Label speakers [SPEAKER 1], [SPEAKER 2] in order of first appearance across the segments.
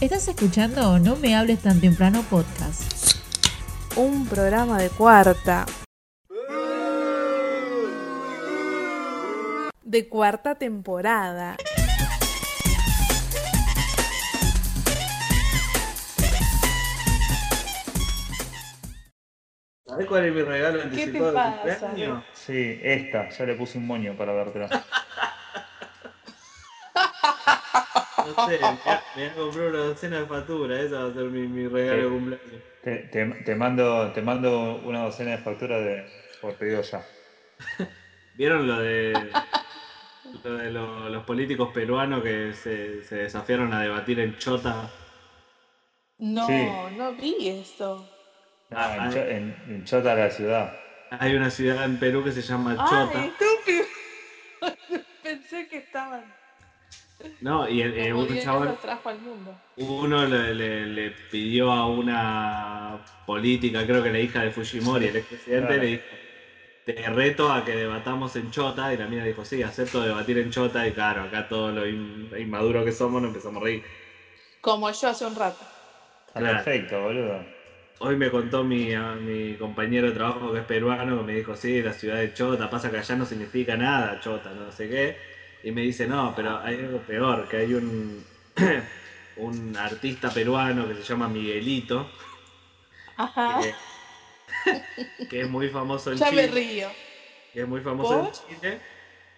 [SPEAKER 1] Estás escuchando No me hables tan temprano podcast.
[SPEAKER 2] Un programa de cuarta. De cuarta temporada.
[SPEAKER 3] ¿Sabes cuál es mi regalo anticipado de cumpleaños?
[SPEAKER 4] Sí, esta, ya le puse un moño para dártela.
[SPEAKER 3] No sé, me han comprado una docena de facturas, esa va a ser mi, mi regalo de cumpleaños.
[SPEAKER 4] Te, te, te mando, te mando una docena de facturas de, por pedido ya.
[SPEAKER 3] ¿Vieron lo de, lo de lo- los políticos peruanos que se, se desafiaron a debatir en Chota?
[SPEAKER 2] No,
[SPEAKER 4] Sí.
[SPEAKER 2] no vi esto.
[SPEAKER 4] No,
[SPEAKER 3] Ah,
[SPEAKER 4] en,
[SPEAKER 3] ah.
[SPEAKER 4] Cho- en- en Chota la ciudad.
[SPEAKER 3] Hay una ciudad en Perú que se llama Chota.
[SPEAKER 2] ¡Ay, estúpido! Pensé que estaban.
[SPEAKER 3] No, y el- eh,
[SPEAKER 2] como
[SPEAKER 3] un
[SPEAKER 2] bien
[SPEAKER 3] chabón,
[SPEAKER 2] los trajo al mundo.
[SPEAKER 3] uno le, le- le pidió a una política, creo que la hija de Fujimori, el expresidente,
[SPEAKER 4] Claro.
[SPEAKER 3] le dijo, te reto a que debatamos en Chota, y la mina dijo, sí, acepto debatir en Chota, y claro, acá todos los in- inmaduros que somos nos empezamos a reír.
[SPEAKER 2] Como yo hace un rato.
[SPEAKER 4] Está
[SPEAKER 3] Claro.
[SPEAKER 4] perfecto, boludo.
[SPEAKER 3] Hoy me contó mi, a- mi compañero de trabajo que es peruano, que me dijo, sí, la ciudad de Chota, pasa que allá no significa nada Chota, no sé qué. Y me dice, no, pero hay algo peor, que hay un, un artista peruano que se llama Miguelito,
[SPEAKER 2] Ajá.
[SPEAKER 3] que, que es muy famoso en
[SPEAKER 2] Ya me
[SPEAKER 3] Chile.
[SPEAKER 2] río.
[SPEAKER 3] Que es muy famoso en Chile.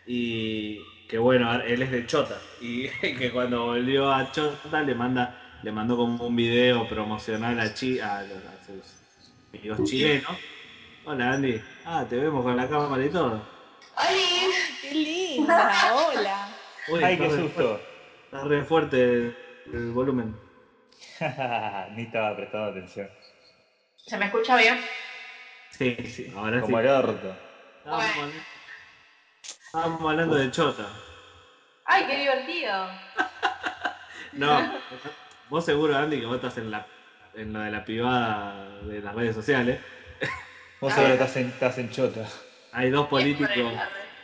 [SPEAKER 3] Y que bueno, él es de Chota. Y que cuando volvió a Chota le manda, le mandó como un video promocional a, Chi- a, los- a sus amigos chilenos. Hola Andy. Ah, te vemos con la cámara y todo.
[SPEAKER 2] ¡Ay, qué linda! ¡Hola!
[SPEAKER 3] Uy,
[SPEAKER 4] Ay,
[SPEAKER 3] está
[SPEAKER 4] qué
[SPEAKER 3] re
[SPEAKER 4] susto.
[SPEAKER 3] fuerte- Está re fuerte el, el volumen.
[SPEAKER 4] Ni estaba prestando atención.
[SPEAKER 3] Ah,
[SPEAKER 5] ¿Se me escucha bien?
[SPEAKER 3] Sí, sí. Ahora sí.
[SPEAKER 4] Como el orto.
[SPEAKER 3] Estábamos hablando- Estábamos hablando de Chota.
[SPEAKER 5] ¡Ay, qué divertido!
[SPEAKER 3] No, vos seguro, Andy, que vos estás en, la, en lo de la privada de las redes sociales.
[SPEAKER 4] Vos
[SPEAKER 2] Ah.
[SPEAKER 4] ahora estás en, estás en Chota.
[SPEAKER 3] Hay dos políticos.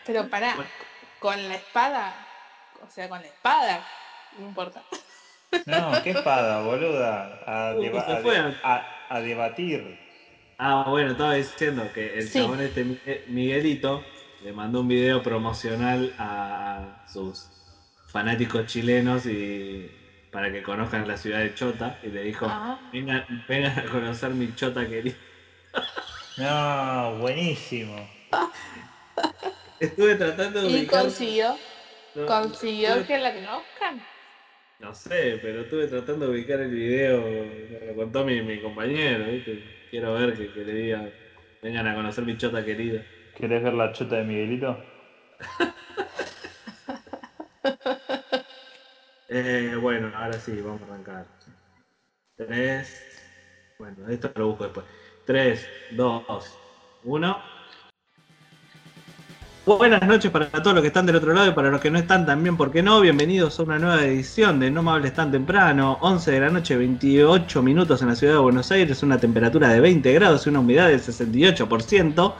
[SPEAKER 2] Pero pará,
[SPEAKER 3] Bueno.
[SPEAKER 2] con la espada, o sea, con la espada, no importa.
[SPEAKER 4] No, qué espada, boluda. A,
[SPEAKER 3] Uh,
[SPEAKER 4] deba-
[SPEAKER 3] se
[SPEAKER 4] a
[SPEAKER 3] fue.
[SPEAKER 4] de- a- a debatir.
[SPEAKER 3] Ah, bueno, estaba diciendo que el
[SPEAKER 2] Sí.
[SPEAKER 3] chabón este Miguel- Miguelito le mandó un video promocional a, a sus fanáticos chilenos y para que conozcan la ciudad de Chota y le dijo,
[SPEAKER 2] Ah.
[SPEAKER 3] vengan, vengan a conocer mi Chota querida.
[SPEAKER 4] No, buenísimo.
[SPEAKER 3] Estuve tratando de
[SPEAKER 2] Y
[SPEAKER 3] ubicar-
[SPEAKER 2] consiguió,
[SPEAKER 3] no,
[SPEAKER 2] consiguió
[SPEAKER 3] estuve-
[SPEAKER 2] que la conozcan.
[SPEAKER 3] No sé, pero estuve tratando de ubicar el video, me lo contó mi, mi compañero, ¿viste? Quiero ver que, que le diga, vengan a conocer mi chota querida.
[SPEAKER 4] ¿Querés ver la Chota de Miguelito?
[SPEAKER 3] Eh, bueno, ahora sí, vamos a arrancar. Tres, bueno, esto lo busco después. Tres, dos, uno. Buenas noches para todos los que están del otro lado y para los que no están también, ¿por qué no? Bienvenidos a una nueva edición de No me hables tan temprano, 11 de la noche, 28 minutos en la ciudad de Buenos Aires, una temperatura de 20 grados y una humedad del 68%.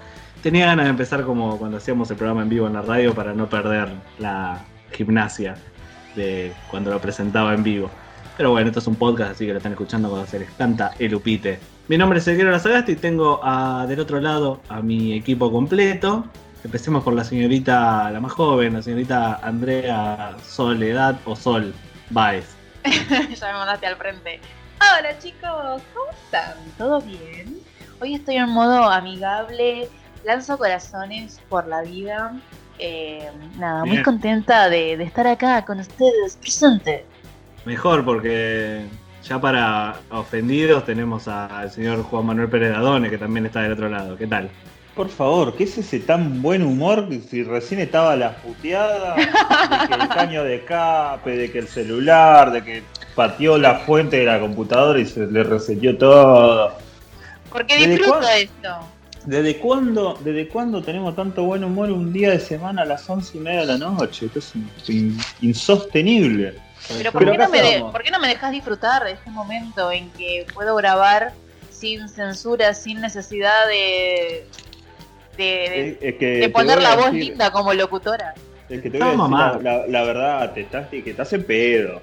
[SPEAKER 3] Tenía ganas de empezar como cuando hacíamos el programa en vivo en la radio para no perder la gimnasia de cuando lo presentaba en vivo. Pero bueno, esto es un podcast, así que lo están escuchando cuando se les canta el upite. Mi nombre es Ezequiel Lazagasti y tengo a- del otro lado a mi equipo completo. Empecemos por la señorita, la más joven, la señorita Andrea Soledad o Sol Baez.
[SPEAKER 5] ya me mandaste al frente. Hola chicos, ¿cómo están? ¿Todo bien? Hoy estoy en modo amigable, lanzo corazones por la vida. Eh, nada, muy
[SPEAKER 3] Bien.
[SPEAKER 5] contenta de, de estar acá con ustedes presente.
[SPEAKER 3] Mejor porque ya para ofendidos tenemos a- al señor Juan Manuel Pérez Dadone, que también está del otro lado. ¿Qué tal?
[SPEAKER 4] Por favor, ¿qué es ese tan buen humor que si recién estaba la puteada? De que el caño de escape, de que el celular, de que pateó la fuente de la computadora y se le reseteó todo.
[SPEAKER 5] Porque
[SPEAKER 4] ¿Desde
[SPEAKER 5] disfruto
[SPEAKER 4] cuándo?
[SPEAKER 5] esto.
[SPEAKER 4] ¿Desde cuándo, ¿Desde cuándo tenemos tanto buen humor un día de semana a las once y media de la noche? Esto es in- in- insostenible.
[SPEAKER 5] Pero ¿por,
[SPEAKER 4] Pero
[SPEAKER 5] qué
[SPEAKER 4] acá
[SPEAKER 5] no me de-
[SPEAKER 4] estamos.
[SPEAKER 5] ¿por qué no me dejas disfrutar de este momento en que puedo grabar sin censura, sin necesidad de, de, de-
[SPEAKER 4] Es- es que
[SPEAKER 5] de
[SPEAKER 4] Eh, te
[SPEAKER 5] Eh, poner
[SPEAKER 4] voy a
[SPEAKER 5] la voz
[SPEAKER 4] decir-
[SPEAKER 5] linda como locutora?
[SPEAKER 4] Es que te voy
[SPEAKER 3] No,
[SPEAKER 4] a decir
[SPEAKER 3] mamá.
[SPEAKER 4] la, la- la verdad, te estás, que estás en pedo.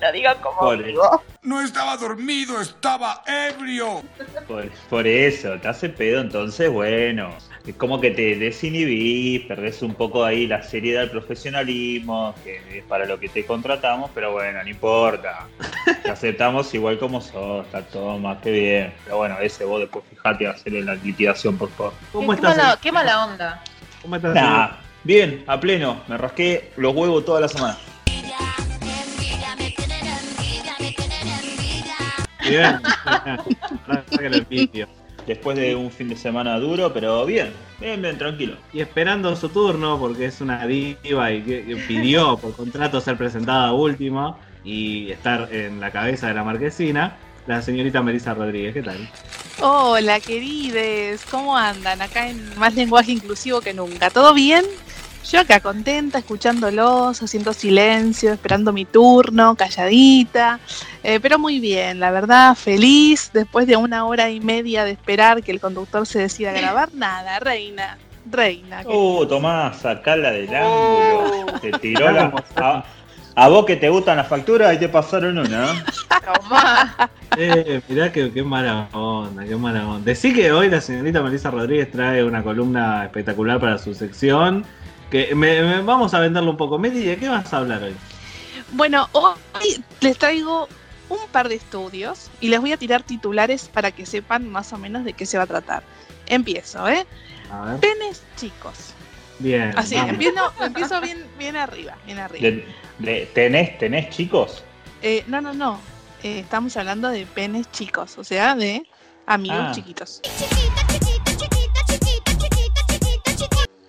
[SPEAKER 5] no digo como
[SPEAKER 4] Pobre.
[SPEAKER 5] digo.
[SPEAKER 6] No estaba dormido, estaba ebrio.
[SPEAKER 4] Por, por eso, te hace pedo, entonces, bueno, es como que te desinhibís, perdés un poco ahí la seriedad del profesionalismo, que es para lo que te contratamos, pero bueno, no importa. Te aceptamos igual como sos, está todo más que bien. Pero bueno, ese vos después fijate a hacerle la liquidación, por favor.
[SPEAKER 3] ¿Cómo
[SPEAKER 5] qué,
[SPEAKER 3] estás?
[SPEAKER 5] mala,
[SPEAKER 3] señor?
[SPEAKER 5] qué mala onda.
[SPEAKER 3] ¿Cómo estás? señor?
[SPEAKER 4] Nah, bien, a pleno, me rasqué los huevos toda la semana.
[SPEAKER 3] Bien. Ah, que lo envidio.
[SPEAKER 4] Después de un fin de semana duro, pero bien, bien, bien, tranquilo.
[SPEAKER 3] Y esperando su turno, porque es una diva y que, que pidió por contrato ser presentada última y estar en la cabeza de la marquesina, la señorita Melissa Rodríguez. ¿Qué tal?
[SPEAKER 7] Hola, querides, ¿cómo andan? Acá en más lenguaje inclusivo que nunca. ¿Todo bien? Yo acá contenta, escuchándolos, haciendo silencio, esperando mi turno, calladita, Eh, pero muy bien, la verdad, feliz, después de una hora y media de esperar que el conductor se decida a grabar, nada, reina, reina. que-
[SPEAKER 4] Uh, Tomás, sacala del
[SPEAKER 2] Oh.
[SPEAKER 4] ángulo. Te tiró la. A, a vos que te gustan las facturas, ahí te pasaron una. ¿eh?
[SPEAKER 5] Tomá.
[SPEAKER 3] Eh, mirá que, qué mala onda, qué mala onda. Decí que hoy la señorita Melissa Rodríguez trae una columna espectacular para su sección. Que me- me- vamos a venderlo un poco. Meli, ¿de qué vas a hablar hoy?
[SPEAKER 7] Bueno, hoy les traigo un par de estudios y les voy a tirar titulares para que sepan más o menos de qué se va a tratar. Empiezo, ¿eh?
[SPEAKER 3] A ver.
[SPEAKER 7] Penes chicos.
[SPEAKER 3] Bien.
[SPEAKER 7] Así,
[SPEAKER 3] vamos.
[SPEAKER 7] empiezo, empiezo bien, bien arriba, bien arriba.
[SPEAKER 4] De- de- ¿tenés, ¿Tenés chicos?
[SPEAKER 7] Eh, no, no, no. Eh, estamos hablando de penes chicos, o sea, de amigos
[SPEAKER 4] Ah.
[SPEAKER 7] chiquitos.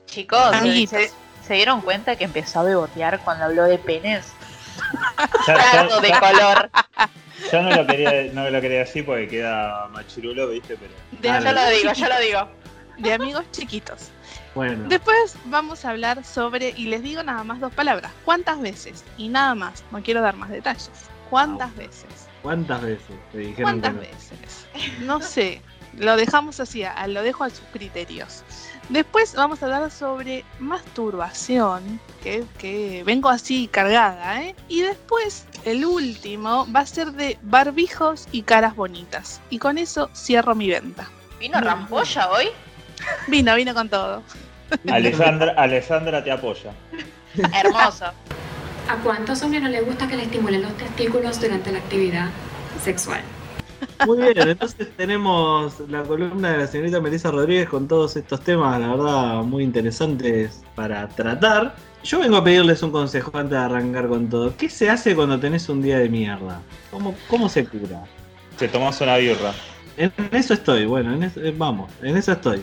[SPEAKER 5] Chicos,
[SPEAKER 7] Amiguitos.
[SPEAKER 5] ¿se, se dieron cuenta que empezó a bebotear cuando habló de penes?
[SPEAKER 4] Ya, ya-
[SPEAKER 5] Claro, de color.
[SPEAKER 4] ya no, lo quería, no lo quería decir porque queda machirulo, ¿viste? Pero
[SPEAKER 7] De,
[SPEAKER 3] Ah,
[SPEAKER 5] Yo
[SPEAKER 7] amigos
[SPEAKER 5] lo digo, yo
[SPEAKER 7] chiquitos,
[SPEAKER 5] lo digo.
[SPEAKER 7] de amigos chiquitos.
[SPEAKER 3] Bueno,
[SPEAKER 7] Después vamos a hablar sobre, y les digo nada más dos palabras, ¿cuántas veces? Y nada más, no quiero dar más detalles. ¿Cuántas veces?
[SPEAKER 3] ¿cuántas veces te dijeron que
[SPEAKER 7] ¿Cuántas
[SPEAKER 3] no?
[SPEAKER 7] veces? No sé, lo dejamos así, a- lo dejo a sus criterios. Después vamos a hablar sobre masturbación, que, que vengo así cargada, ¿eh? Y después, el último, va a ser de barbijos y caras bonitas. Y con eso cierro mi venta.
[SPEAKER 5] ¿Vino Rampolla hoy?
[SPEAKER 7] Vino, vino con todo.
[SPEAKER 4] Alessandra, Alessandra te apoya.
[SPEAKER 5] Hermoso.
[SPEAKER 8] ¿A cuántos hombres no les gusta que le estimulen los testículos durante la actividad sexual?
[SPEAKER 3] Muy bien, entonces tenemos la columna de la señorita Melissa Rodríguez con todos estos temas, la verdad, muy interesantes para tratar. Yo vengo a pedirles un consejo antes de arrancar con todo. ¿Qué se hace cuando tenés un día de mierda? ¿Cómo, cómo se cura?
[SPEAKER 4] Te tomás una birra.
[SPEAKER 3] En eso estoy, bueno, en eso- eh, vamos, en eso estoy.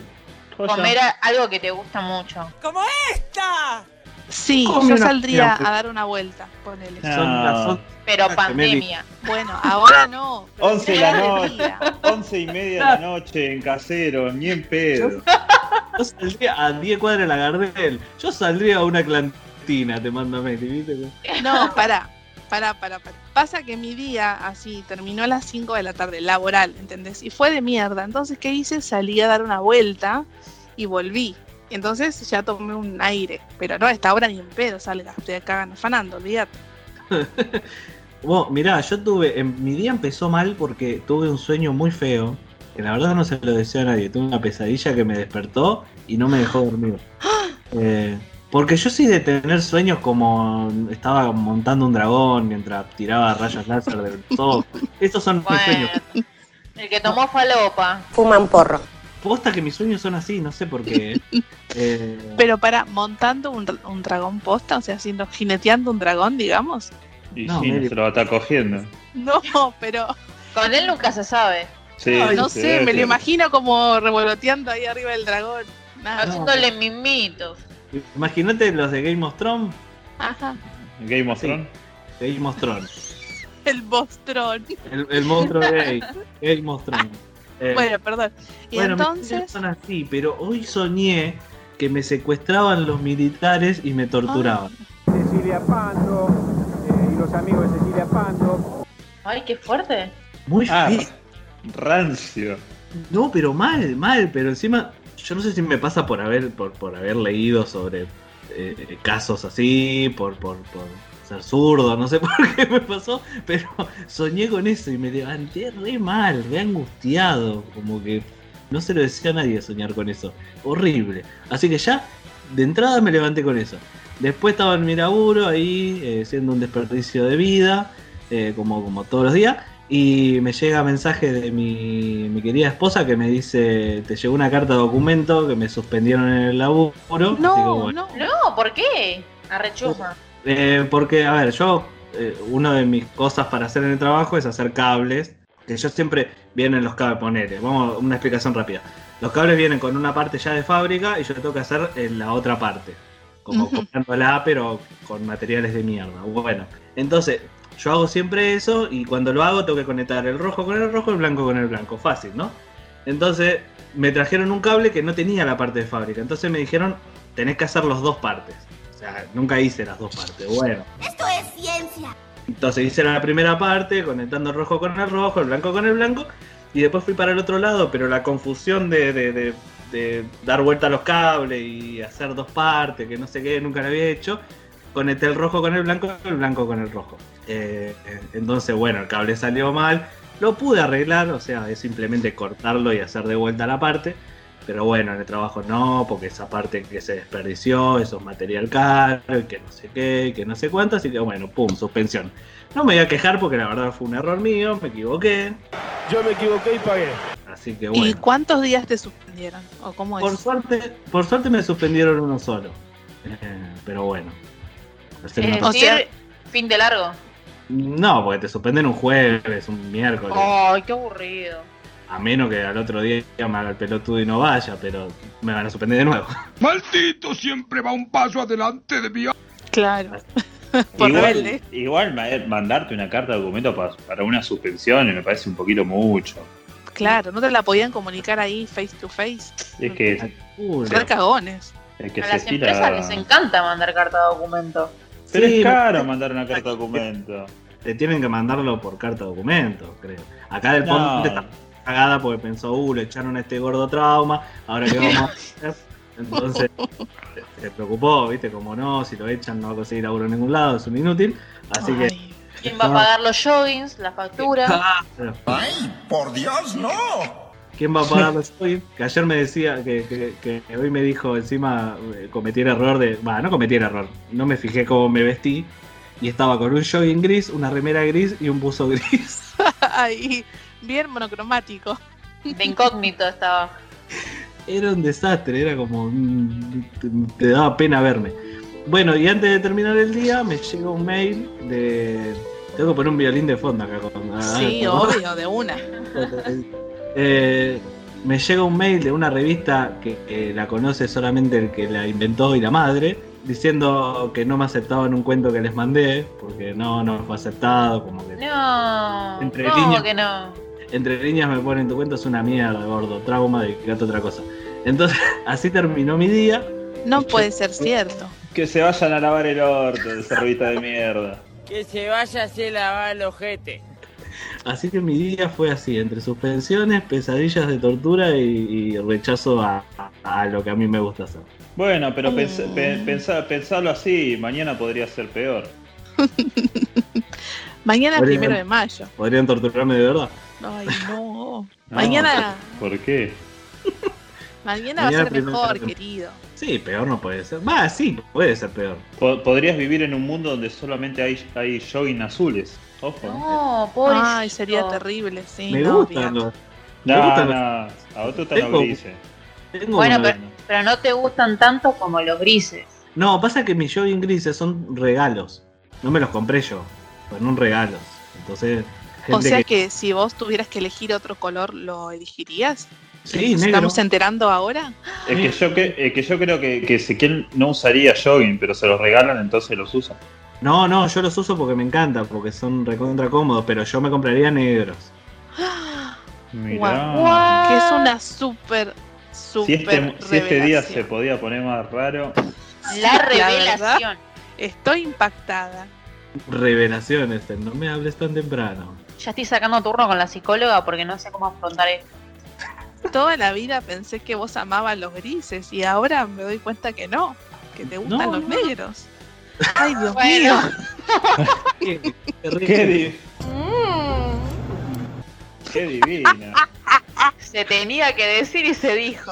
[SPEAKER 4] Joya.
[SPEAKER 5] Comer a- algo que te gusta mucho.
[SPEAKER 7] Sí,
[SPEAKER 3] Come
[SPEAKER 7] yo
[SPEAKER 3] una
[SPEAKER 7] saldría
[SPEAKER 4] pues.
[SPEAKER 3] fiambre.
[SPEAKER 7] a dar una vuelta, ponele.
[SPEAKER 4] Ah.
[SPEAKER 3] Son las on-
[SPEAKER 5] Pero
[SPEAKER 3] Ah, que me di-
[SPEAKER 5] pandemia.
[SPEAKER 7] Bueno, ahora no. pero
[SPEAKER 4] Once de
[SPEAKER 7] era
[SPEAKER 4] la
[SPEAKER 7] de
[SPEAKER 4] noche.
[SPEAKER 7] día.
[SPEAKER 4] Once y media de la noche en casero, ni en pedo.
[SPEAKER 3] Yo saldría a 10 cuadras de la Gardel. Yo saldría a una clantina, te mando Meli, ¿viste?
[SPEAKER 7] No, pará, pará, pará, pará. Pasa que mi día así terminó a las 5 de la tarde, laboral, ¿entendés? Y fue de mierda. Entonces, ¿qué hice? Salí a dar una vuelta y volví. Entonces ya tomé un aire. Pero no, a esta hora ni en pedo sale la te cagan afanando, olvídate.
[SPEAKER 3] Bueno, mirá, yo tuve. en- mi día empezó mal porque tuve un sueño muy feo. Que la verdad no se lo deseo a nadie. Tuve una pesadilla que me despertó y no me dejó dormir. Eh, porque yo sí de tener sueños como estaba montando un dragón mientras tiraba rayos láser de los ojos. Esos son mis
[SPEAKER 5] Bueno.
[SPEAKER 3] sueños.
[SPEAKER 5] El que tomó falopa.
[SPEAKER 9] Fuman porro.
[SPEAKER 3] Posta que mis sueños son así, no sé por qué. Eh,
[SPEAKER 7] Pero para, montando un, un dragón posta, o sea, haciendo, jineteando un dragón, digamos.
[SPEAKER 4] Y
[SPEAKER 3] No,
[SPEAKER 4] sí,
[SPEAKER 3] Meli.
[SPEAKER 4] se lo está cogiendo.
[SPEAKER 7] No, pero
[SPEAKER 5] Con él nunca se sabe.
[SPEAKER 4] Sí,
[SPEAKER 7] no
[SPEAKER 4] sí,
[SPEAKER 7] sé,
[SPEAKER 4] sí.
[SPEAKER 7] me lo imagino como revoloteando ahí arriba del dragón. Nada.
[SPEAKER 5] Haciéndole mimitos.
[SPEAKER 3] Imagínate los de Game of Thrones.
[SPEAKER 7] Ajá,
[SPEAKER 4] Game of
[SPEAKER 3] Sí.
[SPEAKER 4] Thrones.
[SPEAKER 3] Game of Thrones.
[SPEAKER 7] el bostrón.
[SPEAKER 3] El, el monstruo gay. Game of Thrones. Eh,
[SPEAKER 7] Bueno, perdón. Y
[SPEAKER 3] Bueno, mis sueños
[SPEAKER 7] entonces.
[SPEAKER 3] son así, pero hoy soñé que me secuestraban los militares y me torturaban.
[SPEAKER 10] Cecilia Pando eh, y los amigos de Cecilia Pando.
[SPEAKER 5] Ay, qué fuerte.
[SPEAKER 3] Muy
[SPEAKER 4] Ah,
[SPEAKER 3] feo.
[SPEAKER 4] rancio.
[SPEAKER 3] No, pero mal, mal, pero encima yo no sé si me pasa por haber por, por haber leído sobre eh, casos así, por, por, por ser zurdo, no sé por qué me pasó, pero soñé con eso y me levanté re mal, re angustiado, como que no se lo decía a nadie soñar con eso, horrible. Así que ya de entrada me levanté con eso. Después estaba en mi laburo ahí, eh, siendo un desperdicio de vida, eh, como, como todos los días. Y me llega mensaje de mi, mi querida esposa que me dice: Te llegó una carta de documento que me suspendieron en el laburo. Así que,
[SPEAKER 7] No,
[SPEAKER 3] bueno.
[SPEAKER 7] no.
[SPEAKER 5] No, ¿por qué? Arrechuma.
[SPEAKER 3] Eh, porque, a ver, yo, eh, una de mis cosas para hacer en el trabajo es hacer cables. Que yo siempre vienen los cables, ponele, vamos, una explicación rápida. Los cables vienen con una parte ya de fábrica y yo tengo que hacer eh, la otra parte. Como
[SPEAKER 7] Ujú.
[SPEAKER 3] comprándola, pero con materiales de mierda. Bueno, entonces, yo hago siempre eso y cuando lo hago tengo que conectar el rojo con el rojo, el blanco con el blanco. Fácil, ¿no? Entonces, me trajeron un cable que no tenía la parte de fábrica. Entonces me dijeron, tenés que hacer las dos partes. O sea, nunca hice las dos partes. Bueno.
[SPEAKER 9] Esto es ciencia.
[SPEAKER 3] Entonces hice la primera parte, conectando el rojo con el rojo, el blanco con el blanco, y después fui para el otro lado, pero la confusión de, de- de- de dar vuelta a los cables y hacer dos partes, que no sé qué, nunca lo había hecho, conecté el rojo con el blanco, el blanco con el rojo. Eh, eh, entonces, bueno, el cable salió mal, lo pude arreglar, o sea, es simplemente cortarlo y hacer de vuelta la parte, pero bueno, en el trabajo no, porque esa parte que se desperdició, eso es material caro, y que no sé qué, y que no sé cuánto, así que bueno, pum, suspensión. No me voy a quejar porque la verdad fue un error mío, me equivoqué.
[SPEAKER 10] Yo me equivoqué y pagué.
[SPEAKER 3] Así que
[SPEAKER 7] ¿Y
[SPEAKER 3] bueno.
[SPEAKER 7] cuántos días te suspendieron? ¿O cómo es?
[SPEAKER 3] Por suerte, por suerte me suspendieron uno solo. Eh, pero bueno. Así que
[SPEAKER 5] Es
[SPEAKER 3] no,
[SPEAKER 7] o
[SPEAKER 5] decir,
[SPEAKER 7] sea-
[SPEAKER 5] fin de largo.
[SPEAKER 3] no, porque te suspenden un jueves, un miércoles.
[SPEAKER 5] Ay, qué aburrido.
[SPEAKER 3] A menos que al otro día me haga el pelotudo y no vaya, pero me van a suspender de nuevo.
[SPEAKER 6] Maldito siempre va un paso adelante de mí.
[SPEAKER 7] Claro. Por
[SPEAKER 4] Igual,
[SPEAKER 7] rebelde.
[SPEAKER 4] igual ma- eh, mandarte una carta de documento pa- para una suspensión me parece un poquito mucho.
[SPEAKER 7] Claro, no te la podían comunicar ahí face to face.
[SPEAKER 4] Es que,
[SPEAKER 3] Culo.
[SPEAKER 7] Ser cagones.
[SPEAKER 4] es que
[SPEAKER 5] a
[SPEAKER 4] se
[SPEAKER 5] las empresas les
[SPEAKER 4] estila.
[SPEAKER 5] encanta mandar carta de documento.
[SPEAKER 4] Pero
[SPEAKER 3] Sí,
[SPEAKER 4] es caro mandar una carta de documento.
[SPEAKER 3] Te tienen que mandarlo por carta de documento, creo. Acá del
[SPEAKER 4] No,
[SPEAKER 3] ponte está cagada porque pensó, uh, le echaron a este gordo trauma, ahora que vamos a hacer. Entonces se- se preocupó, viste, como no, si lo echan no va a conseguir laburo en ningún lado, es un inútil. Así que.
[SPEAKER 7] Ay.
[SPEAKER 5] ¿Quién va a pagar los joggings, la factura?
[SPEAKER 3] Claro.
[SPEAKER 6] ¡Ay, por Dios, no!
[SPEAKER 3] ¿Quién va a pagar los hoy? Que ayer me decía, que, que- que hoy me dijo encima eh, cometí el error de. Bueno, no cometí el error, no me fijé cómo me vestí. Y estaba con un jogging gris, una remera gris y un buzo gris.
[SPEAKER 7] Ay, bien monocromático.
[SPEAKER 5] De incógnito estaba.
[SPEAKER 3] Era un desastre, era como. mm, te- te daba pena verme. Bueno, y antes de terminar el día, me llegó un mail de. Tengo que poner un violín de fondo acá. con- ah,
[SPEAKER 7] Sí,
[SPEAKER 3] con-
[SPEAKER 7] obvio, de una.
[SPEAKER 3] Eh, me llega un mail de una revista que, que la conoce solamente el que la inventó y la madre, diciendo que no me aceptaban un cuento que les mandé, porque no, no fue aceptado, como que
[SPEAKER 5] No.
[SPEAKER 3] Entre
[SPEAKER 5] ¿Cómo
[SPEAKER 3] líneas.
[SPEAKER 5] que no?
[SPEAKER 3] entre líneas me ponen tu cuento es una mierda, gordo, trauma de gato otra cosa. Entonces, así terminó mi día.
[SPEAKER 7] No puede ser cierto.
[SPEAKER 4] que se vayan a lavar el orto de esa revista de mierda.
[SPEAKER 10] Que se vaya a hacer lavar el ojete.
[SPEAKER 3] Así que mi día fue así, entre suspensiones, pesadillas de tortura y, y rechazo a, a- a lo que a mí me gusta hacer.
[SPEAKER 4] Bueno, pero pens-
[SPEAKER 7] Mm.
[SPEAKER 4] pe- pensa- pensarlo así, mañana podría ser peor.
[SPEAKER 7] Mañana
[SPEAKER 3] Por
[SPEAKER 7] primero
[SPEAKER 3] ejemplo.
[SPEAKER 7] de mayo.
[SPEAKER 3] Podrían torturarme de verdad.
[SPEAKER 7] Ay, no.
[SPEAKER 4] No,
[SPEAKER 7] Mañana,
[SPEAKER 4] ¿Por qué?
[SPEAKER 7] mañana va a
[SPEAKER 3] Mañana
[SPEAKER 7] ser
[SPEAKER 3] primero de
[SPEAKER 7] mejor,
[SPEAKER 3] mayo.
[SPEAKER 7] querido.
[SPEAKER 3] Sí, peor no puede ser. Va, sí, puede ser peor.
[SPEAKER 4] Po- podrías vivir en un mundo donde solamente hay, hay jogging azules. Ojo.
[SPEAKER 5] No, pobre.
[SPEAKER 7] Ay, sería terrible, sí.
[SPEAKER 3] me
[SPEAKER 7] no,
[SPEAKER 3] gustan
[SPEAKER 7] olvídate.
[SPEAKER 3] los.
[SPEAKER 4] No,
[SPEAKER 3] Me gustan
[SPEAKER 4] no,
[SPEAKER 3] los-
[SPEAKER 4] a otro te lo
[SPEAKER 3] Tengo-
[SPEAKER 4] grises.
[SPEAKER 3] tengo
[SPEAKER 5] Bueno,
[SPEAKER 3] una-
[SPEAKER 5] pero, pero no te gustan tanto como los grises.
[SPEAKER 3] No, pasa que mis jogging grises son regalos. No me los compré yo. Fueron regalos. Entonces, gente
[SPEAKER 7] O sea
[SPEAKER 3] que...
[SPEAKER 7] que si vos tuvieras que elegir otro color, ¿lo elegirías?
[SPEAKER 3] Sí,
[SPEAKER 7] ¿Nos
[SPEAKER 3] negro.
[SPEAKER 7] estamos enterando ahora?
[SPEAKER 4] Es que yo, que, es que yo creo que, que Ezequiel no usaría jogging, pero se los regalan, entonces los usa.
[SPEAKER 3] No, no, yo los uso porque me encantan, porque son recontra cómodos, pero yo me compraría negros.
[SPEAKER 4] Mirá.
[SPEAKER 7] ¡Ah! Que es una súper,
[SPEAKER 4] Si
[SPEAKER 7] súper
[SPEAKER 4] este, si este día se
[SPEAKER 7] revelación.
[SPEAKER 4] podía poner más raro,
[SPEAKER 5] La
[SPEAKER 7] verdad.
[SPEAKER 5] revelación.
[SPEAKER 7] Estoy impactada.
[SPEAKER 3] Revelaciones, no me hables tan temprano.
[SPEAKER 5] ya estoy sacando turno con la psicóloga porque no sé cómo afrontar esto.
[SPEAKER 7] Toda la vida pensé que vos amabas los grises y ahora me doy cuenta que no. que te gustan
[SPEAKER 3] No,
[SPEAKER 7] los
[SPEAKER 3] no.
[SPEAKER 7] negros. Ay, Dios
[SPEAKER 2] Bueno.
[SPEAKER 7] mío.
[SPEAKER 3] Qué, qué rico.
[SPEAKER 4] Qué, di-
[SPEAKER 2] Mm.
[SPEAKER 4] qué divina.
[SPEAKER 5] Ah, Se tenía que decir y se dijo.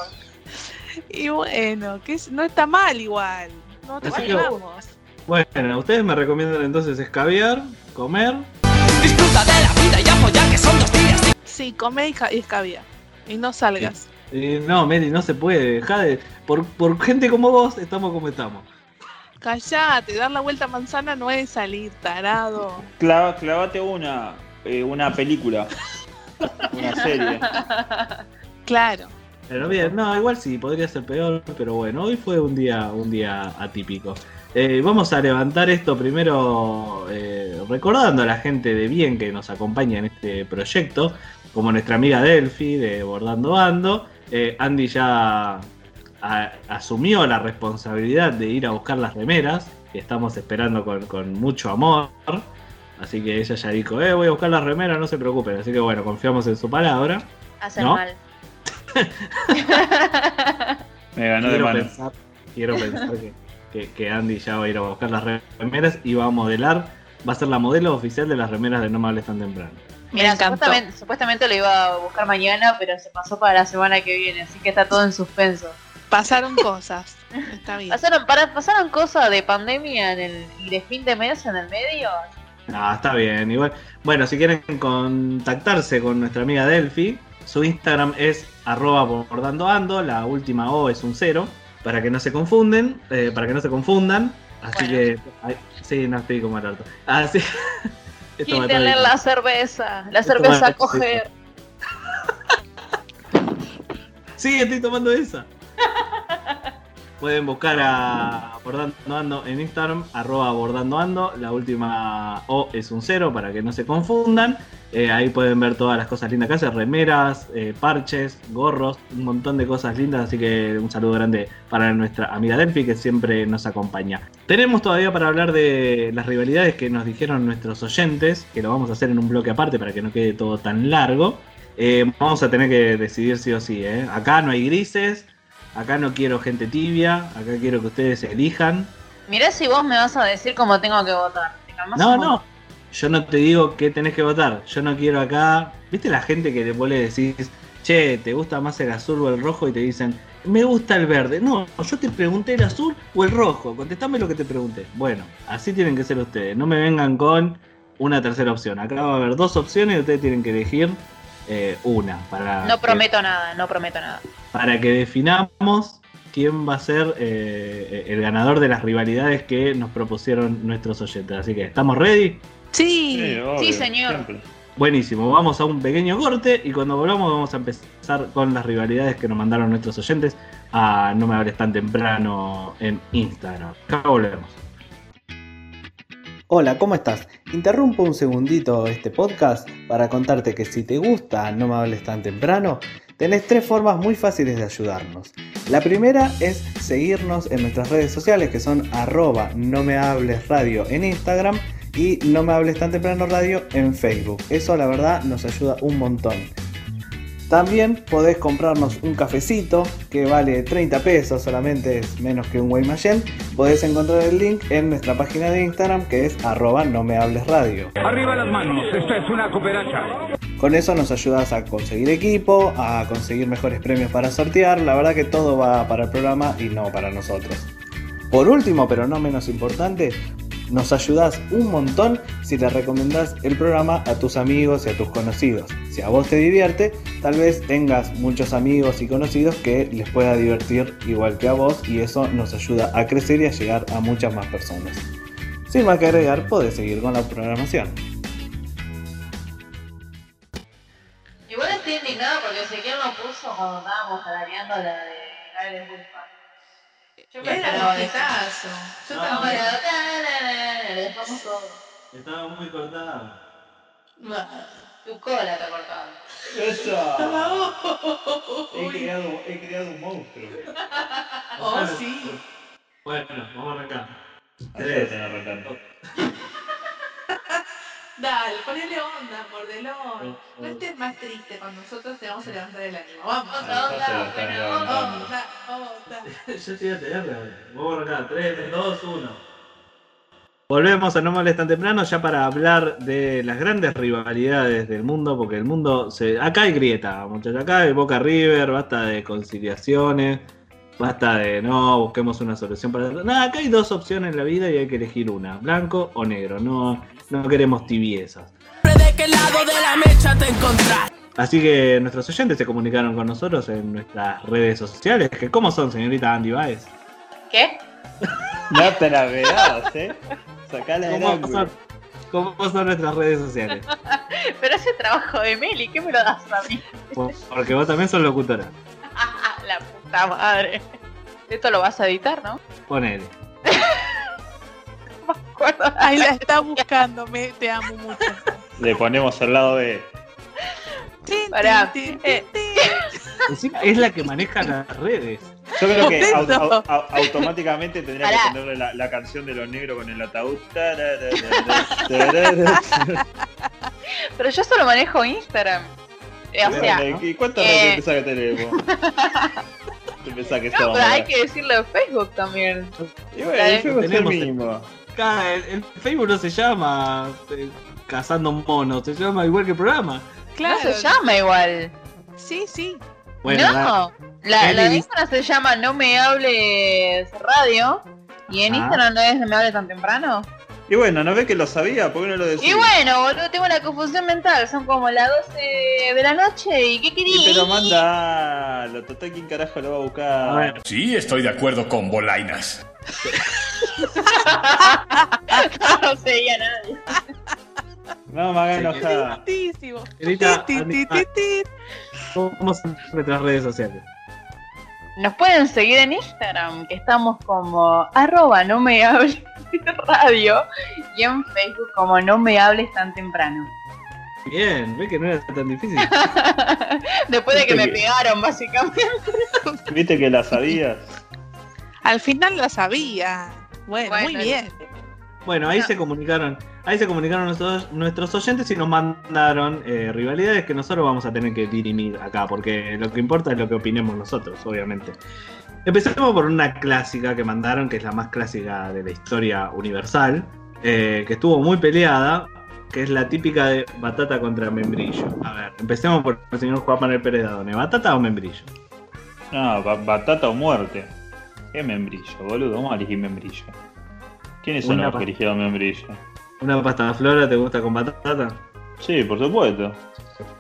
[SPEAKER 7] Y bueno, que es- no está mal igual. No te
[SPEAKER 3] Así que-
[SPEAKER 7] vamos.
[SPEAKER 3] Bueno, ustedes me recomiendan entonces escabear, comer.
[SPEAKER 7] Sí, come y, ca- y escabia. Y no salgas.
[SPEAKER 3] Y eh, no, Meli, no se puede. Dejá de. Por, por gente como vos, estamos como estamos.
[SPEAKER 7] Callate, dar la vuelta a manzana no es salir, tarado.
[SPEAKER 4] Clava, clavate una, eh, una película. Una serie.
[SPEAKER 7] Claro.
[SPEAKER 3] Pero bien, no, igual sí, podría ser peor, pero bueno, hoy fue un día, un día atípico. Eh, vamos a levantar esto primero eh, recordando a la gente de bien que nos acompaña en este proyecto, como nuestra amiga Delphi de Bordando Bando. Eh, Andy ya a- asumió la responsabilidad de ir a buscar las remeras, que estamos esperando con, con mucho amor. Así que ella ya dijo, eh, voy a buscar las remeras, no se preocupen. Así que bueno, confiamos en su palabra.
[SPEAKER 5] Hacen
[SPEAKER 3] ¿No?
[SPEAKER 5] mal.
[SPEAKER 4] Me ganó de
[SPEAKER 3] quiero
[SPEAKER 4] mano.
[SPEAKER 3] pensar, quiero pensar que, que- que Andy ya va a ir a buscar las remeras y va a modelar, va a ser la modelo oficial de las remeras de No me hables tan temprano.
[SPEAKER 7] Me
[SPEAKER 5] Mira,
[SPEAKER 7] encantó.
[SPEAKER 5] supuestamente, supuestamente lo iba a buscar mañana, pero se pasó para la semana que viene, así que está todo en suspenso.
[SPEAKER 7] Pasaron cosas. Está bien.
[SPEAKER 5] Pasaron, para, pasaron cosas de pandemia en el, y de fin de mes en el medio.
[SPEAKER 3] Ah, está bien, igual. Bueno, si quieren contactarse con nuestra amiga Delphi, su Instagram es arroba bordandoando, la última O es un cero, para que no se confunden, eh, para que no se confundan. Así
[SPEAKER 5] Bueno.
[SPEAKER 3] que. ay, sí, no estoy como el orto. Así. Esto va a estar
[SPEAKER 5] Quítenle
[SPEAKER 3] bien.
[SPEAKER 5] la cerveza, la
[SPEAKER 3] Esto
[SPEAKER 5] cerveza
[SPEAKER 3] va
[SPEAKER 5] a
[SPEAKER 3] a-
[SPEAKER 5] coger.
[SPEAKER 3] Sí, estoy tomando esa. Pueden buscar a Bordando Ando en Instagram, arroba Bordando Ando. La última O es un cero para que no se confundan. Eh, ahí pueden ver todas las cosas lindas que hace, remeras, eh, parches, gorros, un montón de cosas lindas. Así que un saludo grande para nuestra amiga Delphi que siempre nos acompaña. Tenemos todavía para hablar de las rivalidades que nos dijeron nuestros oyentes, que lo vamos a hacer en un bloque aparte para que no quede todo tan largo. Eh, vamos a tener que decidir sí o sí, ¿eh? Acá no hay grises, acá no quiero gente tibia, acá quiero que ustedes elijan.
[SPEAKER 5] Mirá si vos me vas a decir cómo tengo que votar. Te calmás
[SPEAKER 3] No,
[SPEAKER 5] un
[SPEAKER 3] no, yo no te digo qué tenés que votar, yo no quiero acá... ¿Viste la gente que después le decís, che, ¿te gusta más el azul o el rojo? Y te dicen, me gusta el verde. No, yo te pregunté el azul o el rojo, contestame lo que te pregunté. Bueno, así tienen que ser ustedes, no me vengan con una tercera opción. Acá va a haber dos opciones y ustedes tienen que elegir eh, una para...
[SPEAKER 5] montón. No
[SPEAKER 3] que-
[SPEAKER 5] prometo nada, no prometo nada.
[SPEAKER 3] para que definamos quién va a ser eh, el ganador de las rivalidades que nos propusieron nuestros oyentes. Así que, ¿estamos ready?
[SPEAKER 7] Sí.
[SPEAKER 4] obvio,
[SPEAKER 5] Sí, señor.
[SPEAKER 4] siempre.
[SPEAKER 3] Buenísimo, vamos a un pequeño corte y cuando volvamos vamos a empezar con las rivalidades que nos mandaron nuestros oyentes a No me hables tan temprano en Instagram. Acá volvemos.
[SPEAKER 9] Hola, ¿cómo estás? Interrumpo un segundito este podcast para contarte que si te gusta No me hables tan temprano, tenés tres formas muy fáciles de ayudarnos. La primera es seguirnos en nuestras redes sociales que son arroba no me hables radio en Instagram y no me hables tan temprano radio en Facebook. Eso la verdad nos ayuda un montón. También podés comprarnos un cafecito que vale 30 pesos, solamente es menos que un Guaymallén. Podés encontrar el link en nuestra página de Instagram que es arroba no me hables radio.
[SPEAKER 6] Arriba las manos, esta es una cooperacha.
[SPEAKER 9] Con eso nos ayudas a conseguir equipo, a conseguir mejores premios para sortear. La verdad que todo va para el programa y no para nosotros. Por último, pero no menos importante, nos ayudas un montón si le recomendás el programa a tus amigos y a tus conocidos. Si a vos te divierte, tal vez tengas muchos amigos y conocidos que les pueda divertir igual que a vos y eso nos ayuda a crecer y a llegar a muchas más personas. Sin más que agregar, podés seguir con la programación.
[SPEAKER 5] Igual estoy indignada porque Ezequiel nos puso cuando estábamos tarareando la de Gabriel Wilson. Yo me
[SPEAKER 2] Era
[SPEAKER 5] esperaba
[SPEAKER 2] un
[SPEAKER 5] eso.
[SPEAKER 2] hitazo. Yo
[SPEAKER 3] No,
[SPEAKER 5] No,
[SPEAKER 2] también.
[SPEAKER 5] pero tararara, le dejamos todo.
[SPEAKER 3] Estaba muy cortada.
[SPEAKER 5] Tu cola te ha cortado.
[SPEAKER 2] Uy.
[SPEAKER 4] he creado un monstruo.
[SPEAKER 2] Oh,
[SPEAKER 5] Ah,
[SPEAKER 2] sí.
[SPEAKER 3] Bueno, vamos acá.
[SPEAKER 4] Hacete, no, Roland.
[SPEAKER 2] Dale, ponele onda,
[SPEAKER 5] Ah,
[SPEAKER 2] mordelón. No estés más triste, con nosotros te vamos a levantar el ánimo. Vamos,
[SPEAKER 5] Vamos,
[SPEAKER 4] Ah,
[SPEAKER 2] onda,
[SPEAKER 5] onda, buena onda.
[SPEAKER 2] onda, onda.
[SPEAKER 3] Yo te iba a tenerla. Vamos por acá, 3, 2, 1. Volvemos a No Molestan Temprano ya para hablar de las grandes rivalidades del mundo, porque el mundo se. Acá hay grieta, muchachos. Acá hay Boca River, basta de conciliaciones, basta de no, busquemos una solución para. Nada, acá hay dos opciones en la vida y hay que elegir una, blanco o negro. No, no queremos tibiezas.
[SPEAKER 11] ¿De qué lado de la mecha te encontrás?
[SPEAKER 3] Así que nuestros oyentes se comunicaron con nosotros en nuestras redes sociales, que cómo son, señorita Andy Baez.
[SPEAKER 5] ¿Qué?
[SPEAKER 4] No te la veas, ¿eh? Sacala del
[SPEAKER 3] ¿Cómo
[SPEAKER 4] ángulo.
[SPEAKER 3] son, cómo son nuestras redes sociales?
[SPEAKER 5] Pero ese trabajo de Meli, ¿qué me lo das a mí? Ah,
[SPEAKER 3] Por- Porque vos también sos locutora.
[SPEAKER 5] La puta madre. Esto lo vas a editar, ¿no?
[SPEAKER 3] Ponele.
[SPEAKER 7] Ahí la está buscando, me, te amo mucho.
[SPEAKER 4] Le ponemos al lado de.
[SPEAKER 7] Tin,
[SPEAKER 5] Pará.
[SPEAKER 7] tin, tin,
[SPEAKER 5] Eh,
[SPEAKER 3] Encima es la que maneja las redes.
[SPEAKER 4] Yo creo que
[SPEAKER 7] Por
[SPEAKER 4] au-
[SPEAKER 7] eso.
[SPEAKER 4] au- au- automáticamente tendría que
[SPEAKER 5] Pará.
[SPEAKER 4] ponerle la, la canción de los negros con el ataúd. Tararara, tararara.
[SPEAKER 5] Pero yo solo manejo Instagram. Eh, o sea,
[SPEAKER 4] Dale, ¿Y cuántas
[SPEAKER 5] eh.
[SPEAKER 4] redes pensás que tenemos? ¿Te pensás que
[SPEAKER 5] no,
[SPEAKER 4] estamos?
[SPEAKER 5] pero hay que decirlo de Facebook también.
[SPEAKER 4] Y bueno, el Facebook es el
[SPEAKER 3] Tenemos-
[SPEAKER 4] mismo.
[SPEAKER 3] Acá el, el Facebook no se llama eh, Cazando Monos, se llama igual que el programa.
[SPEAKER 7] Claro.
[SPEAKER 5] No se llama igual.
[SPEAKER 7] Sí, sí.
[SPEAKER 3] Bueno, da-
[SPEAKER 5] no, la, la
[SPEAKER 3] Meli
[SPEAKER 5] de
[SPEAKER 3] dice-
[SPEAKER 5] Instagram se llama No Me Hables Radio. Y en
[SPEAKER 3] Ajá.
[SPEAKER 5] Instagram no es No Me Hables Tan Temprano.
[SPEAKER 4] Y bueno, ¿no ves que lo sabía? ¿Por qué no lo decís?
[SPEAKER 5] Y bueno, boludo, tengo una confusión mental. Son como las 12 de la noche. ¿Y qué quería?
[SPEAKER 4] Y pero manda, lo total quién carajo lo va a buscar.
[SPEAKER 3] A ver.
[SPEAKER 6] Sí, estoy de acuerdo con Bolainas.
[SPEAKER 5] no seguía a nadie.
[SPEAKER 4] No me hagas
[SPEAKER 3] Sí,
[SPEAKER 5] Ah.
[SPEAKER 4] enojar.
[SPEAKER 7] Tantísimo.
[SPEAKER 3] Querida,
[SPEAKER 7] Ti, ti, ti, ti, ti.
[SPEAKER 3] ¿cómo son nuestras redes sociales?
[SPEAKER 5] Nos pueden seguir en Instagram, que estamos como arroba no me hables radio y en Facebook como no me hables tan temprano.
[SPEAKER 3] Bien, ve que no era tan difícil.
[SPEAKER 5] Después de que me
[SPEAKER 4] Sí.
[SPEAKER 5] pegaron, básicamente.
[SPEAKER 4] ¿Viste que la sabías?
[SPEAKER 7] Al final la sabía. Bueno,
[SPEAKER 5] Bueno,
[SPEAKER 7] muy bien.
[SPEAKER 3] Bueno, ahí
[SPEAKER 5] No.
[SPEAKER 3] se comunicaron, ahí se comunicaron nuestros, nuestros oyentes y nos mandaron eh, rivalidades que nosotros vamos a tener que dirimir acá, porque lo que importa es lo que opinemos nosotros, obviamente. Empecemos por una clásica que mandaron, que es la más clásica de la historia universal, eh, que estuvo muy peleada, que es la típica de batata contra membrillo. A ver, empecemos por el señor Juan Manuel Pérez Dadone, ¿batata o membrillo?
[SPEAKER 4] No, ba- batata o muerte. ¿Qué membrillo, boludo? Vamos a elegir membrillo. ¿Quiénes son
[SPEAKER 3] Una
[SPEAKER 4] los
[SPEAKER 3] pa-
[SPEAKER 4] que eligieron membrillo?
[SPEAKER 3] ¿Una pasta flora te gusta con batata?
[SPEAKER 4] Sí, por supuesto.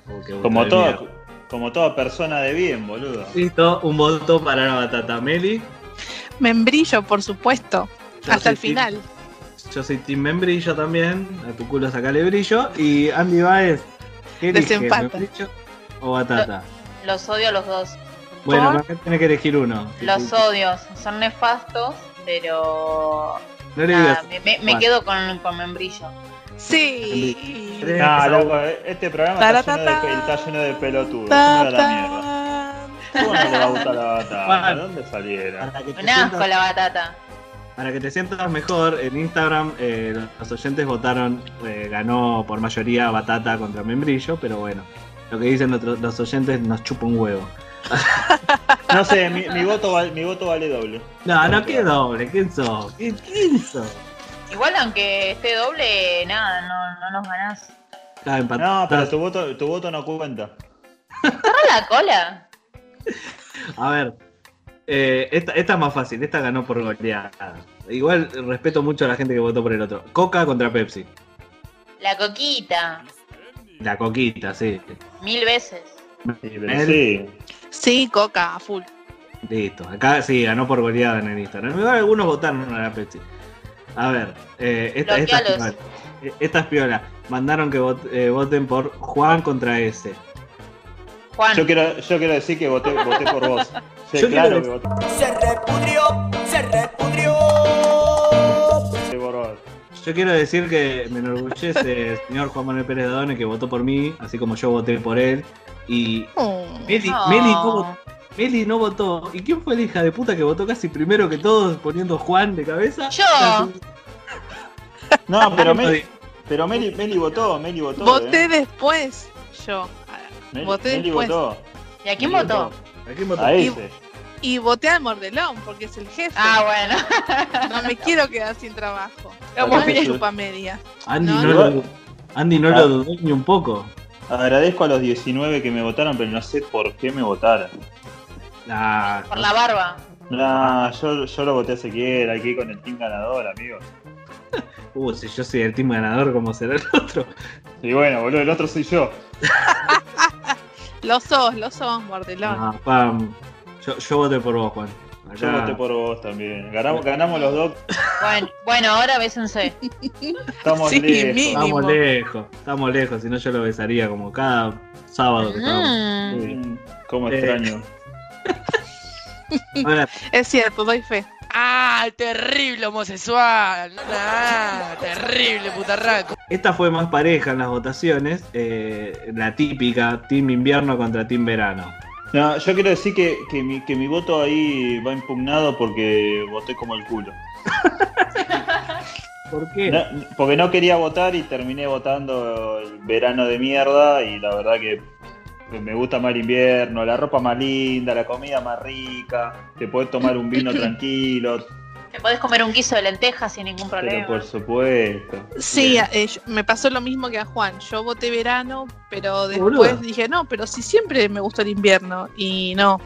[SPEAKER 3] Oh, qué
[SPEAKER 4] Como
[SPEAKER 3] gusto de
[SPEAKER 4] toda,
[SPEAKER 3] mierda.
[SPEAKER 4] como toda persona de bien, boludo.
[SPEAKER 3] Listo, un voto para la batata. Meli.
[SPEAKER 7] Membrillo, por supuesto.
[SPEAKER 3] Yo
[SPEAKER 7] hasta
[SPEAKER 3] soy
[SPEAKER 7] el
[SPEAKER 3] team-
[SPEAKER 7] final.
[SPEAKER 3] yo soy Team Membrillo también. A tu culo sacale brillo. Y Andy Baez, ¿qué elige,
[SPEAKER 7] Desempata.
[SPEAKER 3] membrillo o batata?
[SPEAKER 5] Los odio a los dos.
[SPEAKER 3] Bueno,
[SPEAKER 7] Por-
[SPEAKER 3] acá tenés que elegir uno.
[SPEAKER 5] Los odios. Son nefastos, pero
[SPEAKER 3] No le digas.
[SPEAKER 5] nada, me, me- me
[SPEAKER 3] Bueno.
[SPEAKER 5] quedo con, con membrillo.
[SPEAKER 7] Sí.
[SPEAKER 3] Tres.
[SPEAKER 4] No, loco, este programa está lleno de, pe-
[SPEAKER 7] Taratata.
[SPEAKER 4] está lleno de pelotudos.
[SPEAKER 7] Ta,
[SPEAKER 4] Está lleno de la mierda.
[SPEAKER 7] ta.
[SPEAKER 4] ¿Cómo no le va a gustar la batata?
[SPEAKER 3] Juan.
[SPEAKER 4] ¿De dónde salieron?
[SPEAKER 3] Para que, te
[SPEAKER 5] Un asco
[SPEAKER 3] sientas,
[SPEAKER 5] la batata.
[SPEAKER 3] para que te sientas mejor, en Instagram eh, los oyentes votaron, eh, ganó por mayoría Batata contra Membrillo, pero bueno, lo que dicen otros- los oyentes nos chupa un huevo.
[SPEAKER 4] No sé, mi, mi voto vale, mi voto vale doble.
[SPEAKER 3] No, no, qué doble, ¿quién sos? ¿Quién, quién sos?
[SPEAKER 5] Igual aunque esté doble, nada, no, no nos ganás.
[SPEAKER 3] Ah, empatados.
[SPEAKER 4] No, pero tu voto, tu voto no cuenta.
[SPEAKER 5] Cerra Ah, la cola.
[SPEAKER 3] A ver, eh, esta, esta es más fácil, esta ganó por goleada. Igual respeto mucho a la gente que votó por el otro. Coca contra Pepsi.
[SPEAKER 5] La coquita.
[SPEAKER 3] La coquita, sí.
[SPEAKER 5] Mil veces.
[SPEAKER 4] Sí, pero
[SPEAKER 3] Él-
[SPEAKER 4] sí.
[SPEAKER 7] Sí, coca, a full.
[SPEAKER 3] Listo. Acá sí, ganó por goleada en el Instagram. Igual algunos votaron a la Pepsi. A ver, eh, esta, esta es
[SPEAKER 5] Bloquealos.
[SPEAKER 3] piola. Eh, Esta es piola. Mandaron que vot- eh, voten por Juan contra S.
[SPEAKER 5] Juan.
[SPEAKER 4] Yo quiero, yo quiero decir que voté, voté por vos. Sí,
[SPEAKER 3] Yo
[SPEAKER 4] claro
[SPEAKER 3] quiero
[SPEAKER 4] que voté
[SPEAKER 11] Se repudrió, se repudrió.
[SPEAKER 4] por vos.
[SPEAKER 3] Yo quiero decir que me enorgullece el señor Juan Manuel Pérez Dadone que votó por mí, así como yo voté por él. Y
[SPEAKER 7] Mm.
[SPEAKER 3] Meli,
[SPEAKER 5] No.
[SPEAKER 3] Meli no votó. Meli no votó. ¿Y quién fue la hija de puta que votó casi primero que todos poniendo Juan de cabeza?
[SPEAKER 5] Yo.
[SPEAKER 3] Ah, sí.
[SPEAKER 4] No, pero
[SPEAKER 3] Lo
[SPEAKER 4] Meli,
[SPEAKER 3] di-
[SPEAKER 4] Pero Meli, Meli votó, Meli votó.
[SPEAKER 7] Voté
[SPEAKER 4] ¿eh?
[SPEAKER 7] después, yo.
[SPEAKER 4] Meli,
[SPEAKER 7] voté
[SPEAKER 4] Meli
[SPEAKER 7] después.
[SPEAKER 4] votó.
[SPEAKER 5] ¿Y a quién
[SPEAKER 4] Meli
[SPEAKER 5] votó?
[SPEAKER 12] ¿A quién
[SPEAKER 4] A ese.
[SPEAKER 7] Y voté al Mordelón, porque es el jefe.
[SPEAKER 5] Ah,
[SPEAKER 7] bueno. No me quiero quedar sin trabajo.
[SPEAKER 4] Ah,
[SPEAKER 7] Vos
[SPEAKER 4] sí.
[SPEAKER 7] chupa media.
[SPEAKER 12] Andy no,
[SPEAKER 7] No,
[SPEAKER 12] lo, Andy
[SPEAKER 4] Ah.
[SPEAKER 12] no lo dudó ni un poco.
[SPEAKER 4] Agradezco a los 19 que me votaron, pero no sé por qué me votaron.
[SPEAKER 12] Nah,
[SPEAKER 5] Por la barba.
[SPEAKER 4] Nah, yo, yo lo voté a Ezequiel, hay que ir con el team ganador, amigos.
[SPEAKER 12] uh, si yo soy el team ganador, ¿cómo será el otro?
[SPEAKER 4] Y bueno, boludo, el otro soy yo.
[SPEAKER 7] Lo sos, lo sos, Mordelón.
[SPEAKER 12] Ah, pam. Yo, yo voté por vos, Juan. Acá-
[SPEAKER 4] Yo voté por vos también. Ganamos, ganamos los dos,
[SPEAKER 5] Bueno, bueno, ahora bésense.
[SPEAKER 4] estamos
[SPEAKER 7] Sí,
[SPEAKER 4] lejos.
[SPEAKER 7] mínimo.
[SPEAKER 12] Estamos lejos, estamos lejos, si no yo lo besaría como cada sábado que estábamos.
[SPEAKER 5] Mm.
[SPEAKER 4] Mm, Cómo
[SPEAKER 12] Eh.
[SPEAKER 4] extraño.
[SPEAKER 12] Ahora,
[SPEAKER 7] Es cierto, doy fe.
[SPEAKER 13] ¡Ah, terrible homosexual! ¡Ah, terrible putarraco!
[SPEAKER 12] Esta fue más pareja en las votaciones, eh, la típica Team Invierno contra Team Verano.
[SPEAKER 4] No, yo quiero decir que, que, mi, que mi voto ahí va impugnado porque voté como el culo.
[SPEAKER 12] ¿Por qué?
[SPEAKER 4] No, porque no quería votar y terminé votando el verano de mierda y la verdad que me gusta más el invierno, la ropa más linda, la comida más rica, te podés tomar un vino tranquilo,
[SPEAKER 5] Te podés comer un guiso de lentejas sin ningún
[SPEAKER 4] pero
[SPEAKER 5] problema.
[SPEAKER 4] por supuesto.
[SPEAKER 7] Sí,
[SPEAKER 4] Bien.
[SPEAKER 7] a- eh, yo- me pasó lo mismo que a Juan. Yo voté verano, pero después
[SPEAKER 12] Boluda.
[SPEAKER 7] dije, no, pero si siempre me gustó el invierno. Y no,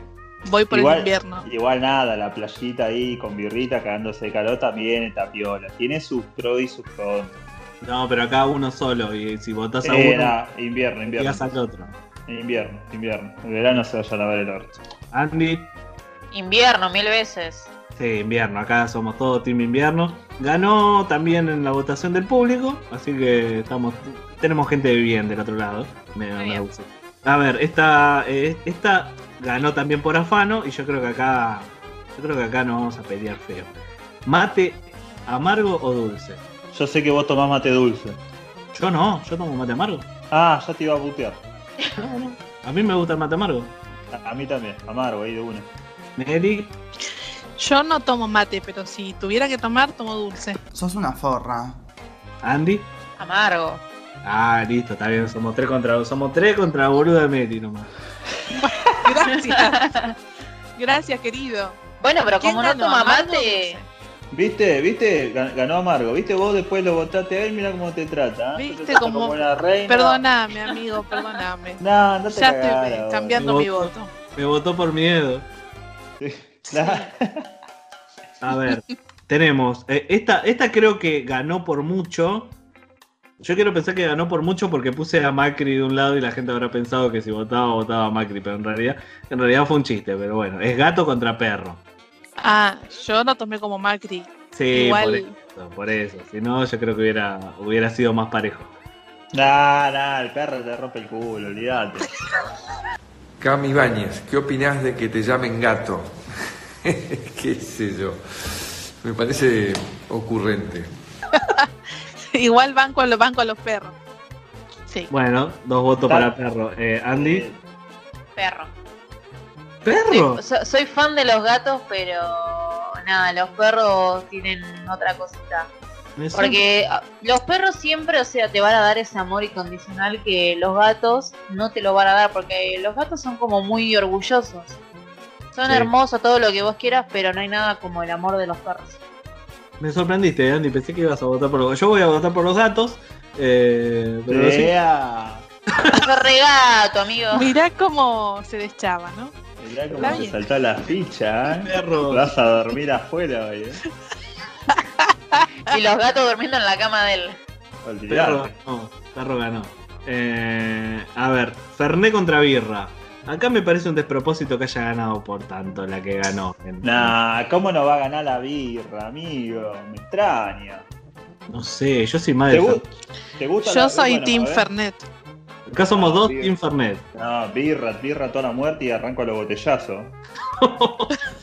[SPEAKER 7] voy por
[SPEAKER 4] Igual-
[SPEAKER 7] el invierno.
[SPEAKER 4] Igual nada, la playita ahí con birrita cagándose de calor también está piola. Tiene sus pros y sus contras.
[SPEAKER 12] No, pero acá uno solo, y si votás a
[SPEAKER 4] Eh,
[SPEAKER 12] uno,
[SPEAKER 4] nah, invierno, invierno.
[SPEAKER 12] llegás al otro.
[SPEAKER 4] Invierno, invierno. El verano se vaya a lavar el orto.
[SPEAKER 12] Andy,
[SPEAKER 5] Invierno, mil veces.
[SPEAKER 12] sí, invierno, acá somos todos Team Invierno. Ganó también en la votación del público, así que estamos, tenemos gente de bien del otro lado. Me, me
[SPEAKER 5] bien.
[SPEAKER 12] gusta. A ver, esta, eh, esta ganó también por afano, y yo creo que acá, yo creo que acá nos vamos a pelear feo. Mate, amargo o dulce.
[SPEAKER 4] Yo sé que vos tomás mate dulce.
[SPEAKER 12] Yo no, yo tomo mate amargo.
[SPEAKER 4] Ah, ya te iba a putear.
[SPEAKER 12] A mí me gusta el mate amargo.
[SPEAKER 4] A, a mí también, amargo ahí de una.
[SPEAKER 12] Meli,
[SPEAKER 7] Yo no tomo mate, pero si tuviera que tomar, tomo dulce.
[SPEAKER 3] Sos una forra.
[SPEAKER 12] Andy.
[SPEAKER 5] Amargo.
[SPEAKER 12] Ah, listo, está bien, somos tres contra Somos tres contra boluda Meli nomás.
[SPEAKER 7] Gracias. Gracias, querido.
[SPEAKER 5] Bueno, pero
[SPEAKER 7] ¿Quién
[SPEAKER 5] como no
[SPEAKER 7] ganó,
[SPEAKER 5] toma
[SPEAKER 7] amargo o
[SPEAKER 5] mate,
[SPEAKER 4] ¿Viste? ¿Viste? Gan- Ganó amargo. ¿Viste? Vos después lo votaste a él, mirá cómo te trata. ¿eh? Yo te
[SPEAKER 7] Viste
[SPEAKER 4] trato
[SPEAKER 7] como-
[SPEAKER 4] una reina.
[SPEAKER 7] Perdóname, amigo, perdóname.
[SPEAKER 4] No, andate
[SPEAKER 7] Ya
[SPEAKER 4] a cagar
[SPEAKER 7] estoy
[SPEAKER 4] ahora.
[SPEAKER 7] cambiando mi voto.
[SPEAKER 12] Me votó por miedo.
[SPEAKER 4] Nah.
[SPEAKER 12] A ver, tenemos. eh, esta, esta creo que ganó por mucho. Yo quiero pensar que ganó por mucho porque puse a Macri de un lado y la gente habrá pensado que si votaba, votaba a Macri, pero en realidad, en realidad fue un chiste, pero bueno, es gato contra perro.
[SPEAKER 7] Ah, yo lo tomé como Macri.
[SPEAKER 12] Sí, por
[SPEAKER 7] Igual.
[SPEAKER 12] eso, por eso. Si no, yo creo que hubiera, hubiera sido más parejo.
[SPEAKER 4] Nah, nah, el perro te rompe el culo, olvídate.
[SPEAKER 6] Cami Ibáñez, ¿qué opinás de que te llamen gato? ¿Qué sé yo? Me parece ocurrente.
[SPEAKER 7] Igual banco a los, banco a los perros. Sí.
[SPEAKER 12] Bueno, dos votos
[SPEAKER 4] Está-
[SPEAKER 12] para perro. Eh, Andy.
[SPEAKER 5] perro.
[SPEAKER 12] ¿Perro?
[SPEAKER 5] So- soy fan de los gatos, pero nada, los perros tienen otra cosita. Porque ah, los perros siempre, o sea, te van a dar ese amor incondicional que los gatos no te lo van a dar, porque los gatos son como muy orgullosos. Son
[SPEAKER 12] Sí.
[SPEAKER 5] hermosos, todo lo que vos quieras, pero no hay nada como el amor de los perros.
[SPEAKER 12] Me sorprendiste, eh, Andy. Pensé que ibas a votar por los Yo voy a votar por los gatos. eh, pero sí.
[SPEAKER 4] Ea.
[SPEAKER 5] Yo regato, amigo.
[SPEAKER 7] Mirá cómo se deschaba, ¿no?
[SPEAKER 4] Mirá cómo
[SPEAKER 7] Está
[SPEAKER 4] te
[SPEAKER 7] bien.
[SPEAKER 4] saltó la ficha, ¿eh?
[SPEAKER 12] Perro.
[SPEAKER 4] Vas a dormir afuera hoy, ¿eh?
[SPEAKER 5] Y los gatos durmiendo en la cama de él.
[SPEAKER 12] Perro
[SPEAKER 4] Olvidate.
[SPEAKER 12] ganó. Perro ganó. Eh, a ver, Ferné contra Birra. Acá me parece un despropósito que haya ganado por tanto la que ganó.
[SPEAKER 4] Nah, ¿cómo no va a ganar la birra, amigo? Me extraña.
[SPEAKER 12] No sé, yo soy más
[SPEAKER 4] ¿Te,
[SPEAKER 12] de
[SPEAKER 4] gu-
[SPEAKER 12] Fernet.
[SPEAKER 4] te gusta la-
[SPEAKER 7] Yo soy
[SPEAKER 4] bueno, eh.
[SPEAKER 7] Team
[SPEAKER 4] a ver.
[SPEAKER 7] Fernet.
[SPEAKER 12] Acá somos
[SPEAKER 4] Ah,
[SPEAKER 12] dos
[SPEAKER 4] bien.
[SPEAKER 12] Team Fernet.
[SPEAKER 4] No, birra, birra toda la muerte y arranco a los botellazos.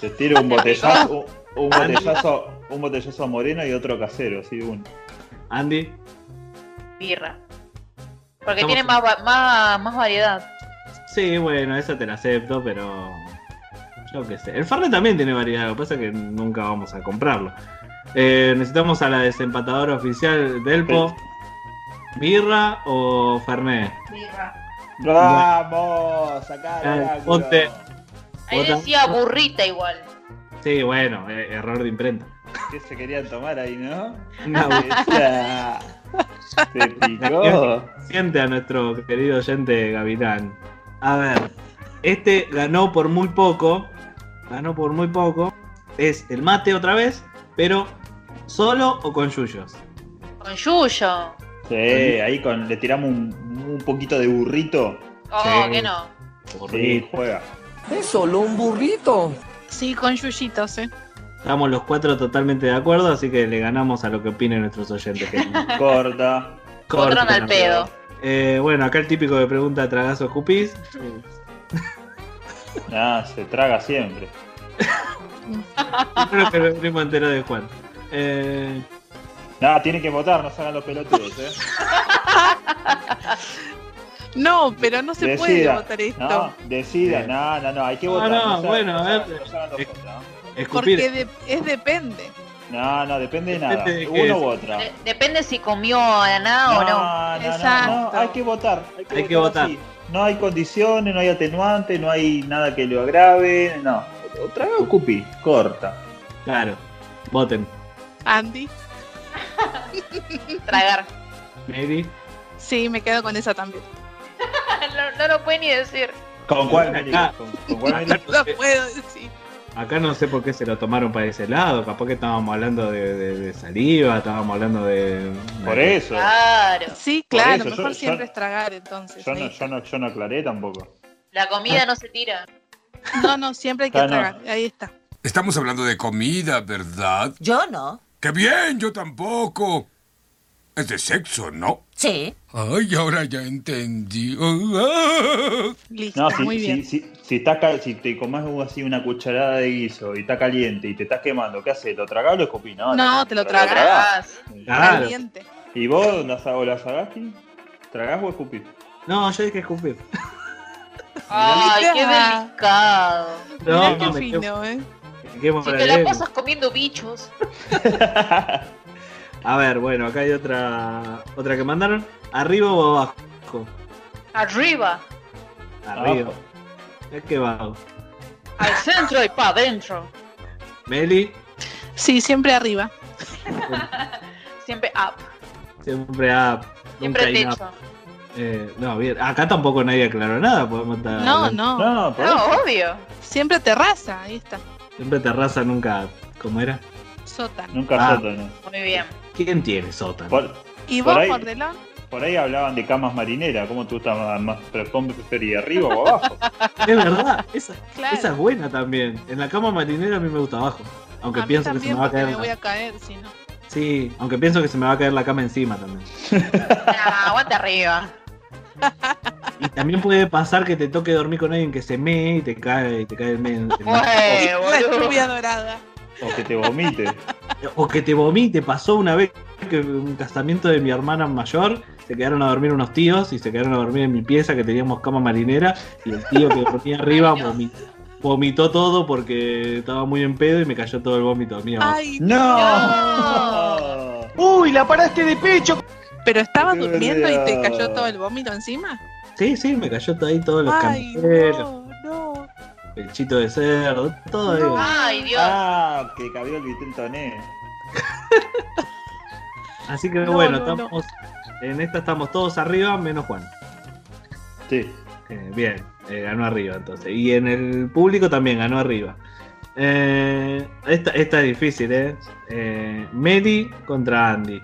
[SPEAKER 4] Te tiro un botellazo, un, un botellazo, un botellazo a moreno y otro casero, sí, uno.
[SPEAKER 12] Andy,
[SPEAKER 5] Birra. Porque
[SPEAKER 12] Estamos
[SPEAKER 5] tiene
[SPEAKER 12] en-
[SPEAKER 5] más, va- más, más variedad.
[SPEAKER 12] sí, bueno, esa te la acepto, pero. Yo qué sé. El Fernet también tiene variedad, lo que pasa es que nunca vamos a comprarlo. Eh, necesitamos a la desempatadora oficial, Delpo. ¿Birra o Fernet?
[SPEAKER 14] Birra.
[SPEAKER 4] Vamos, acá.
[SPEAKER 12] Ah, Ponte.
[SPEAKER 5] Ahí
[SPEAKER 12] Vota.
[SPEAKER 5] decía burrita igual.
[SPEAKER 12] Sí, bueno, eh, error de imprenta.
[SPEAKER 4] ¿Qué se querían tomar ahí, no?
[SPEAKER 12] Una
[SPEAKER 4] Esa. Se picó.
[SPEAKER 12] Siente a nuestro querido oyente capitán. A ver, este ganó por muy poco. Ganó por muy poco. Es el mate otra vez, pero solo o con yuyos.
[SPEAKER 5] Con yuyo.
[SPEAKER 4] Sí, ahí con, le tiramos un, un poquito de burrito.
[SPEAKER 5] Oh,
[SPEAKER 4] Sí.
[SPEAKER 5] que no.
[SPEAKER 4] Sí, juega.
[SPEAKER 7] Es solo un burrito. Sí, con yuyitos, eh.
[SPEAKER 12] Estamos los cuatro totalmente de acuerdo, así que le ganamos a lo que opinen nuestros oyentes.
[SPEAKER 4] Corta.
[SPEAKER 5] Otro al pedo.
[SPEAKER 12] Eh, bueno, acá el típico de pregunta tragazo escupís.
[SPEAKER 4] Ah, se traga siempre.
[SPEAKER 12] Creo que lo primo entero de Juan. Eh,
[SPEAKER 4] Nada, tienen que votar, no se hagan los pelotudos, eh.
[SPEAKER 7] No, pero no se puede
[SPEAKER 4] Decida.
[SPEAKER 7] votar esto.
[SPEAKER 4] No, decidan, no, no, no, hay que
[SPEAKER 12] No,
[SPEAKER 4] votar.
[SPEAKER 12] no,
[SPEAKER 4] se-
[SPEAKER 12] bueno,
[SPEAKER 4] se
[SPEAKER 12] a ver. Eh,
[SPEAKER 4] hagan- no se hagan los contra.
[SPEAKER 12] escupir.
[SPEAKER 7] porque de- es depende.
[SPEAKER 4] No, no, depende de nada.
[SPEAKER 12] Depende de qué
[SPEAKER 4] Uno
[SPEAKER 12] es.
[SPEAKER 4] u otra.
[SPEAKER 7] Eh,
[SPEAKER 5] De- depende si comió nada o no.
[SPEAKER 4] no, no,
[SPEAKER 7] Exacto.
[SPEAKER 4] no, hay que votar. Hay que
[SPEAKER 12] Hay que
[SPEAKER 4] votar.
[SPEAKER 12] votar.
[SPEAKER 4] así. No hay condiciones, no hay atenuante, no hay nada que lo agrave. No. Otra vez Cupi, corta.
[SPEAKER 12] Claro, voten.
[SPEAKER 7] Andy.
[SPEAKER 5] Tragar.
[SPEAKER 12] Mary.
[SPEAKER 7] Sí, me quedo con esa también.
[SPEAKER 5] no, no lo puede ni decir.
[SPEAKER 4] ¿Con cuál
[SPEAKER 12] Acá.
[SPEAKER 4] me ligas? ¿Con, con cuál me ligas?
[SPEAKER 7] No lo puedo decir.
[SPEAKER 12] Acá no sé por qué se lo tomaron para ese lado. Capaz que estábamos hablando de, de- de saliva, estábamos hablando de.
[SPEAKER 4] Por eso.
[SPEAKER 7] Ah,
[SPEAKER 5] Claro.
[SPEAKER 7] Sí, claro,
[SPEAKER 4] eso, yo-
[SPEAKER 7] mejor
[SPEAKER 4] yo-
[SPEAKER 7] siempre es tragar entonces.
[SPEAKER 4] Yo no,
[SPEAKER 7] ahí.
[SPEAKER 4] yo, no, yo no aclaré tampoco.
[SPEAKER 5] La comida no se tira.
[SPEAKER 7] No, no, siempre hay que
[SPEAKER 4] Ya no.
[SPEAKER 7] tragar. Ahí está.
[SPEAKER 6] Estamos hablando de comida, ¿verdad?
[SPEAKER 15] Yo no.
[SPEAKER 6] ¡Qué bien! Yo tampoco. Es de sexo, ¿no?
[SPEAKER 15] Sí.
[SPEAKER 6] Ay, ahora ya entendí.
[SPEAKER 7] Listo,
[SPEAKER 4] No, si,
[SPEAKER 7] muy
[SPEAKER 4] si-
[SPEAKER 7] bien.
[SPEAKER 4] si- si está cal- si te comes así una cucharada de guiso y está caliente y te estás quemando, ¿qué haces? ¿Lo tragás o lo escupís? No,
[SPEAKER 7] No, te lo
[SPEAKER 4] tragás.
[SPEAKER 5] Tragás.
[SPEAKER 12] Claro.
[SPEAKER 7] Caliente.
[SPEAKER 4] ¿Y vos las, o las sagasti? ¿Tragás o escupís?
[SPEAKER 12] No, yo dije escupir.
[SPEAKER 5] Ay, qué
[SPEAKER 7] Mirá.
[SPEAKER 5] delicado.
[SPEAKER 12] No,
[SPEAKER 7] Mirá qué
[SPEAKER 12] me quemo-
[SPEAKER 7] fino, eh.
[SPEAKER 12] me quemo
[SPEAKER 5] Si
[SPEAKER 12] la
[SPEAKER 5] te la
[SPEAKER 12] lengua.
[SPEAKER 5] pasas comiendo bichos.
[SPEAKER 12] A ver, bueno, acá hay otra otra que mandaron. ¿Arriba o abajo?
[SPEAKER 5] Arriba.
[SPEAKER 12] Arriba. Es que bajo.
[SPEAKER 5] Al centro y pa' adentro.
[SPEAKER 12] Meli,
[SPEAKER 7] Sí, siempre arriba.
[SPEAKER 5] Siempre up.
[SPEAKER 12] siempre up. Nunca
[SPEAKER 5] Siempre
[SPEAKER 12] hay up.
[SPEAKER 5] techo.
[SPEAKER 12] Eh, no, bien. Acá tampoco nadie aclaró nada. Podemos estar
[SPEAKER 7] No,
[SPEAKER 12] hablando.
[SPEAKER 7] no.
[SPEAKER 4] No, por eso.
[SPEAKER 5] No, obvio.
[SPEAKER 7] Siempre terraza. Ahí está.
[SPEAKER 12] Siempre terraza, nunca. ¿Cómo era?
[SPEAKER 7] Sótano.
[SPEAKER 4] Nunca
[SPEAKER 12] Ah.
[SPEAKER 4] sótano.
[SPEAKER 5] Muy bien.
[SPEAKER 12] ¿Quién tiene sótano?
[SPEAKER 4] Por,
[SPEAKER 7] ¿Y
[SPEAKER 4] Por
[SPEAKER 7] vos,
[SPEAKER 4] ahí-
[SPEAKER 7] Mordelón?
[SPEAKER 4] por ahí hablaban de camas marineras. ¿Cómo tú estás más, más preferís, arriba o abajo?
[SPEAKER 12] Es verdad, esa,
[SPEAKER 7] Claro.
[SPEAKER 12] esa es buena también. En la cama marinera a mí me gusta abajo. Aunque
[SPEAKER 7] a mí
[SPEAKER 12] pienso que se
[SPEAKER 7] también
[SPEAKER 12] me va a
[SPEAKER 7] porque
[SPEAKER 12] caer.
[SPEAKER 7] me
[SPEAKER 12] la-
[SPEAKER 7] voy a caer, si no.
[SPEAKER 12] Sí, aunque pienso que se me va a caer la cama encima también.
[SPEAKER 5] Nah, aguanta arriba.
[SPEAKER 12] Y también puede pasar que te toque dormir con alguien que se mee y te cae, y te cae el medio.
[SPEAKER 5] Bueno,
[SPEAKER 7] La lluvia
[SPEAKER 5] Eh, boludo.
[SPEAKER 7] dorada.
[SPEAKER 4] O que te vomite.
[SPEAKER 12] O que te vomite. Pasó una vez que un casamiento de mi hermana mayor, se quedaron a dormir unos tíos y se quedaron a dormir en mi pieza que teníamos cama marinera y el tío que dormía arriba
[SPEAKER 5] Dios.
[SPEAKER 12] vomitó, vomitó todo porque estaba muy en pedo y me cayó todo el vómito a mí abajo.
[SPEAKER 7] Ay,
[SPEAKER 4] ¡No!
[SPEAKER 16] ¡Uy, la paraste de pecho!
[SPEAKER 7] pero estabas
[SPEAKER 4] Qué
[SPEAKER 7] durmiendo y te
[SPEAKER 4] verdad.
[SPEAKER 7] cayó todo el vómito encima.
[SPEAKER 12] Sí, sí, me cayó todo ahí todos los
[SPEAKER 7] Ay,
[SPEAKER 12] canteros,
[SPEAKER 7] no, no.
[SPEAKER 12] el chito de cerdo, todo
[SPEAKER 7] No.
[SPEAKER 12] ahí.
[SPEAKER 5] Ay, Dios.
[SPEAKER 4] Ah, que cabió el vitel toné.
[SPEAKER 12] Así que
[SPEAKER 7] No,
[SPEAKER 12] bueno,
[SPEAKER 7] no, no.
[SPEAKER 12] estamos en esta estamos todos arriba, menos Juan.
[SPEAKER 4] Sí.
[SPEAKER 12] Eh, bien, eh, ganó arriba entonces. Y en el público también ganó arriba. Eh, esta, esta es difícil, ¿eh? eh Meli contra Andy.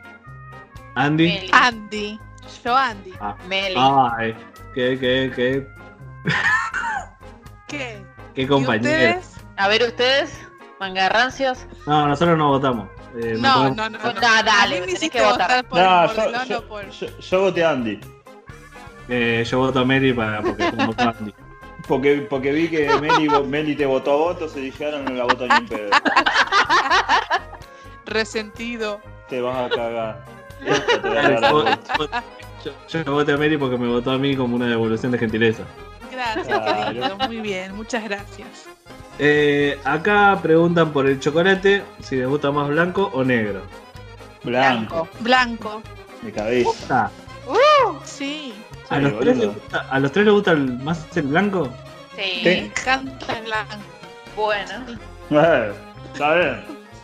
[SPEAKER 12] Andy.
[SPEAKER 5] Meli.
[SPEAKER 7] Ah. Andy. Yo, Andy.
[SPEAKER 5] Meli.
[SPEAKER 7] Ah.
[SPEAKER 12] Ay, qué, qué, qué,
[SPEAKER 7] ¿Qué?
[SPEAKER 12] qué
[SPEAKER 7] ¿Y
[SPEAKER 12] compañero.
[SPEAKER 7] ustedes?
[SPEAKER 5] A ver ustedes, mangarrancios.
[SPEAKER 12] No, nosotros no votamos. Eh, nos
[SPEAKER 7] No,
[SPEAKER 12] podemos-
[SPEAKER 7] no, no.
[SPEAKER 5] No,
[SPEAKER 7] no.
[SPEAKER 5] dale,
[SPEAKER 7] A mí me
[SPEAKER 5] tenés
[SPEAKER 7] hiciste
[SPEAKER 5] que votar.
[SPEAKER 7] votar por
[SPEAKER 4] No, yo,
[SPEAKER 7] Mordelón
[SPEAKER 4] yo,
[SPEAKER 7] o por.
[SPEAKER 4] yo- yo voté a Andy.
[SPEAKER 12] Eh, yo voto a Meli para, porque como Andy.
[SPEAKER 4] Porque, porque vi que Meli, Meli te votó a vos, entonces dije, ahora no la voto ni en pedo.
[SPEAKER 7] Resentido.
[SPEAKER 4] Te vas a cagar. Esta te va a dar
[SPEAKER 12] Claro, yo,
[SPEAKER 4] la vuelta.
[SPEAKER 12] yo- yo voté a Mary porque me votó a mí como una devolución de gentileza.
[SPEAKER 7] Gracias,
[SPEAKER 4] Claro.
[SPEAKER 7] querido. Muy bien, muchas gracias.
[SPEAKER 12] Eh, acá preguntan por el chocolate, si les gusta más blanco o negro.
[SPEAKER 4] Blanco,
[SPEAKER 7] Blanco.
[SPEAKER 5] Blanco.
[SPEAKER 4] de cabeza.
[SPEAKER 12] Ah,
[SPEAKER 7] Sí.
[SPEAKER 12] ¿A los, tres les gusta, ¿A los tres les gusta el- más el blanco?
[SPEAKER 5] Sí.
[SPEAKER 12] ¿Qué?
[SPEAKER 7] Me encanta el blanco.
[SPEAKER 5] Bueno.
[SPEAKER 4] Eh, ¿sabes?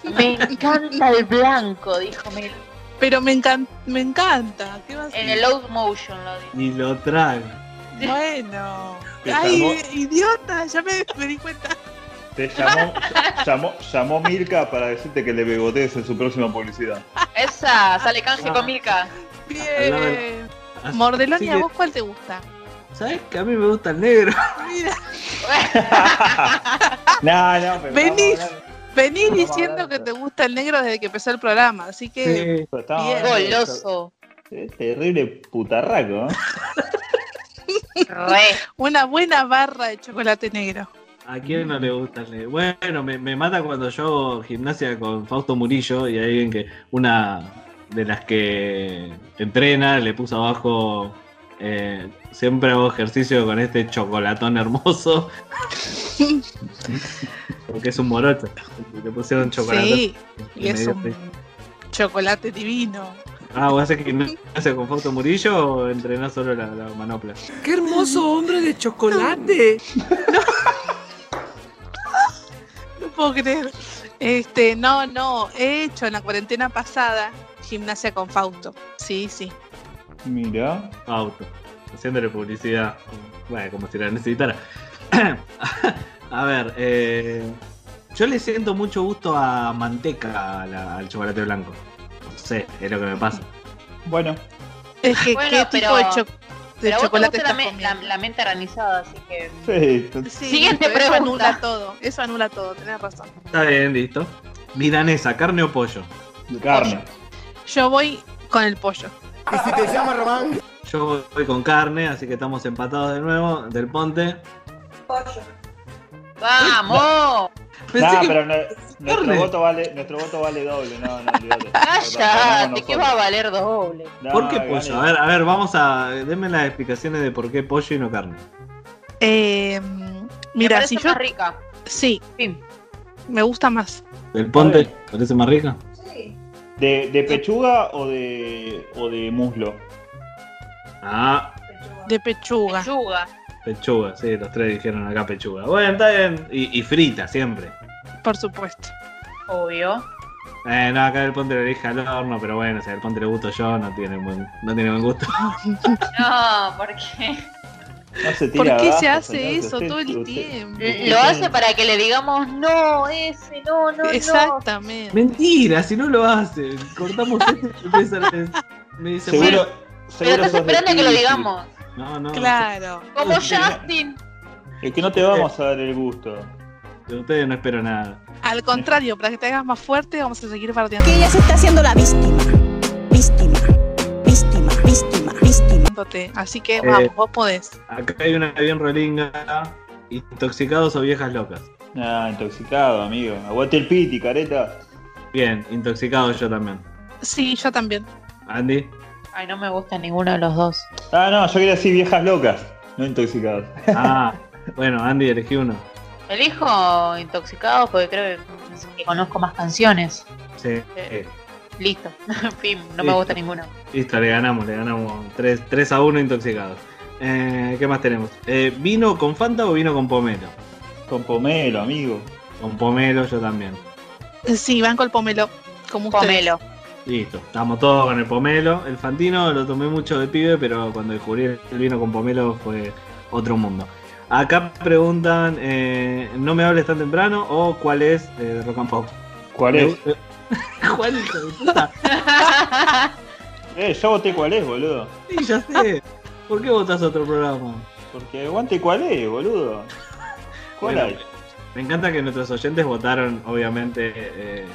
[SPEAKER 5] Me encanta el blanco, dijo Mel.
[SPEAKER 7] Pero me, encan- me encanta. ¿Qué va a
[SPEAKER 5] En
[SPEAKER 7] ser?
[SPEAKER 5] el load motion lo dijo.
[SPEAKER 12] Y lo traga.
[SPEAKER 7] Bueno.
[SPEAKER 4] Te
[SPEAKER 7] Ay,
[SPEAKER 4] llamó-
[SPEAKER 7] idiota, ya me, me di cuenta.
[SPEAKER 4] Te llamó, llamó, llamó Milka para decirte que le begotees en su próxima publicidad.
[SPEAKER 5] Esa, sale canje con Milka.
[SPEAKER 7] Bien.
[SPEAKER 12] Así
[SPEAKER 7] Mordelón, ¿y a
[SPEAKER 12] que-
[SPEAKER 7] vos cuál te gusta?
[SPEAKER 12] ¿Sabes que a mí me gusta el negro?
[SPEAKER 7] Mira,
[SPEAKER 4] No, no, pero
[SPEAKER 7] venís,
[SPEAKER 4] vamos a hablar-
[SPEAKER 7] venís
[SPEAKER 4] vamos a
[SPEAKER 7] diciendo
[SPEAKER 4] hablar
[SPEAKER 7] que te gusta el negro desde que empezó el programa, así que.
[SPEAKER 4] Sí, pero estamos
[SPEAKER 7] bien.
[SPEAKER 4] hablando de ese- ese Terrible putarraco. ¿eh?
[SPEAKER 7] Una buena barra de chocolate negro.
[SPEAKER 12] ¿A quién no le gusta el negro? Bueno, me, me mata cuando yo hago gimnasia con Fausto Murillo y hay alguien que una de las que entrena le puso abajo eh, siempre hago ejercicio con este chocolatón hermoso porque es un morocho. Le pusieron chocolatón.
[SPEAKER 7] Sí,
[SPEAKER 12] Y
[SPEAKER 7] y es
[SPEAKER 12] medio
[SPEAKER 7] un
[SPEAKER 12] triste.
[SPEAKER 7] chocolate divino.
[SPEAKER 12] Ah, ¿vos haces gimnasia con Fausto Murillo o entrenás solo la, la manopla?
[SPEAKER 17] ¡Qué hermoso hombre de chocolate!
[SPEAKER 7] No puedo creer. Este, no, no, he hecho en la cuarentena pasada gimnasia con Fausto. Sí, sí.
[SPEAKER 4] Mira.
[SPEAKER 12] Auto. Haciéndole publicidad. Bueno, como si la necesitara. a ver, eh, yo le siento mucho gusto a manteca a la- al chocolate blanco. No sé, es lo que me pasa.
[SPEAKER 4] Bueno.
[SPEAKER 7] Es que
[SPEAKER 5] Bueno,
[SPEAKER 7] qué
[SPEAKER 5] pero-
[SPEAKER 7] tipo de, cho- de
[SPEAKER 5] Pero a vos te
[SPEAKER 7] chocolate
[SPEAKER 5] gusta la,
[SPEAKER 7] estás
[SPEAKER 5] me- la, la mente granizada, así que.
[SPEAKER 4] Sí, t-
[SPEAKER 7] Sí,
[SPEAKER 5] Siguiente
[SPEAKER 7] pero eso
[SPEAKER 5] pregunta.
[SPEAKER 7] anula todo, eso anula todo, tenés razón.
[SPEAKER 12] Está bien, listo. Milanesa, carne o pollo.
[SPEAKER 4] Carne.
[SPEAKER 7] Yo voy con el pollo.
[SPEAKER 18] Y si te llama Román.
[SPEAKER 12] Yo voy con carne, así que estamos empatados de nuevo. Del Ponte.
[SPEAKER 5] ¡Vamos!
[SPEAKER 4] Nah,
[SPEAKER 12] que-
[SPEAKER 4] pero no- nuestro,
[SPEAKER 12] carne.
[SPEAKER 4] voto vale, nuestro voto vale doble. No, no, olvídate.
[SPEAKER 5] ¡Cállate! Ah, ¿Qué va a valer doble?
[SPEAKER 4] No,
[SPEAKER 12] ¿Por qué
[SPEAKER 4] gané.
[SPEAKER 12] pollo? A ver, a ver, vamos a. Denme las explicaciones de por qué pollo y no carne.
[SPEAKER 7] Eh,
[SPEAKER 5] Me
[SPEAKER 7] mira,
[SPEAKER 5] parece
[SPEAKER 7] si yo.
[SPEAKER 5] más rica.
[SPEAKER 7] Sí, me gusta más.
[SPEAKER 12] ¿Del Ponte? ¿Parece más rica?
[SPEAKER 4] ¿De, de pechuga o de, o de muslo?
[SPEAKER 12] Ah,
[SPEAKER 7] De pechuga.
[SPEAKER 5] Pechuga.
[SPEAKER 12] pechuga, sí, los tres dijeron acá pechuga. Bueno, está bien. Y, y frita siempre.
[SPEAKER 7] Por supuesto.
[SPEAKER 5] Obvio.
[SPEAKER 12] Eh, no, acá el ponte lo elige al horno, pero bueno, si al ponte le gusto yo, no tiene buen, no tiene buen gusto.
[SPEAKER 5] No, ¿por qué?
[SPEAKER 4] No se
[SPEAKER 7] ¿Por
[SPEAKER 4] tira
[SPEAKER 7] qué se
[SPEAKER 4] abajo,
[SPEAKER 7] hace
[SPEAKER 4] señor,
[SPEAKER 7] eso
[SPEAKER 4] usted-
[SPEAKER 7] todo el
[SPEAKER 4] usted-
[SPEAKER 7] tiempo?
[SPEAKER 5] Lo hace para que le digamos no, ese, no, no,
[SPEAKER 7] Exactamente.
[SPEAKER 12] Mentira, si no lo hace. Cortamos este y empieza la- Me dice,
[SPEAKER 4] Seguro,
[SPEAKER 5] no. Pero
[SPEAKER 4] seguro
[SPEAKER 5] estás
[SPEAKER 4] sos de
[SPEAKER 5] esperando a que lo
[SPEAKER 4] Tigre.
[SPEAKER 5] digamos.
[SPEAKER 12] bueno, no, no.
[SPEAKER 7] Claro.
[SPEAKER 5] Como Justin.
[SPEAKER 4] Es que no te vamos a dar el gusto.
[SPEAKER 12] De ustedes no espero nada.
[SPEAKER 7] Al contrario, para que te hagas más fuerte, vamos a seguir partiendo
[SPEAKER 8] que ella se está haciendo la víctima. Víctima, víctima, víctima, víctima.
[SPEAKER 7] Así que
[SPEAKER 12] Eh.
[SPEAKER 7] vamos, vos podés.
[SPEAKER 12] Acá hay una bien rolinga. Intoxicados o viejas locas.
[SPEAKER 4] Ah, intoxicado, amigo. Aguante el piti, careta.
[SPEAKER 12] Bien, intoxicado yo también.
[SPEAKER 7] Sí, yo también.
[SPEAKER 12] Andy.
[SPEAKER 5] Ay, no me gusta ninguno de los dos.
[SPEAKER 4] Ah, no, yo quería decir viejas locas, no intoxicadas.
[SPEAKER 12] Ah, bueno, Andy, elegí uno.
[SPEAKER 5] Elijo Intoxicados porque creo que, que conozco más canciones.
[SPEAKER 12] Sí.
[SPEAKER 5] Eh. Listo. Pim, no me
[SPEAKER 12] Listo.
[SPEAKER 5] gusta ninguno.
[SPEAKER 12] Listo, le ganamos, le ganamos 3, a 1 intoxicados. Eh, ¿Qué más tenemos? Eh, ¿Vino con Fanta o vino con pomelo?
[SPEAKER 4] Con pomelo, amigo.
[SPEAKER 12] Con pomelo yo también.
[SPEAKER 7] Sí, van con el pomelo. Como ustedes.
[SPEAKER 5] Pomelo.
[SPEAKER 12] Listo, estamos todos con el pomelo. El Fantino lo tomé mucho de pibe, pero cuando descubrí el vino con pomelo fue otro mundo. Acá preguntan, eh, ¿no me hables tan temprano o cuál es eh, Rock and Pop?
[SPEAKER 4] ¿Cuál
[SPEAKER 12] Me
[SPEAKER 4] es?
[SPEAKER 12] gusta- ¿Cuál es?
[SPEAKER 4] Eh, ya voté cuál es, boludo.
[SPEAKER 12] Sí, ya sé. ¿Por qué votás otro programa?
[SPEAKER 4] Porque aguante cuál es, boludo. ¿Cuál
[SPEAKER 12] Bueno,
[SPEAKER 4] hay?
[SPEAKER 12] Me encanta que nuestros oyentes votaron, obviamente, eh,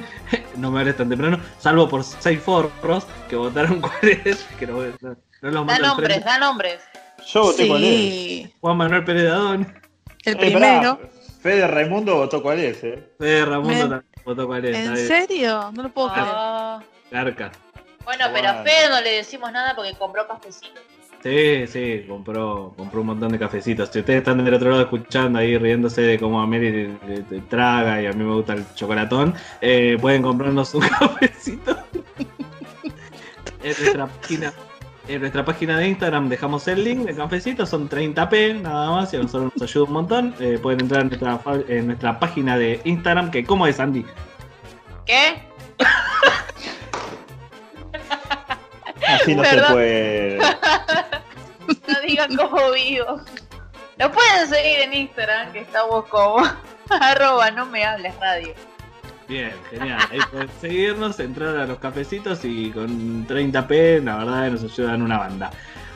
[SPEAKER 12] no me hables tan temprano, salvo por seis forros que votaron cuáles, que no, no- no los
[SPEAKER 5] Da
[SPEAKER 12] mando al
[SPEAKER 5] nombres,
[SPEAKER 12] frente.
[SPEAKER 5] da nombres.
[SPEAKER 4] Yo voté cuál es.
[SPEAKER 7] Sí,
[SPEAKER 12] Juan Manuel Pérez Dadón,
[SPEAKER 7] el
[SPEAKER 4] Eh, pará,
[SPEAKER 7] primero.
[SPEAKER 4] Fede Raimundo votó cuál es, eh.
[SPEAKER 12] Fede Ramundo
[SPEAKER 7] Men-
[SPEAKER 12] también votó cuáles.
[SPEAKER 7] ¿En
[SPEAKER 12] está bien.
[SPEAKER 7] serio? No lo puedo creer.
[SPEAKER 5] Ah,
[SPEAKER 12] Garca.
[SPEAKER 5] bueno, pero a Fede no le decimos nada porque compró pastecitos.
[SPEAKER 12] Sí, sí, compró, compró un montón de cafecitos. Si ustedes están del otro lado escuchando ahí riéndose de cómo a Mary le, le- le traga y a mí me gusta el chocolatón, eh, pueden comprarnos un cafecito en nuestra página En nuestra página de Instagram dejamos el link de cafecito, son 30p nada más y a nosotros nos ayuda un montón. Eh, pueden entrar en nuestra, fa- en nuestra página de Instagram, que ¿cómo es Andy?
[SPEAKER 5] ¿Qué?
[SPEAKER 4] Así no
[SPEAKER 5] Perdón.
[SPEAKER 4] se puede.
[SPEAKER 5] No digan cómo vivo. Lo pueden seguir en Instagram, que estamos como arroba no me hables radio.
[SPEAKER 12] Bien, genial. Ahí pueden seguirnos, entrar a los cafecitos y con 30p la verdad nos ayudan una banda.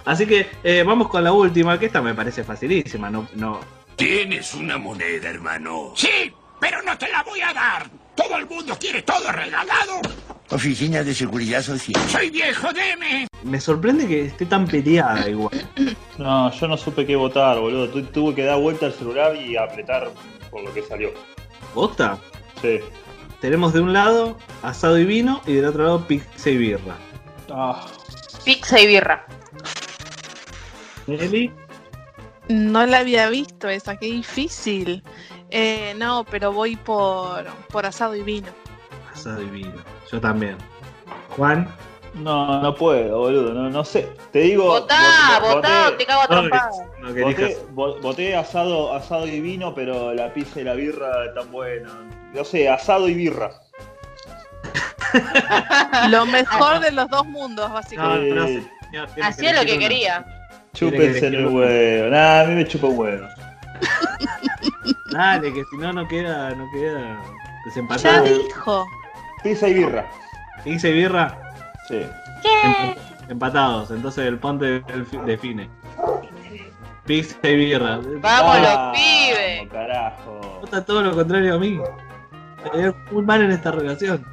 [SPEAKER 12] Así que eh, vamos con la última, que esta me parece facilísima, no, no,
[SPEAKER 19] Tienes una moneda, hermano. Sí, pero no te la voy a dar. Todo el mundo quiere todo regalado.
[SPEAKER 20] Oficina de Seguridad Social.
[SPEAKER 19] Soy viejo, deme.
[SPEAKER 12] Me sorprende que esté tan peleada igual.
[SPEAKER 4] No, yo no supe qué votar, boludo. Tu- tuve que dar vuelta al celular y apretar por lo que salió.
[SPEAKER 12] ¿Posta?
[SPEAKER 4] Sí.
[SPEAKER 12] Tenemos de un lado asado y vino y del otro lado pizza y birra.
[SPEAKER 5] Pizza y birra.
[SPEAKER 12] Eli,
[SPEAKER 7] No la había visto esa, qué difícil. Eh, no, pero voy por, por asado y vino.
[SPEAKER 12] asado y vino. Yo también. Juan.
[SPEAKER 4] No, no puedo, boludo. No, no sé. Te digo.
[SPEAKER 5] Votá,
[SPEAKER 4] vo- vo-
[SPEAKER 5] votá,
[SPEAKER 4] voté-
[SPEAKER 5] te cago a
[SPEAKER 12] No,
[SPEAKER 5] trompada.
[SPEAKER 12] no que
[SPEAKER 4] Boté,
[SPEAKER 12] elijas.
[SPEAKER 4] asado, asado y vino, pero la pizza y la birra tan buena. No sé, asado y birra.
[SPEAKER 7] Lo mejor de los dos mundos, básicamente.
[SPEAKER 4] Eh,
[SPEAKER 12] no, señor, tiene
[SPEAKER 5] Hacía lo que
[SPEAKER 12] elegir uno.
[SPEAKER 5] quería.
[SPEAKER 4] Chúpense en el huevo. Nah, a mí me chupa un huevo.
[SPEAKER 12] Dale, que si no, no queda, no queda
[SPEAKER 7] Ya
[SPEAKER 12] desempatado.
[SPEAKER 7] dijo.
[SPEAKER 4] Pizza y birra.
[SPEAKER 12] Pizza y birra,
[SPEAKER 4] Sí.
[SPEAKER 12] empa- empatados. Entonces el ponte del- define. Pizza y birra.
[SPEAKER 5] Vamos
[SPEAKER 4] Ah,
[SPEAKER 5] los pibes.
[SPEAKER 4] Carajo.
[SPEAKER 12] Vota todo lo contrario a mí. Es un mal en esta relación.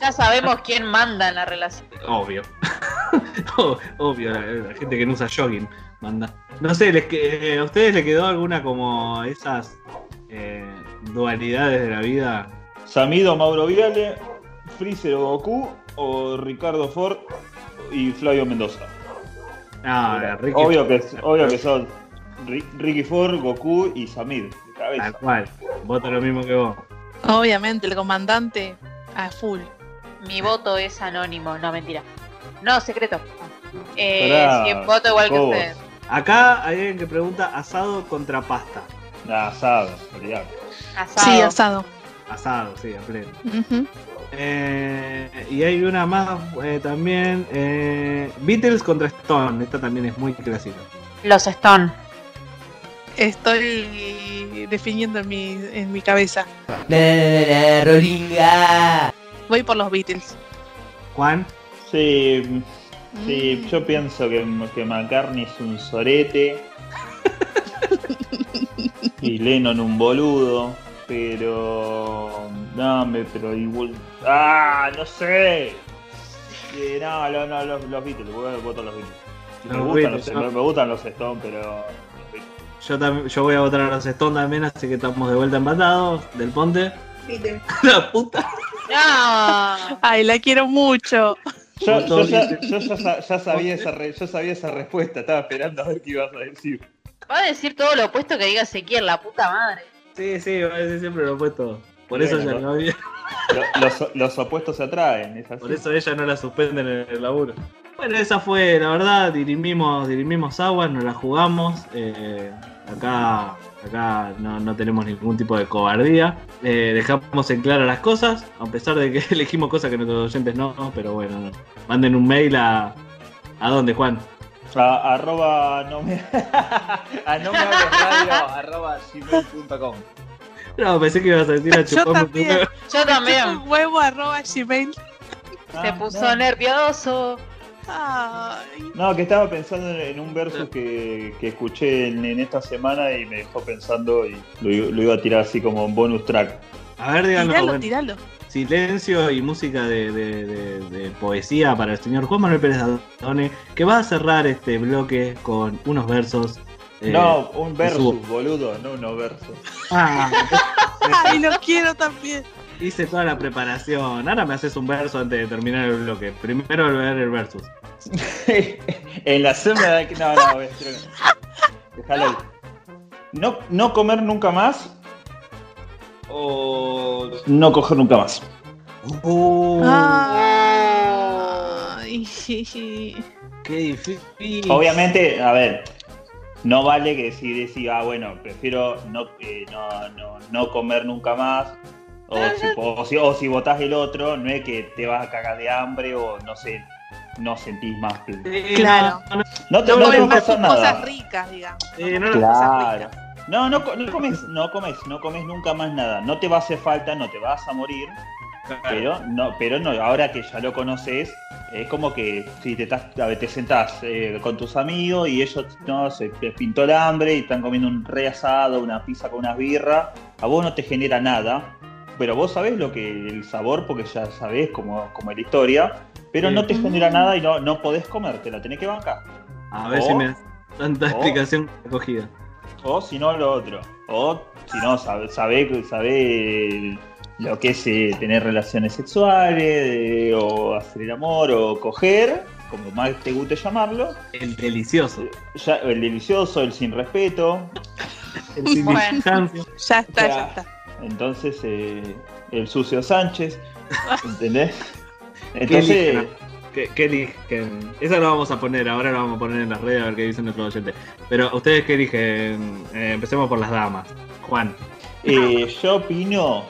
[SPEAKER 5] Ya sabemos quién manda en la relación.
[SPEAKER 12] Obvio. O- Obvio, la, la gente que no usa jogging manda. No sé, les que, eh, ¿a ustedes les quedó alguna como esas eh, dualidades de la vida?
[SPEAKER 4] Samido Mauro Viale, Freezer o Goku, o Ricardo Ford y Flavio Mendoza.
[SPEAKER 12] Ah, Ricky-
[SPEAKER 4] obvio, que, obvio que son Ri- Ricky Ford, Goku y Samid. de cabeza.
[SPEAKER 12] Tal cual. Vota lo mismo que vos.
[SPEAKER 7] Obviamente, el comandante a full.
[SPEAKER 5] Mi voto es anónimo, no mentira. No, secreto. Eh,
[SPEAKER 4] Pará,
[SPEAKER 5] sí, voto igual que
[SPEAKER 4] Cobos.
[SPEAKER 5] ustedes.
[SPEAKER 12] Acá hay alguien que pregunta asado contra pasta.
[SPEAKER 4] Nah, asado, olvidate.
[SPEAKER 5] Asado.
[SPEAKER 7] Sí, asado.
[SPEAKER 12] Asado, sí, a pleno.
[SPEAKER 7] Ujú.
[SPEAKER 12] Eh, y hay una más eh, también. eh, Beatles contra Stone. Esta también es muy clásica.
[SPEAKER 5] Los Stone.
[SPEAKER 7] Estoy definiendo en mi, en mi cabeza.
[SPEAKER 21] Rolinga.
[SPEAKER 7] Voy por los Beatles.
[SPEAKER 12] Juan.
[SPEAKER 4] Sí,
[SPEAKER 5] Mm.
[SPEAKER 4] sí
[SPEAKER 7] Mm,
[SPEAKER 4] yo pienso que, que McCartney es un sorete. y Lennon un boludo. Pero. No, me, pero igual. ¡Ah! ¡No sé! Sí, no, no, no, los, los Beatles, voy- voto los Beatles. Me,
[SPEAKER 12] Los
[SPEAKER 4] gustan,
[SPEAKER 12] Beatles,
[SPEAKER 4] los,
[SPEAKER 12] ¿no?
[SPEAKER 4] me gustan los Stones, pero. los Beatles.
[SPEAKER 12] Yo, también, yo voy a votar a los Stone también, así que estamos de vuelta empatados. Del Ponte. La puta.
[SPEAKER 5] No.
[SPEAKER 7] Ay, la quiero mucho.
[SPEAKER 4] Yo,
[SPEAKER 12] Voto
[SPEAKER 4] yo ya,
[SPEAKER 12] Beatles.
[SPEAKER 4] yo ya sa- ya sabía esa re- yo sabía esa respuesta, estaba esperando a ver qué ibas a decir.
[SPEAKER 5] Va a decir todo lo opuesto que diga Ezequiel, la puta madre.
[SPEAKER 12] Sí, sí, a veces siempre lo he puesto. Por
[SPEAKER 4] Bueno,
[SPEAKER 12] eso ya
[SPEAKER 4] ¿no?
[SPEAKER 12] no había-
[SPEAKER 4] Lo- Los, los opuestos se atraen, es así.
[SPEAKER 12] Por eso ella no la suspenden en el laburo. Bueno, esa fue, la verdad, dirimimos, dirimimos aguas, nos la jugamos. eh, acá acá no, no tenemos ningún tipo de cobardía. eh, dejamos en claro las cosas, a pesar de que elegimos cosas que nuestros oyentes no, pero bueno, no. manden un mail a... ¿A dónde, Juan?
[SPEAKER 4] A, arroba no me, a no me hables radio, arroba gmail.com.
[SPEAKER 12] No, pensé que ibas a decir
[SPEAKER 7] Yo
[SPEAKER 12] a chupamos
[SPEAKER 7] también.
[SPEAKER 5] Yo también.
[SPEAKER 7] Un huevo arroba gmail.
[SPEAKER 4] Ah,
[SPEAKER 5] Se puso nervioso.
[SPEAKER 7] Ay.
[SPEAKER 4] No, que estaba pensando en- en un versus que, que escuché en, en esta semana y me dejó pensando y lo, i- lo iba a tirar así como un bonus track.
[SPEAKER 12] A ver, díganlo.
[SPEAKER 7] Tiralo,
[SPEAKER 12] bueno.
[SPEAKER 7] tiralo.
[SPEAKER 12] Silencio y música de, de- de- de poesía para el señor Juan Manuel Pérez Adone, que va a cerrar este bloque con unos versos. eh,
[SPEAKER 4] no, un
[SPEAKER 12] subo.
[SPEAKER 4] versus, boludo, no uno versus.
[SPEAKER 12] ah,
[SPEAKER 7] Ay, lo quiero también.
[SPEAKER 12] hice toda la preparación. Ahora me haces un verso antes de terminar el bloque. Primero ver el versus.
[SPEAKER 4] en la semana de... No, no, voy a decir una- Déjalo ahí. No, no comer nunca más o
[SPEAKER 3] Uh,
[SPEAKER 4] Uh.
[SPEAKER 7] Ah.
[SPEAKER 4] no coger nunca más.
[SPEAKER 7] Ay. jiji.
[SPEAKER 3] Qué difícil.
[SPEAKER 4] Obviamente, a ver, no vale que si decís, ah, bueno, prefiero no, eh, no, no, no comer nunca más. O si, o, si, o si votás el otro, no es que te vas a cagar de hambre o no sé, no sentís más. que-
[SPEAKER 7] Claro.
[SPEAKER 4] No te,
[SPEAKER 7] No
[SPEAKER 4] no te va
[SPEAKER 7] comen
[SPEAKER 4] a
[SPEAKER 7] más
[SPEAKER 4] pasar
[SPEAKER 7] cosas
[SPEAKER 4] nada.
[SPEAKER 7] ricas, digamos.
[SPEAKER 3] Eh, no, no,
[SPEAKER 4] Claro. No, no, co- no comes, no comes, no comes nunca más nada. No te va a hacer falta, no te vas a morir. Pero no, pero no, ahora que ya lo conoces, es como que si te, estás, a ver, te sentás eh, con tus amigos y ellos no se te pintó el hambre y están comiendo un re asado, una pizza con unas birras, a vos no te genera nada, pero vos sabés lo que el sabor, porque ya sabés como, como es la historia, pero
[SPEAKER 3] Sí.
[SPEAKER 4] no te genera nada y no, no podés comer, te la tenés que bancar.
[SPEAKER 3] A ver
[SPEAKER 4] O-
[SPEAKER 3] si me das tanta
[SPEAKER 4] o-
[SPEAKER 3] explicación acogida.
[SPEAKER 4] O si no, lo otro. O si no, sabe, sabe, sabe lo que es eh, tener relaciones sexuales, eh, o hacer el amor, o coger, como más te guste llamarlo.
[SPEAKER 3] El delicioso.
[SPEAKER 4] Ya, el delicioso, el sin respeto.
[SPEAKER 3] El
[SPEAKER 7] sin Bueno. distancia. Ya está, ya está.
[SPEAKER 4] Entonces, eh, el sucio Sánchez. ¿Entendés?
[SPEAKER 3] ¿Qué
[SPEAKER 4] Entonces,
[SPEAKER 3] eligen? ¿Qué- qué eligen? Esa lo vamos a poner, ahora lo vamos a poner en las redes a ver qué dicen nuestros oyentes. Pero ustedes qué eligen, Eh, empecemos por las damas. Juan.
[SPEAKER 4] eh, yo opino.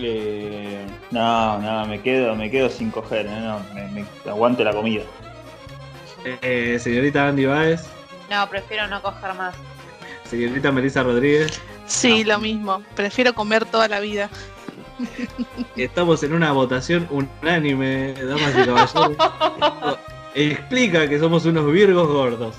[SPEAKER 4] eh, no, no, me quedo, me quedo sin coger, eh, no, me- me aguanto la comida.
[SPEAKER 3] Eh, señorita Andy Baez,
[SPEAKER 5] No, prefiero no coger más.
[SPEAKER 3] señorita Melissa Rodríguez,
[SPEAKER 7] Sí, lo mismo. Prefiero comer toda la vida.
[SPEAKER 3] estamos en una votación unánime, damas y caballeros. Explica que somos unos virgos gordos.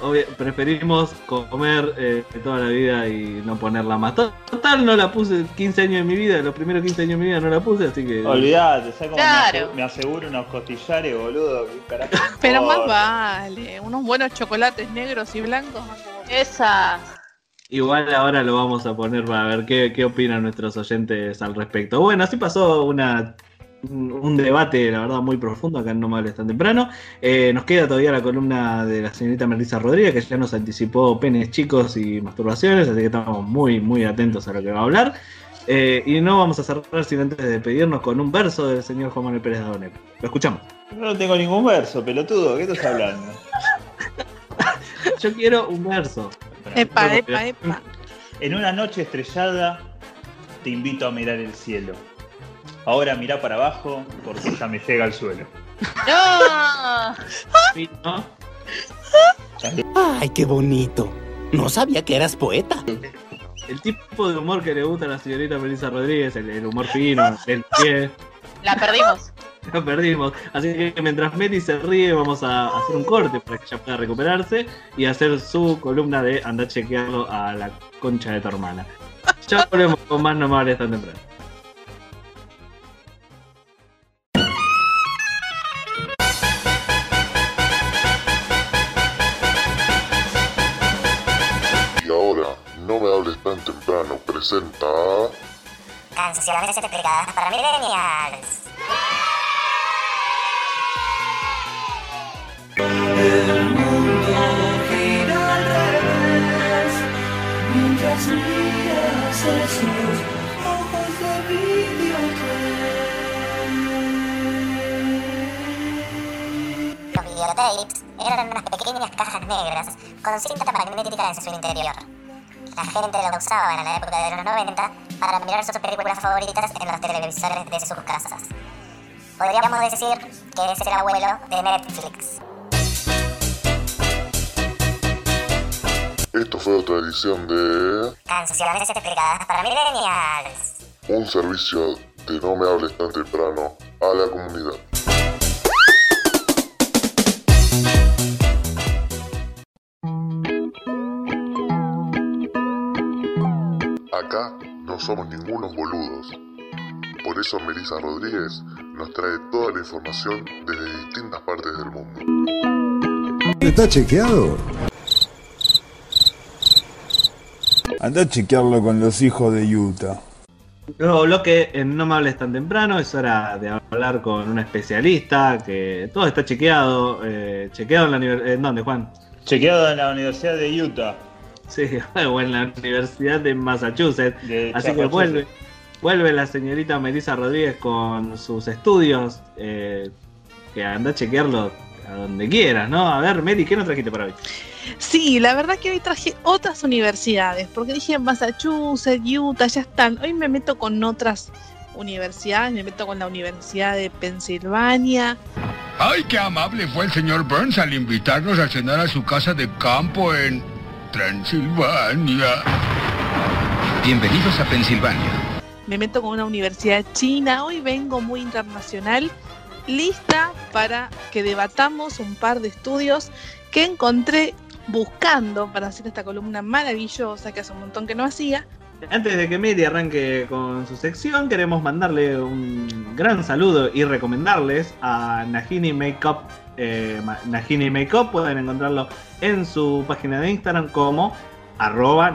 [SPEAKER 3] Obvio, preferimos comer eh, toda la vida y no ponerla más. To- Total, no la puse 15 años de mi vida, los primeros 15 años de mi vida no la puse, así que...
[SPEAKER 4] Olvidate, ¿sabes cómo me
[SPEAKER 7] Claro.
[SPEAKER 4] asegu- me aseguro unos costillares, boludo? ¿Qué carajo me
[SPEAKER 7] Pero más
[SPEAKER 4] importa?
[SPEAKER 7] vale. Unos buenos chocolates negros y blancos.
[SPEAKER 5] Esa.
[SPEAKER 3] Igual ahora lo vamos a poner para ver qué, qué opinan nuestros oyentes al respecto. Bueno, así pasó una, un un debate, la verdad, muy profundo acá en No Me Hables Tan Temprano. Eh, nos queda todavía la columna de la señorita Melissa Rodríguez, que ya nos anticipó penes chicos y masturbaciones, así que estamos muy, muy atentos a lo que va a hablar. Eh, y no vamos a cerrar sin antes de despedirnos con un verso del señor Juan Manuel Pérez Adonel. Lo escuchamos.
[SPEAKER 4] Yo no tengo ningún verso, pelotudo, ¿qué estás hablando?
[SPEAKER 3] Yo quiero un verso.
[SPEAKER 7] Epa, epa, epa.
[SPEAKER 4] En una noche estrellada te invito a mirar el cielo. Ahora mirá para abajo porque ya me llega al suelo.
[SPEAKER 5] ¡No!
[SPEAKER 3] Sí, ¿no?
[SPEAKER 11] Ay, qué bonito. No sabía que eras poeta.
[SPEAKER 3] El tipo de humor que le gusta a la señorita Melissa Rodríguez, el, el humor fino, el pie,
[SPEAKER 5] La perdimos.
[SPEAKER 3] lo perdimos. Así que mientras Meli se ríe, vamos a hacer un corte para que ella pueda recuperarse y hacer su columna de andar chequearlo a la concha de tu hermana. Ya volvemos con más normales tan temprano.
[SPEAKER 12] Y ahora, no me hables tan temprano, presenta.
[SPEAKER 22] Canciones explicadas para millennials.
[SPEAKER 23] Gira al revés mientras miras esos ojos de videoclip.
[SPEAKER 22] Los videotapes eran unas pequeñas cajas negras con cinta magnética en su interior. La gente lo usaba en la época de los 90 para mirar sus películas favoritas en los televisores de sus casas. Podríamos decir que es el abuelo de Netflix.
[SPEAKER 12] Esto fue otra edición de.
[SPEAKER 22] Canciones explicadas para millennials.
[SPEAKER 12] Un servicio de No me hables tan temprano a la comunidad. Acá no somos ningunos boludos. Por eso Melissa Rodríguez nos trae toda la información desde distintas partes del mundo.
[SPEAKER 24] ¿Está chequeado? Anda a chequearlo con los hijos de Utah.
[SPEAKER 3] Nuevo bloque en No me hables tan temprano, es hora de hablar con una especialista que todo está chequeado, eh, chequeado en la universidad, ¿en dónde Juan?
[SPEAKER 4] Chequeado en la Universidad de Utah.
[SPEAKER 3] Sí, o en la Universidad de Massachusetts,
[SPEAKER 4] De
[SPEAKER 3] así que
[SPEAKER 4] Massachusetts.
[SPEAKER 3] vuelve, Vuelve la señorita Melissa Rodríguez con sus estudios. eh, que anda a chequearlo a donde quieras, ¿no? A ver, Meli, ¿qué nos trajiste para hoy?
[SPEAKER 7] Sí, la verdad que hoy traje otras universidades, porque dije Massachusetts, Utah, ya están. Hoy me meto con otras universidades, me meto con la Universidad de Pensilvania.
[SPEAKER 25] Ay, qué amable fue el señor Burns al invitarnos a cenar a su casa de campo en Transilvania. Bienvenidos a Pensilvania.
[SPEAKER 7] me meto con una universidad china. Hoy vengo muy internacional, lista para que debatamos un par de estudios que encontré buscando para hacer esta columna maravillosa que hace un montón que no hacía.
[SPEAKER 3] Antes de que Meli arranque con su sección, queremos mandarle un gran saludo y recomendarles a Nagini Makeup. Eh, Ma- Nagini Makeup pueden encontrarlo en su página de Instagram como arroba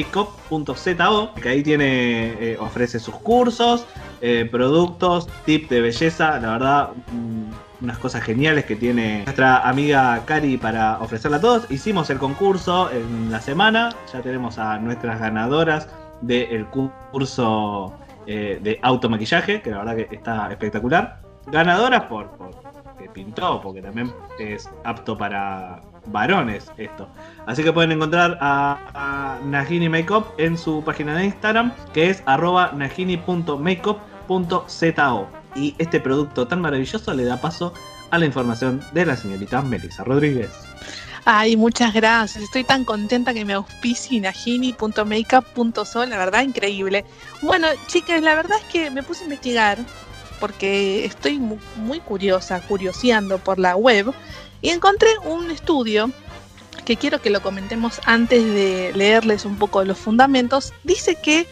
[SPEAKER 3] nagini.makeup.zo que ahí tiene eh, ofrece sus cursos, eh, productos, tips de belleza, la verdad mm, unas cosas geniales que tiene nuestra amiga Cari para ofrecerla a todos. Hicimos el concurso en la semana, ya tenemos a nuestras ganadoras del cu- curso eh, de automaquillaje, que la verdad que está espectacular. Ganadoras por, por que pintó, porque también es apto para varones esto. Así que pueden encontrar a, a Nagini Makeup en su página de Instagram, que es arroba nagini.makeup.zo. Y este producto tan maravilloso le da paso a la información de la señorita Melissa Rodríguez.
[SPEAKER 7] Ay, muchas gracias. Estoy tan contenta que me auspicie Nagini.makeup.sol, la verdad, increíble. Bueno, chicas, la verdad es que me puse a investigar porque estoy mu- muy curiosa, curioseando por la web y encontré un estudio que quiero que lo comentemos antes de leerles un poco los fundamentos. Dice que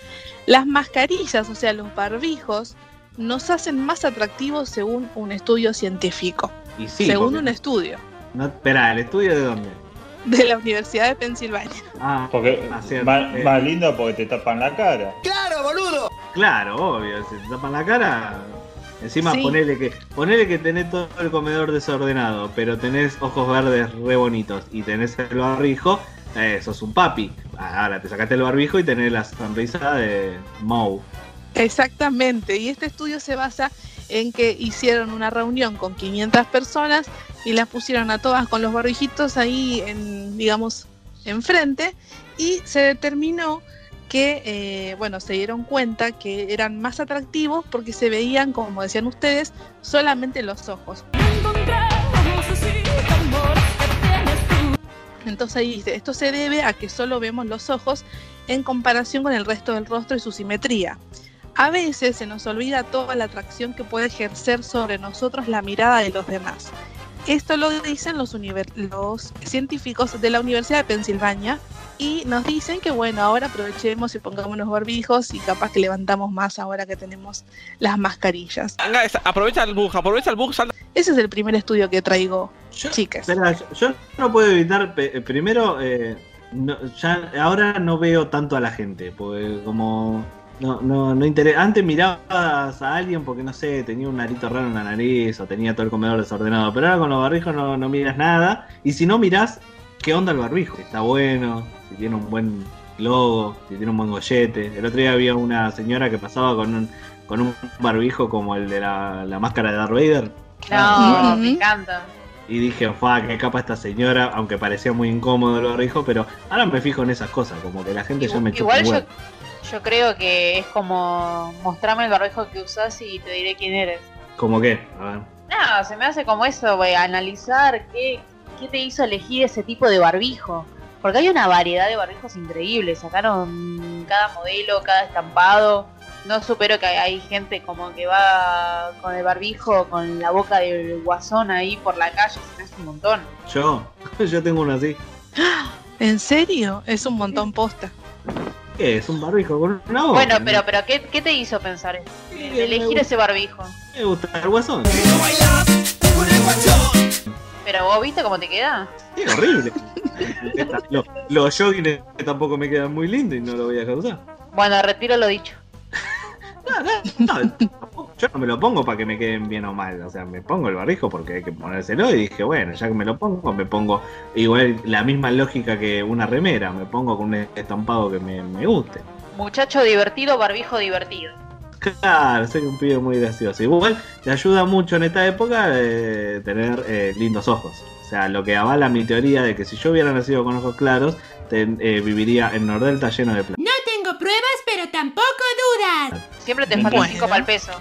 [SPEAKER 7] las mascarillas, o sea, los barbijos, nos hacen más atractivos según un estudio científico.
[SPEAKER 3] Y sí,
[SPEAKER 7] según
[SPEAKER 3] porque-
[SPEAKER 7] un estudio
[SPEAKER 3] No, espera, ¿el estudio de dónde?
[SPEAKER 7] de la Universidad de Pensilvania.
[SPEAKER 3] Ah,
[SPEAKER 4] Porque
[SPEAKER 3] ah, cierto,
[SPEAKER 4] más,
[SPEAKER 3] eh.
[SPEAKER 4] más lindo porque te tapan la cara.
[SPEAKER 7] ¡Claro, boludo!
[SPEAKER 3] Claro, obvio, si te tapan la cara. Encima
[SPEAKER 7] Sí.
[SPEAKER 3] ponele que ponele que tenés todo el comedor desordenado, pero tenés ojos verdes re bonitos y tenés el barbijo, eh, sos un papi. Ahora te sacaste el barbijo y tenés la sonrisa de Moe.
[SPEAKER 7] Exactamente, y este estudio se basa en que hicieron una reunión con 500 personas y las pusieron a todas con los barbijitos ahí, en, digamos, enfrente, y se determinó que, eh, bueno, se dieron cuenta que eran más atractivos porque se veían, como decían ustedes, solamente los ojos. Entonces ahí dice, esto se debe a que solo vemos los ojos en comparación con el resto del rostro y su simetría. A veces se nos olvida toda la atracción que puede ejercer sobre nosotros la mirada de los demás. Esto lo dicen los, univer- los científicos de la Universidad de Pensilvania y nos dicen que bueno, ahora aprovechemos y pongamos los barbijos y capaz que levantamos más ahora que tenemos las mascarillas.
[SPEAKER 26] Venga, es- aprovecha el bug, aprovecha el bug, salta.
[SPEAKER 7] Ese es el primer estudio que traigo, chicas.
[SPEAKER 3] Espera, yo, yo no puedo evitar, pe- eh, primero, eh, no- ya ahora no veo tanto a la gente, porque como no, no, no interesa. Antes mirabas a alguien porque no sé, tenía un narito raro en la nariz o tenía todo el comedor desordenado, pero ahora con los barbijos no, no miras nada. Y si no mirás, ¿qué onda el barbijo? Si Está bueno, si tiene un buen logo, si tiene un buen gollete. El otro día había una señora que pasaba con un, con un barbijo como el de la, la máscara de Darth Vader.
[SPEAKER 5] No, me encanta.
[SPEAKER 3] Y dije, fa, qué capa esta señora, aunque parecía muy incómodo el barbijo, pero ahora me fijo en esas cosas, como que la gente ya me chupa
[SPEAKER 5] Igual
[SPEAKER 3] un
[SPEAKER 5] yo,
[SPEAKER 3] huevo.
[SPEAKER 5] yo creo que es como mostrarme el barbijo que usas y te diré quién eres.
[SPEAKER 3] Como que, a ver.
[SPEAKER 5] No, se me hace como eso, güey, analizar qué, qué te hizo elegir ese tipo de barbijo. Porque hay una variedad de barbijos increíbles, sacaron cada modelo, cada estampado. No supero que hay gente como que va con el barbijo, con la boca del guasón ahí por la calle, se me hace un montón.
[SPEAKER 3] Yo, yo tengo uno así.
[SPEAKER 7] ¿En serio? Es un montón posta.
[SPEAKER 3] ¿Qué es? ¿Un barbijo con una boca?
[SPEAKER 5] bueno, pero, pero ¿qué, qué te hizo pensar eso? Elegir ese barbijo.
[SPEAKER 3] Me gusta el guasón.
[SPEAKER 5] Pero vos viste cómo te queda.
[SPEAKER 3] Es horrible. los, los joggings tampoco me quedan muy lindos y no lo voy a dejar usar.
[SPEAKER 5] Bueno, retiro lo dicho.
[SPEAKER 3] Yo no me lo pongo para que me queden bien o mal. O sea, me pongo el barbijo porque hay que ponérselo y dije, bueno, ya que me lo pongo, me pongo igual la misma lógica que una remera. Me pongo con un estampado que me, me guste.
[SPEAKER 5] Muchacho divertido, barbijo divertido.
[SPEAKER 3] Claro, soy un pibe muy gracioso. Igual te ayuda mucho en esta época eh, tener eh, lindos ojos. O sea, lo que avala mi teoría de que si yo hubiera nacido con ojos claros, ten- eh, viviría en Nordelta lleno de plata.
[SPEAKER 27] No tengo pruebas, pero tampoco dudas.
[SPEAKER 5] Siempre te falta
[SPEAKER 3] Bueno.
[SPEAKER 5] 5 para el peso.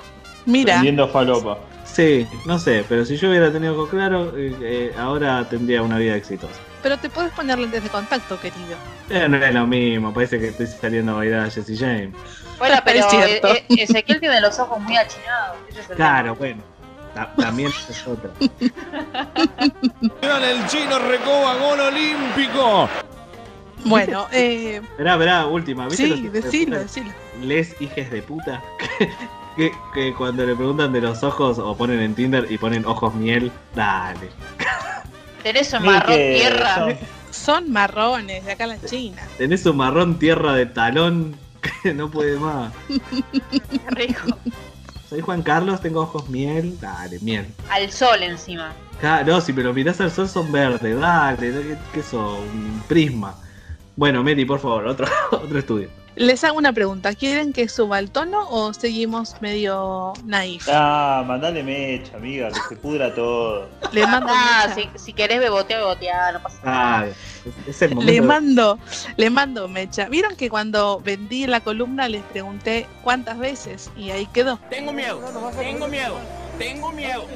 [SPEAKER 4] Vendiendo falopa.
[SPEAKER 3] Sí, no sé, pero si yo hubiera tenido ojos claros, eh, eh, ahora tendría una vida exitosa.
[SPEAKER 7] Pero te puedes poner lentes de contacto, querido.
[SPEAKER 3] Eh, no es lo mismo, parece que estoy saliendo a bailar a Jesse James.
[SPEAKER 5] Bueno, pero
[SPEAKER 7] Es cierto.
[SPEAKER 5] eh, eh, Ezequiel tiene los ojos muy achinados. ese es el
[SPEAKER 3] Claro, bueno, ta- también es otra.
[SPEAKER 28] El chino Recoba, gol olímpico.
[SPEAKER 7] Bueno, eh,
[SPEAKER 3] Verá, verá, última. ¿viste los
[SPEAKER 7] sí,
[SPEAKER 3] hijos de
[SPEAKER 7] decilo,
[SPEAKER 3] puta?
[SPEAKER 7] decilo.
[SPEAKER 3] Les hijes de puta. que, que cuando le preguntan de los ojos o ponen en Tinder y ponen ojos miel, dale.
[SPEAKER 5] tema. Tenés un
[SPEAKER 3] Miren
[SPEAKER 5] marrón
[SPEAKER 3] que
[SPEAKER 5] tierra.
[SPEAKER 3] son-
[SPEAKER 7] Son marrones de acá a la China.
[SPEAKER 3] Tenés un marrón tierra de talón que no puede más.
[SPEAKER 5] Rico.
[SPEAKER 3] Soy Juan Carlos, tengo ojos miel, dale, miel.
[SPEAKER 5] Al sol encima.
[SPEAKER 3] Ah, No, si me lo mirás al sol son verdes, dale, ¿no? ¿qué, qué son? Un prisma. Bueno, Meli, por favor, otro, otro estudio.
[SPEAKER 7] Les hago una pregunta. ¿Quieren que suba el tono o seguimos medio naif?
[SPEAKER 4] Ah, mandale mecha, amiga, que se pudra todo.
[SPEAKER 7] Le mando,
[SPEAKER 5] Ah, si, si querés bebotea, bebotea, no pasa
[SPEAKER 3] Ah, es el
[SPEAKER 7] le
[SPEAKER 3] momento.
[SPEAKER 7] mando, le mando mecha. ¿Vieron que cuando vendí la columna les pregunté cuántas veces y ahí quedó?
[SPEAKER 6] Tengo miedo, tengo miedo, tengo miedo,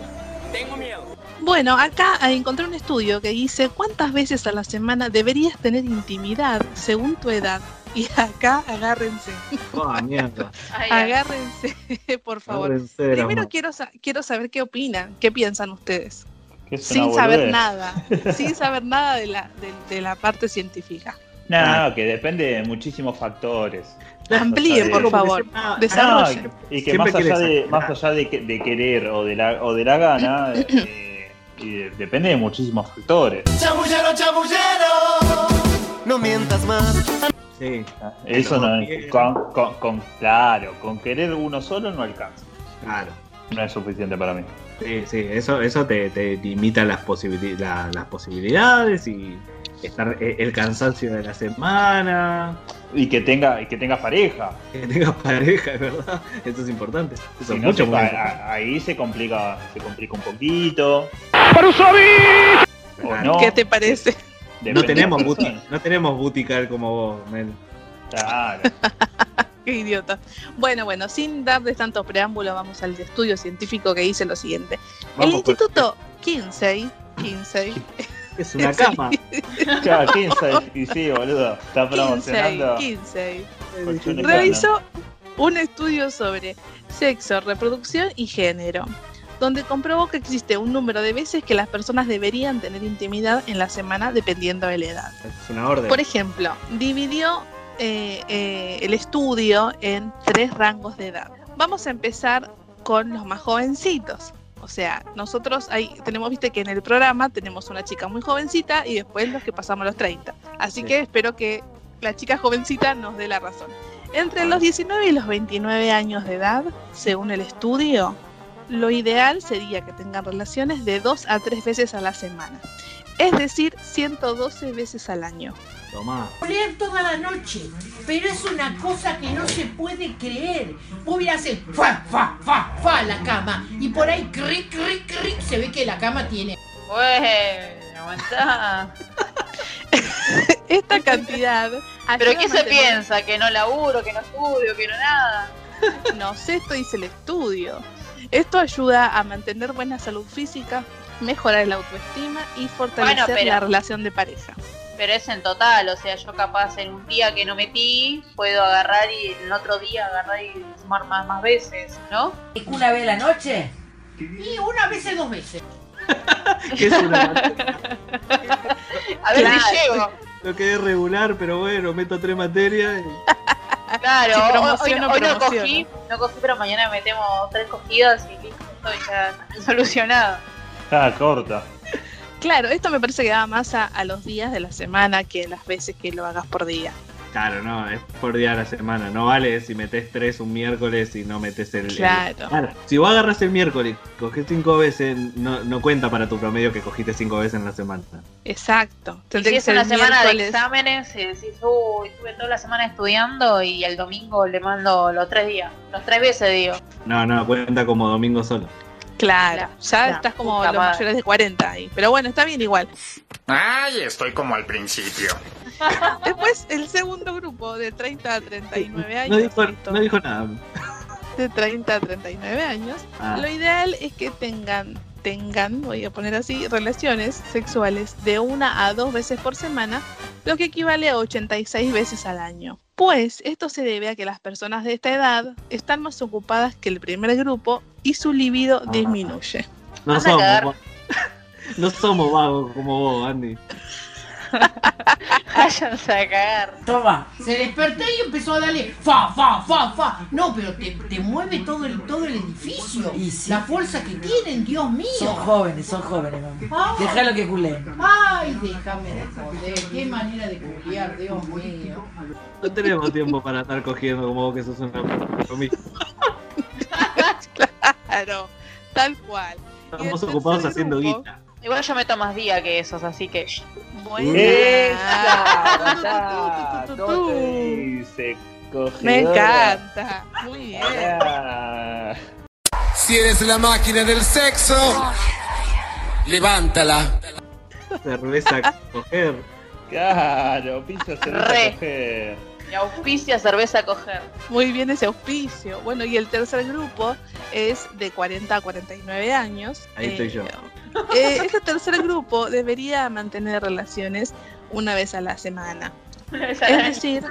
[SPEAKER 6] tengo miedo.
[SPEAKER 7] Bueno, acá encontré un estudio que dice cuántas veces a la semana deberías tener intimidad según tu edad. Y acá agárrense,
[SPEAKER 3] Ah, mierda.
[SPEAKER 7] agárrense, por favor.
[SPEAKER 3] Agárrense de la
[SPEAKER 7] Primero
[SPEAKER 3] mano.
[SPEAKER 7] quiero, sa- quiero saber qué opinan, qué piensan ustedes,
[SPEAKER 4] Que es una
[SPEAKER 7] sin saber
[SPEAKER 4] boludez.
[SPEAKER 7] nada, sin saber nada de la, de, de la parte científica.
[SPEAKER 3] Ah.
[SPEAKER 4] No, no, que depende de muchísimos factores.
[SPEAKER 7] Amplíen, por favor, desarrollen.
[SPEAKER 4] No, Ah, y que
[SPEAKER 3] Siempre
[SPEAKER 4] más allá,
[SPEAKER 3] querés
[SPEAKER 4] de, más allá de, que- de querer o de la, o de la gana, eh, eh, depende de muchísimos factores.
[SPEAKER 23] Chamullero, chamullero. No mientas más.
[SPEAKER 3] Sí.
[SPEAKER 4] Eso no
[SPEAKER 23] Bien.
[SPEAKER 4] es. Con, con- con- claro, con querer uno solo no alcanza.
[SPEAKER 3] Claro.
[SPEAKER 4] No es suficiente para mí.
[SPEAKER 3] Sí, sí, eso, eso te, te limita las, posibili- la- las posibilidades y estar e- el cansancio de la semana.
[SPEAKER 4] Y que tenga, y que tengas pareja.
[SPEAKER 3] Que tengas pareja, es verdad. Eso es importante. Eso
[SPEAKER 4] Si
[SPEAKER 3] es
[SPEAKER 4] no,
[SPEAKER 3] mucho,
[SPEAKER 4] se-
[SPEAKER 3] muy
[SPEAKER 4] a-
[SPEAKER 3] importante.
[SPEAKER 4] a- ahí se complica, se complica un poquito. O no.
[SPEAKER 7] Ah, ¿Qué te parece?
[SPEAKER 3] No
[SPEAKER 4] Depende
[SPEAKER 3] tenemos,
[SPEAKER 4] de la
[SPEAKER 3] buti-
[SPEAKER 4] persona.
[SPEAKER 3] no tenemos butical como vos, Mel.
[SPEAKER 4] Claro.
[SPEAKER 7] Qué idiota. Bueno, bueno, sin darles tanto preámbulo, vamos al estudio científico que dice lo siguiente. el
[SPEAKER 4] Vamos, pues.
[SPEAKER 7] Instituto Kinsey, Kinsey,
[SPEAKER 3] Es una cama.
[SPEAKER 4] Claro, 15. Y sí, boludo. Está
[SPEAKER 7] Kinsey,
[SPEAKER 4] promocionando.
[SPEAKER 7] Kinsey,
[SPEAKER 4] colchones
[SPEAKER 7] realizó un estudio sobre sexo, reproducción y género, donde comprobó que existe un número de veces que las personas deberían tener intimidad en la semana dependiendo de la edad.
[SPEAKER 3] Es una orden.
[SPEAKER 7] Por ejemplo, dividió eh, eh, el estudio en tres rangos de edad. Vamos a empezar con los más jovencitos. O sea, nosotros ahí tenemos, viste que en el programa tenemos una chica muy jovencita y después los que pasamos los 30. Así que espero que la chica jovencita nos dé la razón. Entre los 19 y los 29 años de edad, según el estudio, lo ideal sería que tengan relaciones de dos a tres veces a la semana. Es decir, 112 veces al año.
[SPEAKER 3] Tomá.
[SPEAKER 27] Oler toda la noche, pero es una cosa que no se puede creer. Vos mirás el fa, fa, fa, fa a la cama y por ahí cric, cric, cric, se ve que la cama tiene.
[SPEAKER 5] Bueno, aguantá.
[SPEAKER 7] Esta cantidad.
[SPEAKER 5] Este- ¿Pero
[SPEAKER 7] ayuda a
[SPEAKER 5] qué se
[SPEAKER 7] mantener-
[SPEAKER 5] piensa? ¿Que no laburo, que no estudio, que no nada?
[SPEAKER 7] No sé, esto dice el estudio. Esto ayuda a mantener buena salud física, mejorar la autoestima y fortalecer
[SPEAKER 5] Bueno, pero-
[SPEAKER 7] la relación de pareja.
[SPEAKER 5] Pero es en total, o sea, yo capaz en un día que no metí, puedo agarrar y en otro día agarrar y sumar más, más veces, ¿no?
[SPEAKER 27] ¿Una vez la noche? Y una vez en dos veces.
[SPEAKER 3] Que es una
[SPEAKER 5] A ver
[SPEAKER 3] Claro.
[SPEAKER 5] si llego.
[SPEAKER 3] Lo quedé regular, pero bueno, meto tres materias. y-
[SPEAKER 5] Claro,
[SPEAKER 7] Si
[SPEAKER 5] hoy-
[SPEAKER 7] promociono,
[SPEAKER 5] hoy, hoy no
[SPEAKER 7] promociono.
[SPEAKER 5] cogí, no cogí, pero mañana metemos tres cogidas y listo, estoy ya solucionado.
[SPEAKER 4] Ah, corta.
[SPEAKER 7] Claro, esto me parece que va más a, a los días de la semana que las veces que lo hagas por día.
[SPEAKER 3] Claro, no, es por día a la semana. No vale si metes tres un miércoles y no metes el. el-
[SPEAKER 7] Claro.
[SPEAKER 3] si vos agarras el miércoles, cogés cinco veces, no, no cuenta para tu promedio que cogiste cinco veces en la semana.
[SPEAKER 7] Exacto.
[SPEAKER 5] Y si
[SPEAKER 7] Tendría que
[SPEAKER 5] es
[SPEAKER 7] ser
[SPEAKER 5] una semana de
[SPEAKER 7] miércoles.
[SPEAKER 5] exámenes y decís, uy, estuve toda la semana estudiando y el domingo le mando los tres días, los tres veces digo.
[SPEAKER 3] No, no, cuenta como domingo solo.
[SPEAKER 7] Claro, ya estás como
[SPEAKER 5] puta
[SPEAKER 7] los
[SPEAKER 5] madre.
[SPEAKER 7] mayores de 40 ahí. Pero bueno, está bien igual.
[SPEAKER 29] Ay, estoy como al principio.
[SPEAKER 7] Después, el segundo grupo de 30 a 39
[SPEAKER 3] No
[SPEAKER 7] años.
[SPEAKER 3] dijo, no dijo nada.
[SPEAKER 7] de 30 a 39 años,
[SPEAKER 3] Ah.
[SPEAKER 7] lo ideal es que tengan, tengan, voy a poner así, relaciones sexuales de una a dos veces por semana, lo que equivale a 86 veces al año. Pues esto se debe a que las personas de esta edad están más ocupadas que el primer grupo y su libido disminuye.
[SPEAKER 3] No
[SPEAKER 7] Vas a cagar.
[SPEAKER 3] somos, va- no somos vagos como vos, Andy.
[SPEAKER 27] Váyanse a cagar. Toma, se despertó y empezó a darle fa, fa, fa, fa. No, pero te, te mueve todo el, todo el edificio. La fuerza que tienen, Dios mío.
[SPEAKER 30] Son jóvenes, son jóvenes, mami.
[SPEAKER 27] Ah.
[SPEAKER 30] Déjalo que culen.
[SPEAKER 27] Ay, déjame de joder. Qué manera de culiar, Dios mío.
[SPEAKER 3] No tenemos tiempo para estar cogiendo como vos que sos una comida.
[SPEAKER 7] Ah, Claro, tal cual.
[SPEAKER 3] Estamos ocupados haciendo guita.
[SPEAKER 5] Igual yo meto más día que esos, así que.
[SPEAKER 7] Buena.
[SPEAKER 4] Y se coge.
[SPEAKER 7] Me
[SPEAKER 4] ahora.
[SPEAKER 7] encanta. Muy bien.
[SPEAKER 4] Ah.
[SPEAKER 23] Si eres la máquina del sexo, levántala.
[SPEAKER 3] Cerveza a coger.
[SPEAKER 4] Claro, pizza cerveza
[SPEAKER 5] Re.
[SPEAKER 4] coger.
[SPEAKER 5] Y auspicia cerveza a coger.
[SPEAKER 7] Muy bien ese auspicio. Bueno, y el tercer grupo es de 40 a 49 años.
[SPEAKER 3] Ahí estoy yo.
[SPEAKER 7] Eh, este tercer grupo debería mantener relaciones una vez a la semana. Es decir,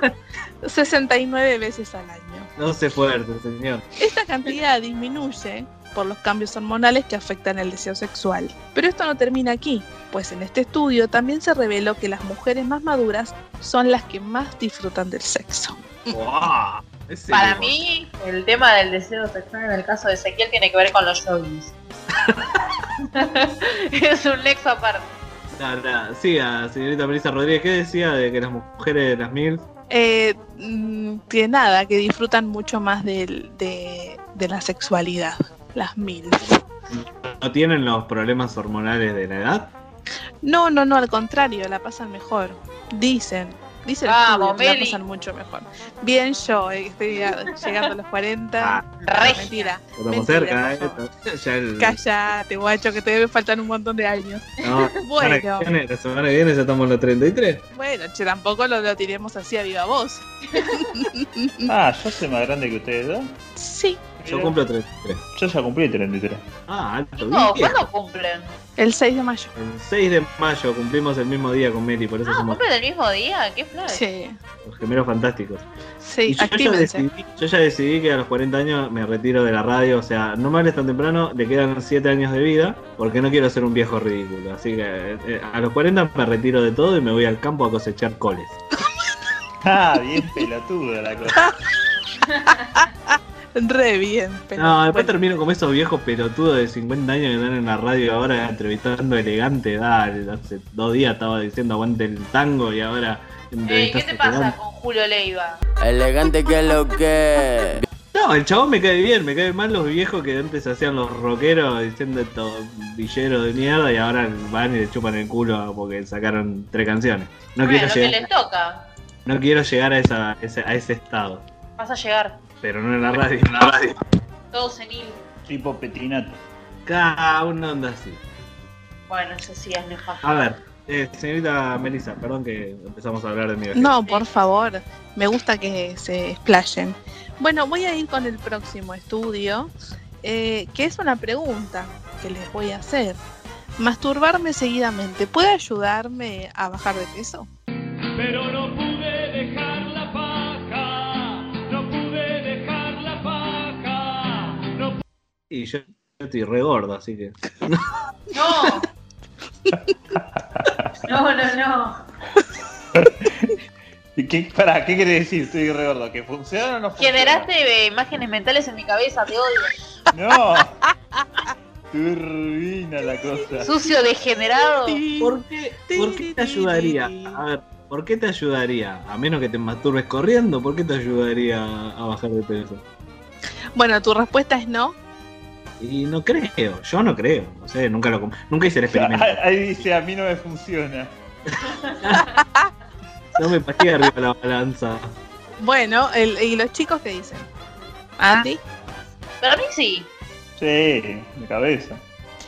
[SPEAKER 7] 69 veces al año.
[SPEAKER 3] No se fuerte, señor.
[SPEAKER 7] Esta cantidad disminuye por los cambios hormonales que afectan el deseo sexual. Pero esto no termina aquí, pues en este estudio también se reveló que las mujeres más maduras son las que más disfrutan del sexo.
[SPEAKER 3] Guau, ¿en serio?
[SPEAKER 5] Para mí, el tema del deseo sexual en el caso de Ezequiel tiene que ver con los yogis. es un nexo aparte.
[SPEAKER 3] No, no, siga, señorita Melissa Rodríguez, ¿qué decía de que las mujeres de las mil?
[SPEAKER 7] Eh, mm, que nada, que disfrutan mucho más del- de, de la sexualidad, las mil.
[SPEAKER 3] ¿No tienen los problemas hormonales de la edad?
[SPEAKER 7] No, no, no, al contrario, la pasan mejor. Dicen, dicen
[SPEAKER 5] Vamos,
[SPEAKER 7] la
[SPEAKER 5] Meli.
[SPEAKER 7] pasan mucho mejor. Bien yo, eh, que estoy a- llegando a los 40.
[SPEAKER 5] regia.
[SPEAKER 7] Ah, mentira.
[SPEAKER 3] Estamos
[SPEAKER 7] mentira,
[SPEAKER 3] Ah, cerca, ¿eh?
[SPEAKER 7] por favor.
[SPEAKER 3] Ya el-
[SPEAKER 7] Cállate, guacho, que te debe faltar un montón de años.
[SPEAKER 3] no, la semana
[SPEAKER 7] bueno,
[SPEAKER 3] que viene- la semana que viene ya estamos en los 33.
[SPEAKER 7] bueno, che, tampoco lo, lo tiremos así a viva voz.
[SPEAKER 4] Ah, yo soy más grande que ustedes dos.
[SPEAKER 7] Sí.
[SPEAKER 4] Yo
[SPEAKER 3] cumplo 33.
[SPEAKER 4] Yo ya cumplí 33.
[SPEAKER 3] Ah, alto.
[SPEAKER 5] No,
[SPEAKER 3] bien.
[SPEAKER 5] ¿cuándo cumplen?
[SPEAKER 7] El 6 de mayo.
[SPEAKER 3] El 6 de mayo cumplimos el mismo día con Meli, por eso
[SPEAKER 5] Ah,
[SPEAKER 3] somos
[SPEAKER 5] ¿cumplen el mismo día? ¿Qué flash?
[SPEAKER 7] Sí,
[SPEAKER 3] los gemelos fantásticos. Y
[SPEAKER 7] sí,
[SPEAKER 3] yo, ya
[SPEAKER 7] actívense.
[SPEAKER 3] decidí, yo ya decidí que a los 40 años me retiro de la radio, o sea, no me hables tan temprano, le quedan 7 años de vida, porque no quiero ser un viejo ridículo. Así que eh, a los 40 me retiro de todo y me voy al campo a cosechar coles.
[SPEAKER 4] Ah, bien pelotuda la cosa.
[SPEAKER 7] Re bien. pero
[SPEAKER 3] No, después
[SPEAKER 7] bueno.
[SPEAKER 3] termino como esos viejos pelotudos de 50 años que están en la radio ahora entrevistando elegante. Dale, hace dos días estaba diciendo aguante el tango y ahora.
[SPEAKER 5] Ey, Eh, ¿Qué
[SPEAKER 3] entrevistas
[SPEAKER 5] te
[SPEAKER 3] a
[SPEAKER 5] pasa
[SPEAKER 3] Elegante.
[SPEAKER 5] con Julio Leiva?
[SPEAKER 31] Elegante que lo que.
[SPEAKER 3] No, el chabón me cae bien, me cae mal los viejos que antes hacían los rockeros diciendo estos villeros de mierda y ahora van y le chupan el culo porque sacaron tres canciones. No,
[SPEAKER 5] bueno,
[SPEAKER 3] quiero,
[SPEAKER 5] lo que
[SPEAKER 3] llegar,
[SPEAKER 5] les toca.
[SPEAKER 3] no quiero llegar a, esa, a ese, a ese estado,
[SPEAKER 5] Vas a llegar
[SPEAKER 3] pero no en la radio. En la radio.
[SPEAKER 5] todo senil.
[SPEAKER 4] tipo Petrinato.
[SPEAKER 3] Cada una onda así.
[SPEAKER 5] Bueno, eso sí es nefasto.
[SPEAKER 3] A ver, eh, señorita Melissa, perdón que empezamos a hablar de mi vejez.
[SPEAKER 7] No, por favor, me gusta que se explayen. Bueno, voy a ir con el próximo estudio, eh, que es una pregunta que les voy a hacer. ¿Masturbarme seguidamente puede ayudarme a bajar de peso?
[SPEAKER 32] Pero no pude dejar la paja, no pude dejar la paja.
[SPEAKER 3] Y yo estoy re gordo, así que.
[SPEAKER 5] ¡No! No, no, no.
[SPEAKER 4] ¿Y ¿Qué, pará, ¿qué quiere decir? Estoy re gordo. ¿Que funciona o no funciona?
[SPEAKER 5] Generaste eh, imágenes mentales en mi cabeza, te odio.
[SPEAKER 4] No. Estoy ruina la cosa.
[SPEAKER 5] Sucio degenerado.
[SPEAKER 3] ¿Por qué? ¿Por qué te ayudaría? A ver, ¿Por qué te ayudaría? A menos que te masturbes corriendo, ¿por qué te ayudaría a bajar de peso?
[SPEAKER 7] Bueno, tu respuesta es no.
[SPEAKER 3] Y no creo, yo no creo, no sé, nunca lo com- nunca hice el experimento.
[SPEAKER 4] Ah, Ahí dice, a mí no me funciona.
[SPEAKER 3] No me pasé arriba la balanza.
[SPEAKER 7] Bueno, el- ¿y los chicos qué dicen? ¿A ti?
[SPEAKER 5] Para mí sí.
[SPEAKER 4] Sí, de cabeza.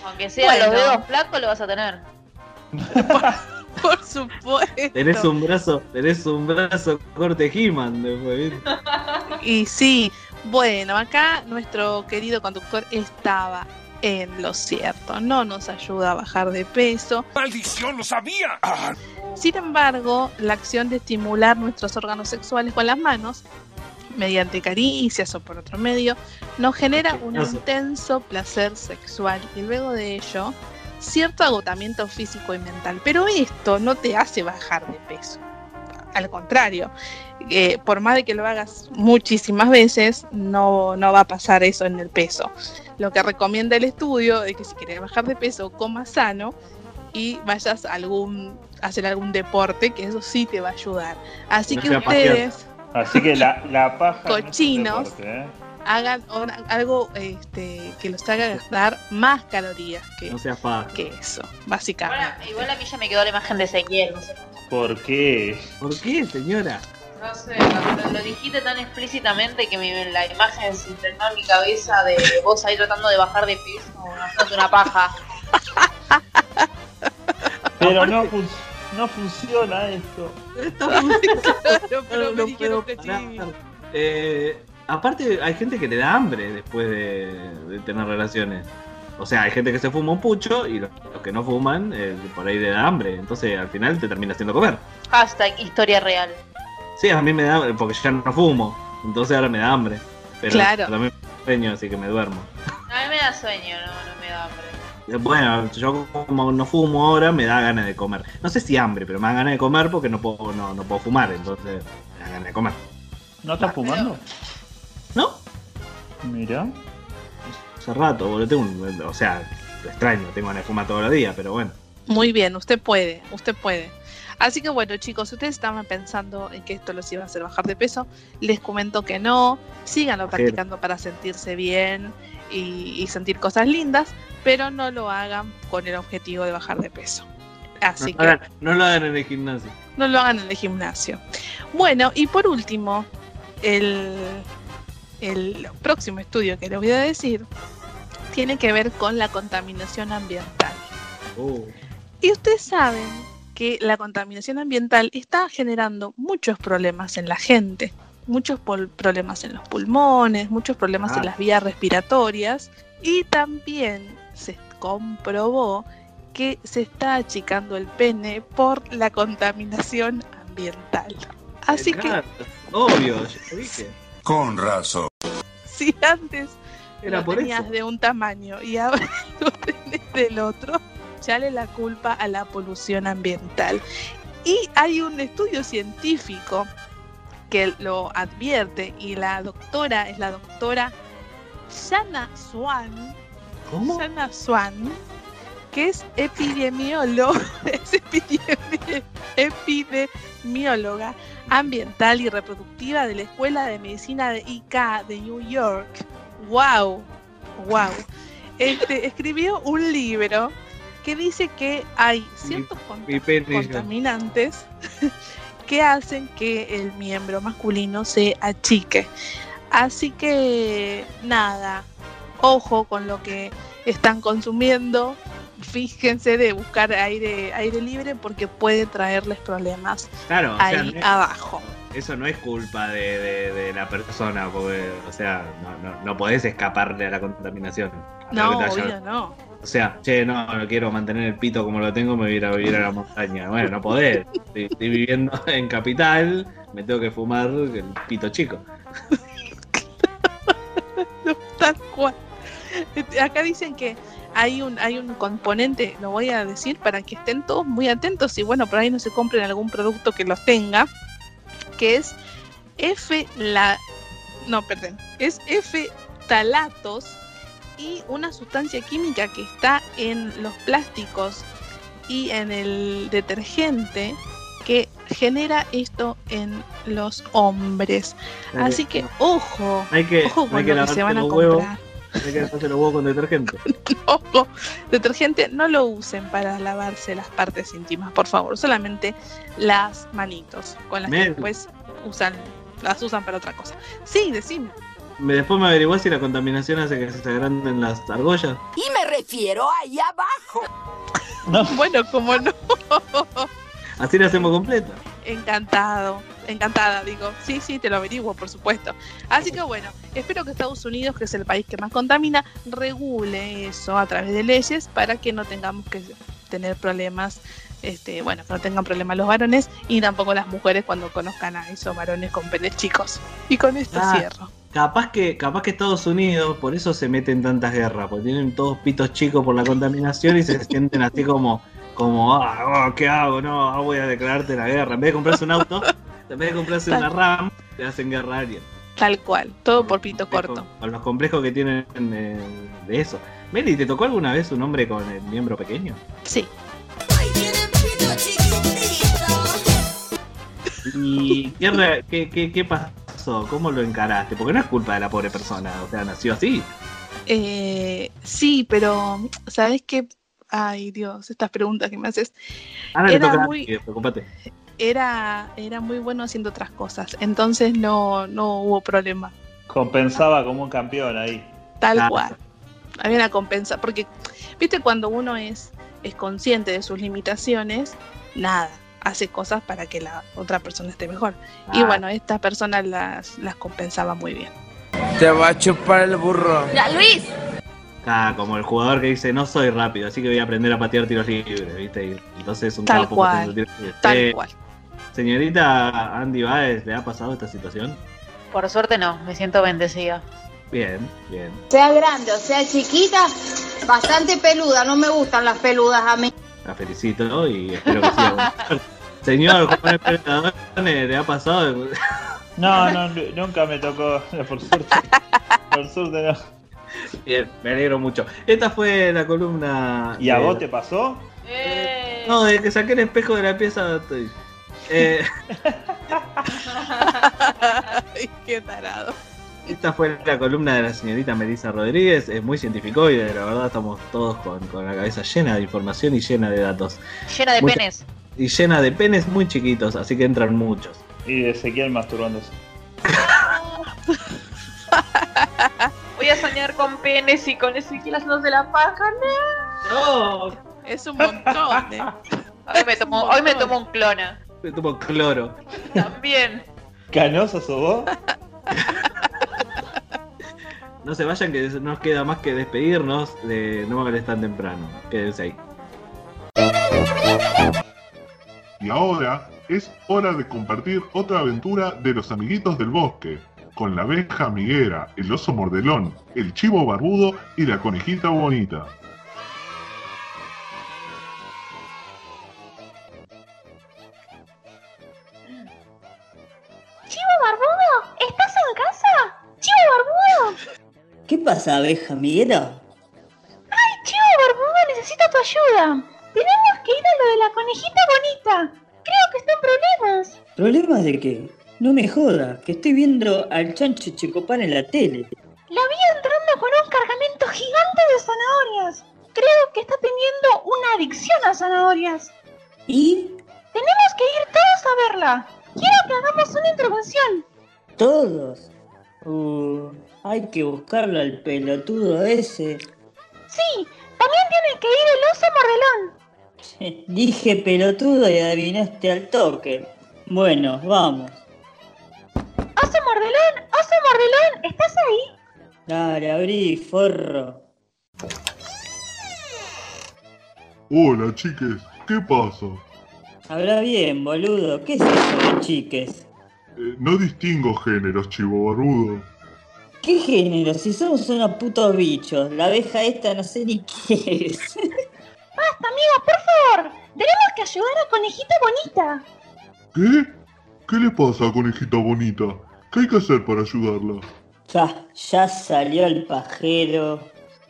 [SPEAKER 5] Aunque sea
[SPEAKER 7] Bueno.
[SPEAKER 5] los dedos flacos, lo vas a tener.
[SPEAKER 7] Por supuesto.
[SPEAKER 3] Tenés un brazo, tenés un brazo corte He-Man después, ¿viste?
[SPEAKER 7] Y sí, bueno, acá nuestro querido conductor estaba en lo cierto, no nos ayuda a bajar de peso.
[SPEAKER 6] ¡Maldición, lo sabía!
[SPEAKER 7] Sin embargo, la acción de estimular nuestros órganos sexuales con las manos, mediante caricias o por otro medio, nos genera un
[SPEAKER 3] Eso.
[SPEAKER 7] intenso placer sexual y luego de ello, cierto agotamiento físico y mental. Pero esto no te hace bajar de peso. Al contrario, eh, por más de que lo hagas muchísimas veces, no, no va a pasar eso en el peso. Lo que recomienda el estudio es que si quieres bajar de peso, coma sano y vayas a algún, a hacer algún deporte, que eso sí te va a ayudar. Así
[SPEAKER 4] No
[SPEAKER 7] que
[SPEAKER 4] sea pajear.
[SPEAKER 7] ustedes
[SPEAKER 4] Así que la, la paja. no es un
[SPEAKER 7] Cochinos.
[SPEAKER 4] deporte, ¿eh?
[SPEAKER 7] hagan una- algo este, que los haga gastar más calorías que,
[SPEAKER 3] No seas paja.
[SPEAKER 7] que eso, básicamente.
[SPEAKER 5] Igual a mí ya me quedó la imagen de Ezequiel. No sé,
[SPEAKER 4] ¿Por qué?
[SPEAKER 3] ¿Por qué, señora?
[SPEAKER 5] no sé, lo, lo dijiste tan explícitamente que mi- la imagen se internó en mi cabeza de vos ahí tratando de bajar de peso, haciendo una paja.
[SPEAKER 4] Pero no, fun- no funciona esto.
[SPEAKER 3] pero me dijeron que sí. Eh, aparte, hay gente que le da hambre después de, de tener relaciones. O sea, hay gente que se fuma un pucho y los, los que no fuman, eh, por ahí le da hambre. Entonces, al final te termina haciendo comer.
[SPEAKER 5] Hashtag historia real.
[SPEAKER 3] Sí, a mí me da hambre porque ya no fumo. Entonces ahora me da hambre. Pero
[SPEAKER 5] Claro.
[SPEAKER 3] también sueño, así que me duermo.
[SPEAKER 5] A mí me da sueño, no, no me da hambre.
[SPEAKER 3] Eh, Bueno, yo como no fumo ahora, me da ganas de comer. No sé si hambre, pero me da ganas de comer porque no puedo, no, no puedo fumar. Entonces, me da ganas de comer.
[SPEAKER 4] ¿No estás fumando?
[SPEAKER 3] ¿No?
[SPEAKER 4] Mira.
[SPEAKER 3] Hace rato, boludo. Tengo un- o sea, lo extraño, tengo ganas de fumar todos los días, pero bueno.
[SPEAKER 7] Muy bien, usted puede, usted puede. Así que bueno, chicos, si ustedes estaban pensando en que esto los iba a hacer bajar de peso, les comento que no. Síganlo
[SPEAKER 3] Ajero.
[SPEAKER 7] practicando para sentirse bien y, y sentir cosas lindas, pero no lo hagan con el objetivo de bajar de peso. Así
[SPEAKER 3] no,
[SPEAKER 7] que
[SPEAKER 3] lo hagan- no lo hagan en el gimnasio.
[SPEAKER 7] no lo hagan en el gimnasio. Bueno, y por último, el, el próximo estudio que les voy a decir tiene que ver con la contaminación ambiental. Uh. Y ustedes saben que la contaminación ambiental está generando muchos problemas en la gente, muchos pol- problemas en los pulmones, muchos problemas
[SPEAKER 5] Ah.
[SPEAKER 7] en las vías respiratorias y también se comprobó que se está achicando el pene por la contaminación ambiental. Así que
[SPEAKER 3] Claro, obvio, ya lo dije.
[SPEAKER 23] Con razón.
[SPEAKER 7] si antes
[SPEAKER 3] Era
[SPEAKER 7] lo
[SPEAKER 3] por
[SPEAKER 7] tenías
[SPEAKER 3] eso.
[SPEAKER 7] de un tamaño y ahora lo tenés del otro, echale la culpa a la polución ambiental. Y hay un estudio científico que lo advierte y la doctora es la doctora Shana Swan. Shana Swan, que es epidemiólogo, es epidemi- epidemióloga ambiental y reproductiva de la Escuela de Medicina de ICA de New York. ¡Wow! ¡Wow! Este, escribió un libro que dice que hay ciertos
[SPEAKER 3] Mi pene.
[SPEAKER 7] contaminantes que hacen que el miembro masculino se achique. Así que nada, ojo con lo que están consumiendo, fíjense de buscar aire, aire libre porque puede traerles problemas
[SPEAKER 3] Claro, o sea,
[SPEAKER 7] ahí
[SPEAKER 3] no es-
[SPEAKER 7] abajo.
[SPEAKER 3] Eso no es culpa de, de- de la persona, porque, o sea, no, no, no podés escaparle a la contaminación. A menos
[SPEAKER 7] No,
[SPEAKER 3] que te haya-
[SPEAKER 7] obvio no.
[SPEAKER 3] O sea, che, no, no quiero mantener el pito como lo tengo, me voy a ir a vivir a la montaña. Bueno, no podés. Estoy, estoy viviendo en capital, me tengo que fumar el pito chico.
[SPEAKER 7] Tal cual. Este, Acá dicen que hay un, hay un componente, lo voy a decir, para que estén todos muy atentos y bueno, por ahí no se compren algún producto que los tenga, que es F la no, perdón, es F talatos y una sustancia química que está en los plásticos y en el detergente que genera esto en los hombres. Así que ojo,
[SPEAKER 3] Hay que,
[SPEAKER 7] ojo
[SPEAKER 3] hay
[SPEAKER 7] con
[SPEAKER 3] que
[SPEAKER 7] lo que se
[SPEAKER 3] lavarse
[SPEAKER 7] van a
[SPEAKER 3] los huevos.
[SPEAKER 7] comprar.
[SPEAKER 3] Hay que lavarse los huevos con detergente.
[SPEAKER 7] Ojo, detergente no lo usen para lavarse las partes íntimas, por favor, solamente las manitos, con las que
[SPEAKER 3] Mel.
[SPEAKER 7] después usan, las usan para otra cosa. Sí, decime.
[SPEAKER 3] Me- Después me averiguás si la contaminación hace que se agranden las argollas.
[SPEAKER 1] Y me refiero ahí abajo.
[SPEAKER 7] Bueno, como no.
[SPEAKER 3] Así lo hacemos completo.
[SPEAKER 7] Encantado, encantada, digo. Sí, sí, te lo averiguo, por supuesto. Así que bueno, espero que Estados Unidos, que es el país que más contamina, regule eso a través de leyes para que no tengamos que tener problemas, este, bueno, que no tengan problemas los varones y tampoco las mujeres cuando conozcan a esos varones con penes chicos. Y con esto
[SPEAKER 3] Ah.
[SPEAKER 7] cierro.
[SPEAKER 3] Capaz que, capaz que Estados Unidos, por eso se meten tantas guerras, porque tienen todos pitos chicos por la contaminación y se sienten así como, como ah, oh, ¿qué hago? No, ah, voy a declararte la guerra. En vez de comprarse un auto, en vez de comprarse una RAM, le hacen guerra a alguien.
[SPEAKER 7] Tal cual, todo por pito corto.
[SPEAKER 3] Con los complejos que tienen eh, de eso. Meli, ¿te tocó alguna vez un hombre con el miembro pequeño?
[SPEAKER 7] Sí.
[SPEAKER 3] ¿Y qué, re- qué, qué- qué pasó? ¿Cómo lo encaraste? Porque no es culpa de la pobre persona, o sea, nació así.
[SPEAKER 7] Eh, sí, pero ¿sabes qué? Ay, Dios, estas preguntas que me haces.
[SPEAKER 3] Ahora le
[SPEAKER 7] Era
[SPEAKER 3] toca
[SPEAKER 7] muy-
[SPEAKER 3] a ti, preocupate.
[SPEAKER 7] era, era muy bueno haciendo otras cosas, entonces no, no hubo problema,
[SPEAKER 4] Compensaba como un campeón ahí.
[SPEAKER 7] tal
[SPEAKER 4] Ah.
[SPEAKER 7] cual. Había una compensa, porque, viste, cuando uno es, es consciente de sus limitaciones, nada, hace cosas para que la otra persona esté mejor. Y
[SPEAKER 31] Ah.
[SPEAKER 7] bueno, esta persona las, las compensaba muy bien.
[SPEAKER 31] Te va a chupar el burro.
[SPEAKER 7] Luis!
[SPEAKER 3] Ah, como el jugador que dice, no soy rápido, así que voy a aprender a patear tiros libres, ¿viste? Y entonces es un
[SPEAKER 7] Tal
[SPEAKER 3] capo
[SPEAKER 7] cual,
[SPEAKER 3] pateando tiros libres.
[SPEAKER 5] tal
[SPEAKER 3] Eh,
[SPEAKER 5] cual.
[SPEAKER 3] Señorita Andy Baez, ¿le ha pasado esta situación?
[SPEAKER 5] Por suerte no, me siento bendecida.
[SPEAKER 3] Bien, bien.
[SPEAKER 8] Sea grande o sea chiquita, bastante peluda, no me gustan las peludas a mí.
[SPEAKER 3] La felicito y espero que siga. con- Señor, Juan Emperador, ¿le ha pasado?
[SPEAKER 4] No, no, nu- nunca me tocó, por suerte. Por suerte no.
[SPEAKER 3] Bien, me alegro mucho. Esta fue la columna.
[SPEAKER 4] ¿Y a
[SPEAKER 3] de-
[SPEAKER 4] vos te pasó?
[SPEAKER 5] Eh.
[SPEAKER 3] No, desde que saqué el espejo de la pieza estoy. Eh,
[SPEAKER 7] Ay, qué tarado.
[SPEAKER 3] esta fue la columna de la señorita Melissa Rodríguez. Es muy científicoide, la verdad, estamos todos con, con la cabeza llena de información y llena de datos.
[SPEAKER 5] Llena de
[SPEAKER 3] Mucha-
[SPEAKER 5] penes.
[SPEAKER 3] Y llena de penes muy chiquitos, así que entran muchos.
[SPEAKER 4] Y de Ezequiel masturbándose.
[SPEAKER 5] Voy a soñar con penes y con Ezequiel haciéndose la paja.
[SPEAKER 3] ¡No!
[SPEAKER 7] Es un montón. eh.
[SPEAKER 5] Hoy me tomo, hoy me tomo un clona.
[SPEAKER 3] Me tomo cloro.
[SPEAKER 5] También.
[SPEAKER 4] ¿Canoso sos vos?
[SPEAKER 3] No se vayan, que no nos queda más que despedirnos de No me hables tan temprano. Quédense ahí.
[SPEAKER 12] Y ahora es hora de compartir otra aventura de los amiguitos del bosque, con la abeja amiguera, el oso mordelón, el chivo barbudo y la conejita bonita.
[SPEAKER 9] ¡Chivo Barbudo! ¿Estás en casa? ¡Chivo Barbudo!
[SPEAKER 33] ¿Qué pasa, abeja amiguera?
[SPEAKER 9] ¡Ay, Chivo Barbudo! Necesito tu ayuda. Tenemos que ir a lo de la conejita bonita. Creo que está en problemas.
[SPEAKER 33] ¿Problemas de qué? No me jodas, que estoy viendo al chancho Checopán en la tele.
[SPEAKER 9] La vi entrando con un cargamento gigante de zanahorias. Creo que está teniendo una adicción a zanahorias.
[SPEAKER 33] ¿Y?
[SPEAKER 9] Tenemos que ir todos a verla. Quiero que hagamos una intervención.
[SPEAKER 33] ¿Todos? Uh, hay que buscarlo al pelotudo ese.
[SPEAKER 9] Sí, también tiene que ir el oso mordelón.
[SPEAKER 33] Dije pelotudo y adivinaste al toque. Bueno, vamos.
[SPEAKER 9] Oso mordelón, oso mordelón, ¿estás ahí?
[SPEAKER 33] Dale, abrí, forro.
[SPEAKER 12] Hola chiques, ¿qué pasa?
[SPEAKER 33] Habla bien, boludo. ¿Qué es eso de chiques?
[SPEAKER 12] Eh, no distingo géneros, chivo barbudo.
[SPEAKER 33] ¿Qué género? Si somos unos putos bichos. La abeja esta no sé ni qué es.
[SPEAKER 9] Basta, amiga, por favor. Tenemos que ayudar a Conejita Bonita.
[SPEAKER 12] ¿Qué? ¿Qué le pasa, conejita bonita? ¿Qué hay que hacer para ayudarla?
[SPEAKER 33] Ya, ya salió el pajero.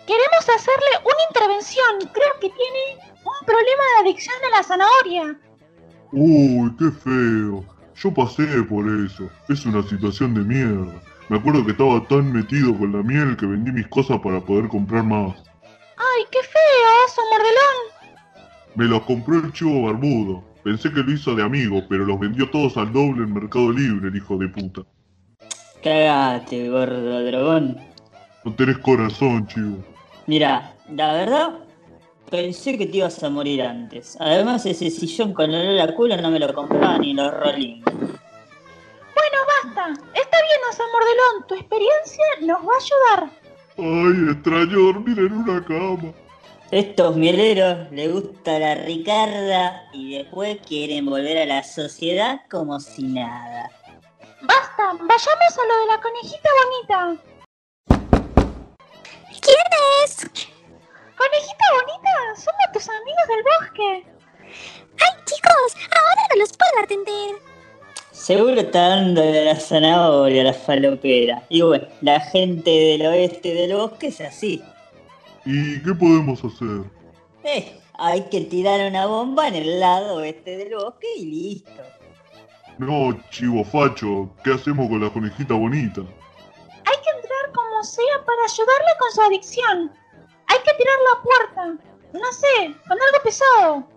[SPEAKER 9] Queremos hacerle una intervención. Creo que tiene un problema de adicción a la zanahoria.
[SPEAKER 12] Uy, qué feo. Yo pasé por eso. Es una situación de mierda. Me acuerdo que estaba tan metido con la miel que vendí mis cosas para poder comprar más.
[SPEAKER 5] ¡Ay, qué feo, oso mordelón!
[SPEAKER 12] Me los compró el chivo barbudo. Pensé que lo hizo de amigo, pero los vendió todos al doble en Mercado Libre, el hijo de puta.
[SPEAKER 27] Cagate, gordo dragón.
[SPEAKER 12] No tenés corazón, chivo.
[SPEAKER 27] Mira, la verdad, pensé que te ibas a morir antes. Además, ese sillón con olor a culo no me lo compraba ni los rolling.
[SPEAKER 5] Bueno, basta. Está bien, oso mordelón. Tu experiencia nos va a ayudar.
[SPEAKER 12] Ay, extraño dormir en una cama.
[SPEAKER 27] Estos mieleros le gusta la Ricarda y después quieren volver a la sociedad como si nada.
[SPEAKER 5] Basta, vayamos a lo de la conejita bonita.
[SPEAKER 34] ¿Quién es?
[SPEAKER 5] Conejita bonita, somos tus amigos del bosque.
[SPEAKER 34] Ay, chicos, ahora no los puedo atender.
[SPEAKER 27] Seguro está dando de la zanahoria a la falopera. Y bueno, la gente del oeste del bosque es así.
[SPEAKER 12] ¿Y qué podemos hacer?
[SPEAKER 27] Eh, hay que tirar una bomba en el lado oeste del bosque y listo.
[SPEAKER 12] No, chivo facho, ¿qué hacemos con la conejita bonita?
[SPEAKER 5] Hay que entrar como sea para ayudarle con su adicción. Hay que tirar la puerta. No sé, con algo pesado.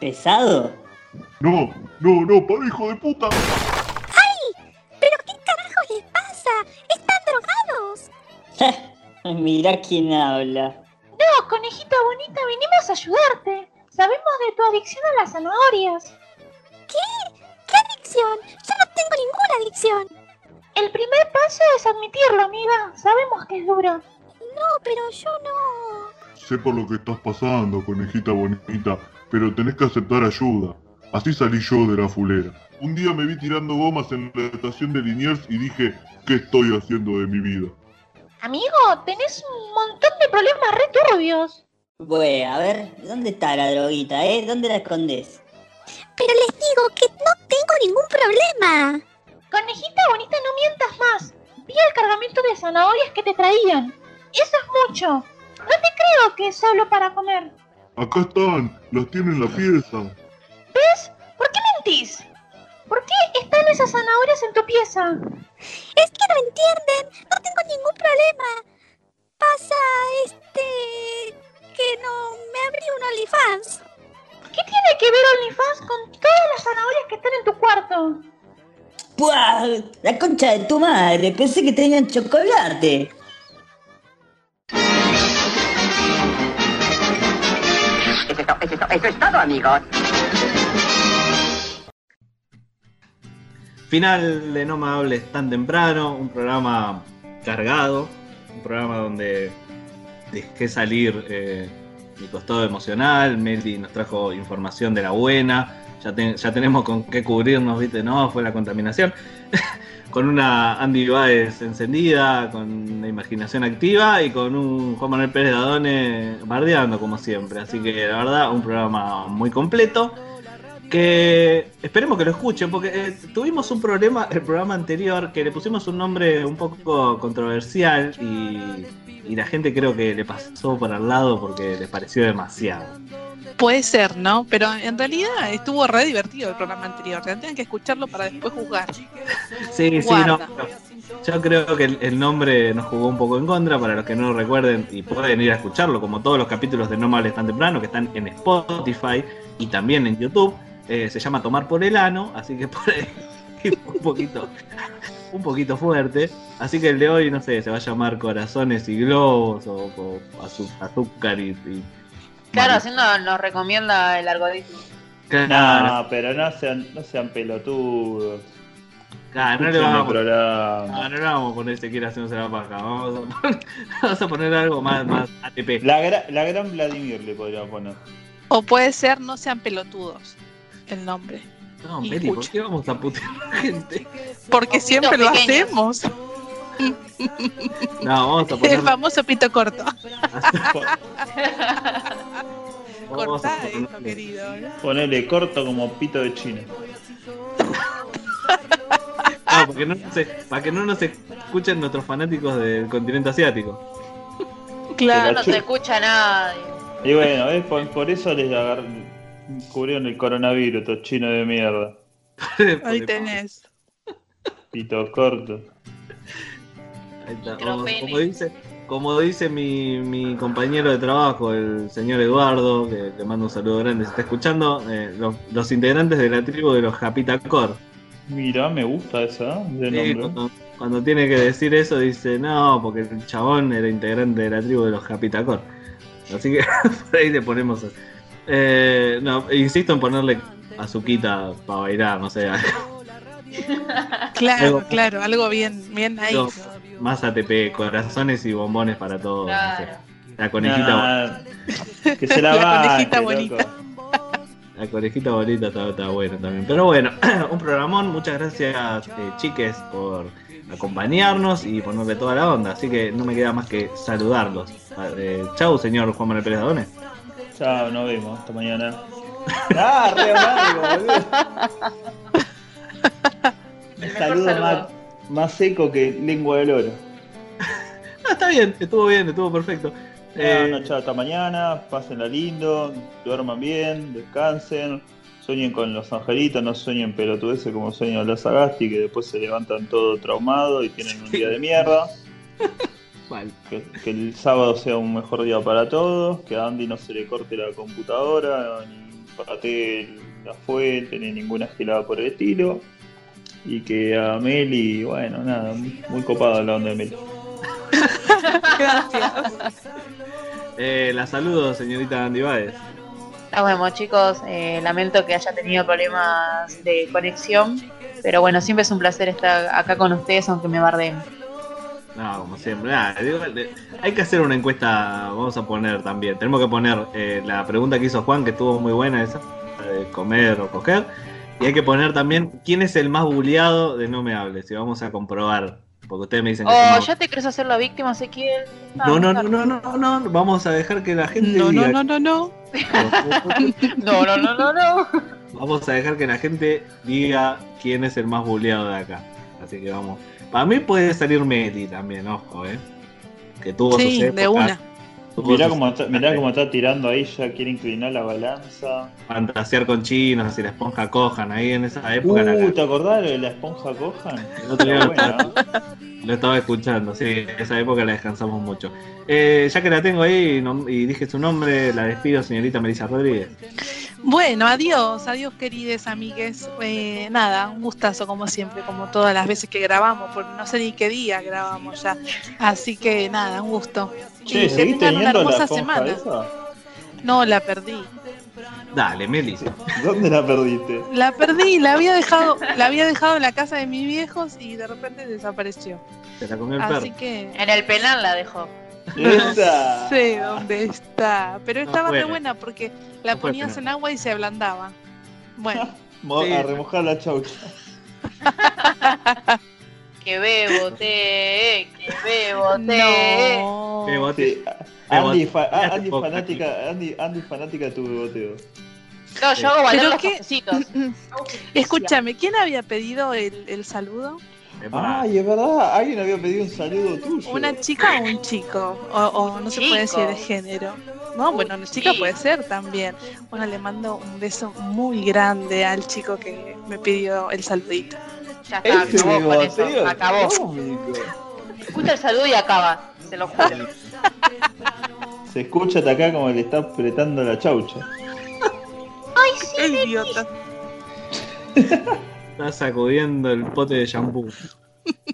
[SPEAKER 27] ¿Pesado?
[SPEAKER 12] No, no, no, para hijo de puta.
[SPEAKER 34] ¡Ay! ¿Pero qué carajo les pasa? ¡Están drogados!
[SPEAKER 27] Mirá quién habla.
[SPEAKER 5] No, conejita bonita, vinimos a ayudarte. Sabemos de tu adicción a las zanahorias.
[SPEAKER 34] ¿Qué? ¿Qué adicción? Yo no tengo ninguna adicción.
[SPEAKER 5] El primer paso es admitirlo, amiga. Sabemos que es duro.
[SPEAKER 34] No, pero yo no.
[SPEAKER 12] Sé por lo que estás pasando, conejita bonita, pero tenés que aceptar ayuda. Así salí yo de la fulera. Un día me vi tirando gomas en la estación de Liniers y dije, ¿qué estoy haciendo de mi vida?
[SPEAKER 5] Amigo, tenés un montón de problemas re turbios.
[SPEAKER 27] Bueno, a ver, ¿dónde está la droguita, eh? ¿Dónde la escondés?
[SPEAKER 34] Pero les digo que no tengo ningún problema.
[SPEAKER 5] Conejita bonita, no mientas más. Vi el cargamento de zanahorias que te traían. Eso es mucho. No te creo que es solo para comer.
[SPEAKER 12] Acá están, las tienen en la pieza.
[SPEAKER 5] ¿Ves? ¿Por qué mentís? ¿Por qué están esas zanahorias en tu pieza?
[SPEAKER 34] Es que no entienden, no tengo ningún problema. Pasa este... que no me abrí un OnlyFans.
[SPEAKER 5] ¿Qué tiene que ver OnlyFans con todas las zanahorias que están en tu cuarto?
[SPEAKER 27] ¡Puah! La concha de tu madre, pensé que tenían chocolate.
[SPEAKER 35] Es esto, es esto, eso es todo, amigos.
[SPEAKER 3] Final de No me hables tan temprano, un programa cargado, un programa donde dejé salir eh, mi costado emocional, Meldi nos trajo información de la buena, ya, ten- ya tenemos con qué cubrirnos, viste, no, fue la contaminación, con una Andy Baez encendida, con la imaginación activa y con un Juan Manuel Pérez Dadone bardeando como siempre, así que la verdad un programa muy completo que esperemos que lo escuchen, porque eh, tuvimos un problema el programa anterior que le pusimos un nombre un poco controversial y, y la gente creo que le pasó por al lado porque les pareció demasiado.
[SPEAKER 7] Puede ser, ¿no? Pero en realidad estuvo re divertido el programa anterior. Tendrían que escucharlo para después juzgar.
[SPEAKER 3] Sí, sí, no.
[SPEAKER 7] Guarda.
[SPEAKER 3] no. Yo creo que el, el nombre nos jugó un poco en contra, para los que no lo recuerden, y pueden ir a escucharlo, como todos los capítulos de No Mables Tan Temprano, que están en Spotify y también en YouTube. Eh, se llama Tomar por el Ano, así que por ahí un poquito, un poquito fuerte. Así que el de hoy, no sé, se va a llamar Corazones y Globos o, o azu- azúcar y... y-
[SPEAKER 36] Claro, así no- nos recomienda el algoritmo.
[SPEAKER 3] Claro,
[SPEAKER 4] No, pero no sean, no sean pelotudos.
[SPEAKER 3] claro, no le
[SPEAKER 4] Escuchen el
[SPEAKER 3] vamos a
[SPEAKER 4] programa.
[SPEAKER 3] No, no le vamos a poner este se quiere hacernos la paja. Vamos a, poner, vamos a poner algo más, más ATP.
[SPEAKER 4] La, gra- la gran Vladimir le podríamos poner.
[SPEAKER 7] O puede ser No sean pelotudos el nombre.
[SPEAKER 3] No,
[SPEAKER 7] Y
[SPEAKER 3] Meli, ¿por
[SPEAKER 7] escucha.
[SPEAKER 3] qué vamos a putear a la gente?
[SPEAKER 7] Porque siempre lo
[SPEAKER 36] pequeños.
[SPEAKER 7] hacemos.
[SPEAKER 3] No, vamos a poner.
[SPEAKER 7] El famoso pito corto.
[SPEAKER 3] vamos a
[SPEAKER 4] Oh,
[SPEAKER 7] Cortá esto,
[SPEAKER 3] ponerle-
[SPEAKER 7] querido.
[SPEAKER 4] Ponerle corto como pito de chino.
[SPEAKER 3] no, Ah, porque no se- para que no nos escuchen nuestros fanáticos del continente asiático.
[SPEAKER 7] Claro.
[SPEAKER 36] No te escucha nadie.
[SPEAKER 4] Y bueno, ¿ves? Por, por eso les agar- Cubrieron el coronavirus, estos chinos de mierda.
[SPEAKER 7] Ahí tenés.
[SPEAKER 4] Pitos cortos.
[SPEAKER 3] Ahí está. O-
[SPEAKER 5] Micropene.
[SPEAKER 3] como dice, como dice mi, mi compañero de trabajo, el señor Eduardo, que le mando un saludo grande, si está escuchando, eh, los, los integrantes de la tribu de los Japitacor.
[SPEAKER 4] Mira, me gusta esa, ¿eh? de
[SPEAKER 3] Sí,
[SPEAKER 4] nombre.
[SPEAKER 3] cuando, cuando tiene que decir eso dice, no, porque el chabón era integrante de la tribu de los Capitacor. Así que por ahí le ponemos... Eh, no, insisto en ponerle azuquita para bailar, no sé,
[SPEAKER 7] Claro,
[SPEAKER 3] Algo-
[SPEAKER 7] claro, algo bien, bien ahí.
[SPEAKER 3] algo más ATP, corazones y bombones para todos. no sé.
[SPEAKER 7] Claro.
[SPEAKER 3] La conejita
[SPEAKER 4] Nah, que se la
[SPEAKER 3] La
[SPEAKER 4] banque,
[SPEAKER 3] conejita
[SPEAKER 4] loco.
[SPEAKER 3] bonita. La conejita bonita está, está bueno también. Pero bueno, un programón. Muchas gracias, eh, chiques, por acompañarnos y ponerle toda la onda. Así que no me queda más que saludarlos. Ah, eh, chau, señor Juan Manuel Pérez Dadones.
[SPEAKER 4] Chao, nos vemos. Hasta mañana. ah, re amargo, boludo. El saludo Eh.
[SPEAKER 3] saludo.
[SPEAKER 4] más, más seco que lengua del oro.
[SPEAKER 3] Ah, está bien, estuvo bien, estuvo perfecto. Eh,
[SPEAKER 4] Bueno, Ah, chao, hasta mañana. Pásenla lindo. Duerman bien. Descansen. Sueñen con los angelitos. No sueñen pelotudeces como sueñan los Sagasti, que después se levantan todo traumado y tienen un día de mierda. Que, que el sábado sea un mejor día para todos, que a Andy no se le corte la computadora, ni patee la fuente, ni ninguna gelada por el estilo. Y que a Meli, bueno, nada, muy, muy copada la onda de Meli.
[SPEAKER 3] eh, la saludo, señorita Andy Baez.
[SPEAKER 5] Nos vemos chicos, Eh, lamento que haya tenido problemas de conexión, pero bueno, siempre es un placer estar acá con ustedes aunque me bardeen.
[SPEAKER 3] No, como siempre. Ah, digo, eh, hay que hacer una encuesta. Vamos a poner también. Tenemos que poner eh, la pregunta que hizo Juan, que estuvo muy buena esa: eh, comer o coger. Y hay que poner también quién es el más buleado de No Me Hables. Y vamos a comprobar. Porque ustedes me dicen que
[SPEAKER 5] Oh,
[SPEAKER 3] somos-
[SPEAKER 5] ya te crees hacer la víctima, Ezequiel.
[SPEAKER 3] no, no, no, no, no, no, no, Vamos a dejar que la gente.
[SPEAKER 7] No, no,
[SPEAKER 3] diga-
[SPEAKER 7] no, no, no.
[SPEAKER 5] No, no, no, no, no.
[SPEAKER 3] Vamos a dejar que la gente diga quién es el más buleado de acá. Así que vamos. Para mí puede salir Meli también, ojo, ¿eh? Que tuvo
[SPEAKER 7] Sí,
[SPEAKER 3] sus
[SPEAKER 7] de
[SPEAKER 3] épocas,
[SPEAKER 7] una.
[SPEAKER 3] tuvo
[SPEAKER 4] Mirá
[SPEAKER 3] sus-
[SPEAKER 4] cómo, está, mirá cómo está tirando ahí, ya quiere inclinar la balanza.
[SPEAKER 3] fantasear con chinos y la esponja cojan ahí en esa época. la-
[SPEAKER 4] Uh, ¿te acordás lo de la esponja cojan?
[SPEAKER 3] el otro día
[SPEAKER 4] Está
[SPEAKER 3] lo,
[SPEAKER 4] buena,
[SPEAKER 3] estaba, lo estaba escuchando, sí, esa época la descansamos mucho. Eh, ya que la tengo ahí y nom- y dije su nombre, la despido, señorita Melissa Rodríguez.
[SPEAKER 7] Bueno, adiós, adiós querides amigues. Eh, nada, un gustazo como siempre, como todas las veces que grabamos, porque no sé ni qué día grabamos ya. Así que nada, un gusto.
[SPEAKER 4] Che,
[SPEAKER 7] Y que
[SPEAKER 4] ¿seguís
[SPEAKER 7] tengan una
[SPEAKER 4] teniendo la
[SPEAKER 7] hermosa
[SPEAKER 4] esponja ¿eh?
[SPEAKER 7] semana.
[SPEAKER 4] esa?
[SPEAKER 7] No, la perdí.
[SPEAKER 3] Dale, Meli.
[SPEAKER 4] ¿Dónde la perdiste?
[SPEAKER 7] La perdí, la había dejado, la había dejado en la casa de mis viejos y de repente desapareció.
[SPEAKER 3] Se la comió el
[SPEAKER 7] Así
[SPEAKER 3] perro.
[SPEAKER 7] que
[SPEAKER 5] En el penal la dejó.
[SPEAKER 7] no sé dónde está, pero
[SPEAKER 3] No
[SPEAKER 7] estaba re
[SPEAKER 3] puede.
[SPEAKER 7] buena porque la
[SPEAKER 3] No puede
[SPEAKER 7] ponías
[SPEAKER 3] tener.
[SPEAKER 7] en agua y se ablandaba. Bueno,
[SPEAKER 4] Mo-
[SPEAKER 3] Sí.
[SPEAKER 4] A remojar la chaucha.
[SPEAKER 5] Que bebo té, que bebo té.
[SPEAKER 7] no.
[SPEAKER 3] Qué bote.
[SPEAKER 4] Sí. Andy,
[SPEAKER 3] Qué
[SPEAKER 4] fa-
[SPEAKER 3] bote.
[SPEAKER 4] Andy fanática, Andy, Andy fanática de tu beboteo.
[SPEAKER 5] No, yo hago valer
[SPEAKER 7] Pero
[SPEAKER 5] los
[SPEAKER 7] qué-
[SPEAKER 5] cafecitos.
[SPEAKER 7] Escúchame, ¿quién había pedido el, el saludo?
[SPEAKER 3] Epa.
[SPEAKER 4] Ay, es verdad, alguien había pedido un saludo tuyo.
[SPEAKER 7] ¿Una chica o un chico? O, o no se puede decir
[SPEAKER 5] Chico.
[SPEAKER 7] de género. No, bueno, una chica
[SPEAKER 5] chico.
[SPEAKER 7] puede ser también. Bueno, le mando un beso muy grande al chico que me pidió el saludito. Este
[SPEAKER 5] Ya está,
[SPEAKER 4] Ese
[SPEAKER 5] acabó con
[SPEAKER 4] beboteo
[SPEAKER 5] eso. Acabó.
[SPEAKER 4] cómico.
[SPEAKER 5] Escucha el saludo y acaba, se lo juro.
[SPEAKER 4] Se escucha hasta acá como le está apretando la chaucha.
[SPEAKER 9] Ay, sí,
[SPEAKER 7] El idiota.
[SPEAKER 3] Está sacudiendo el pote de shampoo.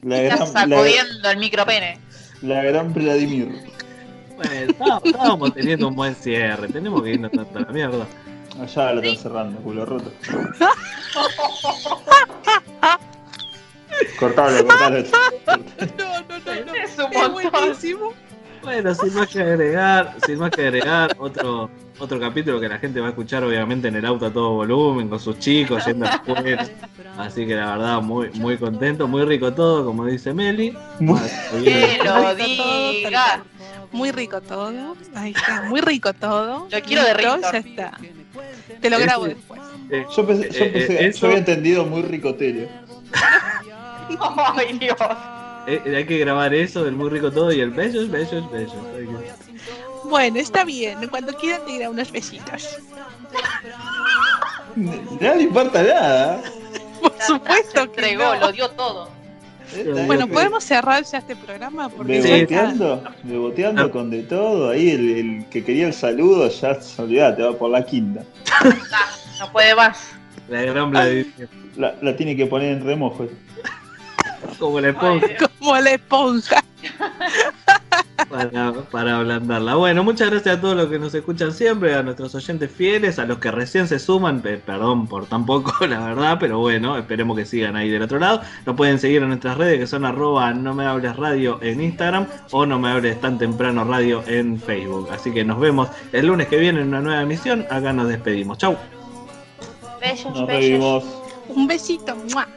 [SPEAKER 4] La
[SPEAKER 5] Está
[SPEAKER 4] gran, la,
[SPEAKER 5] sacudiendo el micropene.
[SPEAKER 4] la gran Vladimir.
[SPEAKER 3] Bueno, estábamos- estábamos teniendo un buen cierre. Tenemos que irnos tanto a la mierda.
[SPEAKER 4] Allá la están cerrando, culo roto. cortalo, cortalo.
[SPEAKER 7] No, no, no, no.
[SPEAKER 5] Es un
[SPEAKER 7] Es
[SPEAKER 5] montón.
[SPEAKER 7] buenísimo.
[SPEAKER 3] Bueno, sin más que agregar, sin más que agregar, otro, otro capítulo que la gente va a escuchar obviamente en el auto a todo volumen, con sus chicos, yendo a la escuela. Así que la verdad, muy, muy contento, muy rico todo, como dice Meli.
[SPEAKER 4] Muy-
[SPEAKER 3] Así
[SPEAKER 5] Que
[SPEAKER 3] que,
[SPEAKER 5] lo
[SPEAKER 7] Rico todo,
[SPEAKER 5] diga.
[SPEAKER 7] Muy rico todo. Ahí está, muy rico todo.
[SPEAKER 5] Lo quiero de
[SPEAKER 7] Listo,
[SPEAKER 5] Rico.
[SPEAKER 7] Ya está. Te lo
[SPEAKER 3] Ese-
[SPEAKER 7] grabo después.
[SPEAKER 3] eh,
[SPEAKER 4] Yo pensé, yo,
[SPEAKER 3] Eh, eh,
[SPEAKER 4] pensé- yo
[SPEAKER 3] eso-
[SPEAKER 4] había entendido muy ricotero.
[SPEAKER 5] Ay, Dios.
[SPEAKER 3] eh, hay que grabar eso del muy rico todo y el bellos, bellos, bellos. Hay que-
[SPEAKER 7] Bueno, está bien. Cuando quieran te diré unos besitos.
[SPEAKER 4] No le importa nada.
[SPEAKER 7] Por supuesto que
[SPEAKER 5] Entregó,
[SPEAKER 7] no.
[SPEAKER 5] lo dio todo.
[SPEAKER 7] Bueno, podemos cerrar ya este programa porque ya está.
[SPEAKER 4] Beboteando, beboteando con de todo. Ahí el, el que quería el saludo ya se te va por la quinta.
[SPEAKER 5] No puede más.
[SPEAKER 3] La gran Vladimir.
[SPEAKER 4] La, la tiene que poner en remojo.
[SPEAKER 3] Como la esponja.
[SPEAKER 7] como la esponja.
[SPEAKER 3] para, para ablandarla. Bueno, muchas gracias a todos los que nos escuchan siempre, a nuestros oyentes fieles, a los que recién se suman, pe- perdón por tan poco, la verdad, pero bueno, esperemos que sigan ahí del otro lado. Nos pueden seguir en nuestras redes que son arroba no me hables radio en Instagram o no me hables tan temprano radio en Facebook. Así que nos vemos el lunes que viene en una nueva emisión. Acá nos despedimos. Chau.
[SPEAKER 5] Bellos,
[SPEAKER 4] Nos
[SPEAKER 5] bellos.
[SPEAKER 4] reímos.
[SPEAKER 7] Un besito. ¡mua!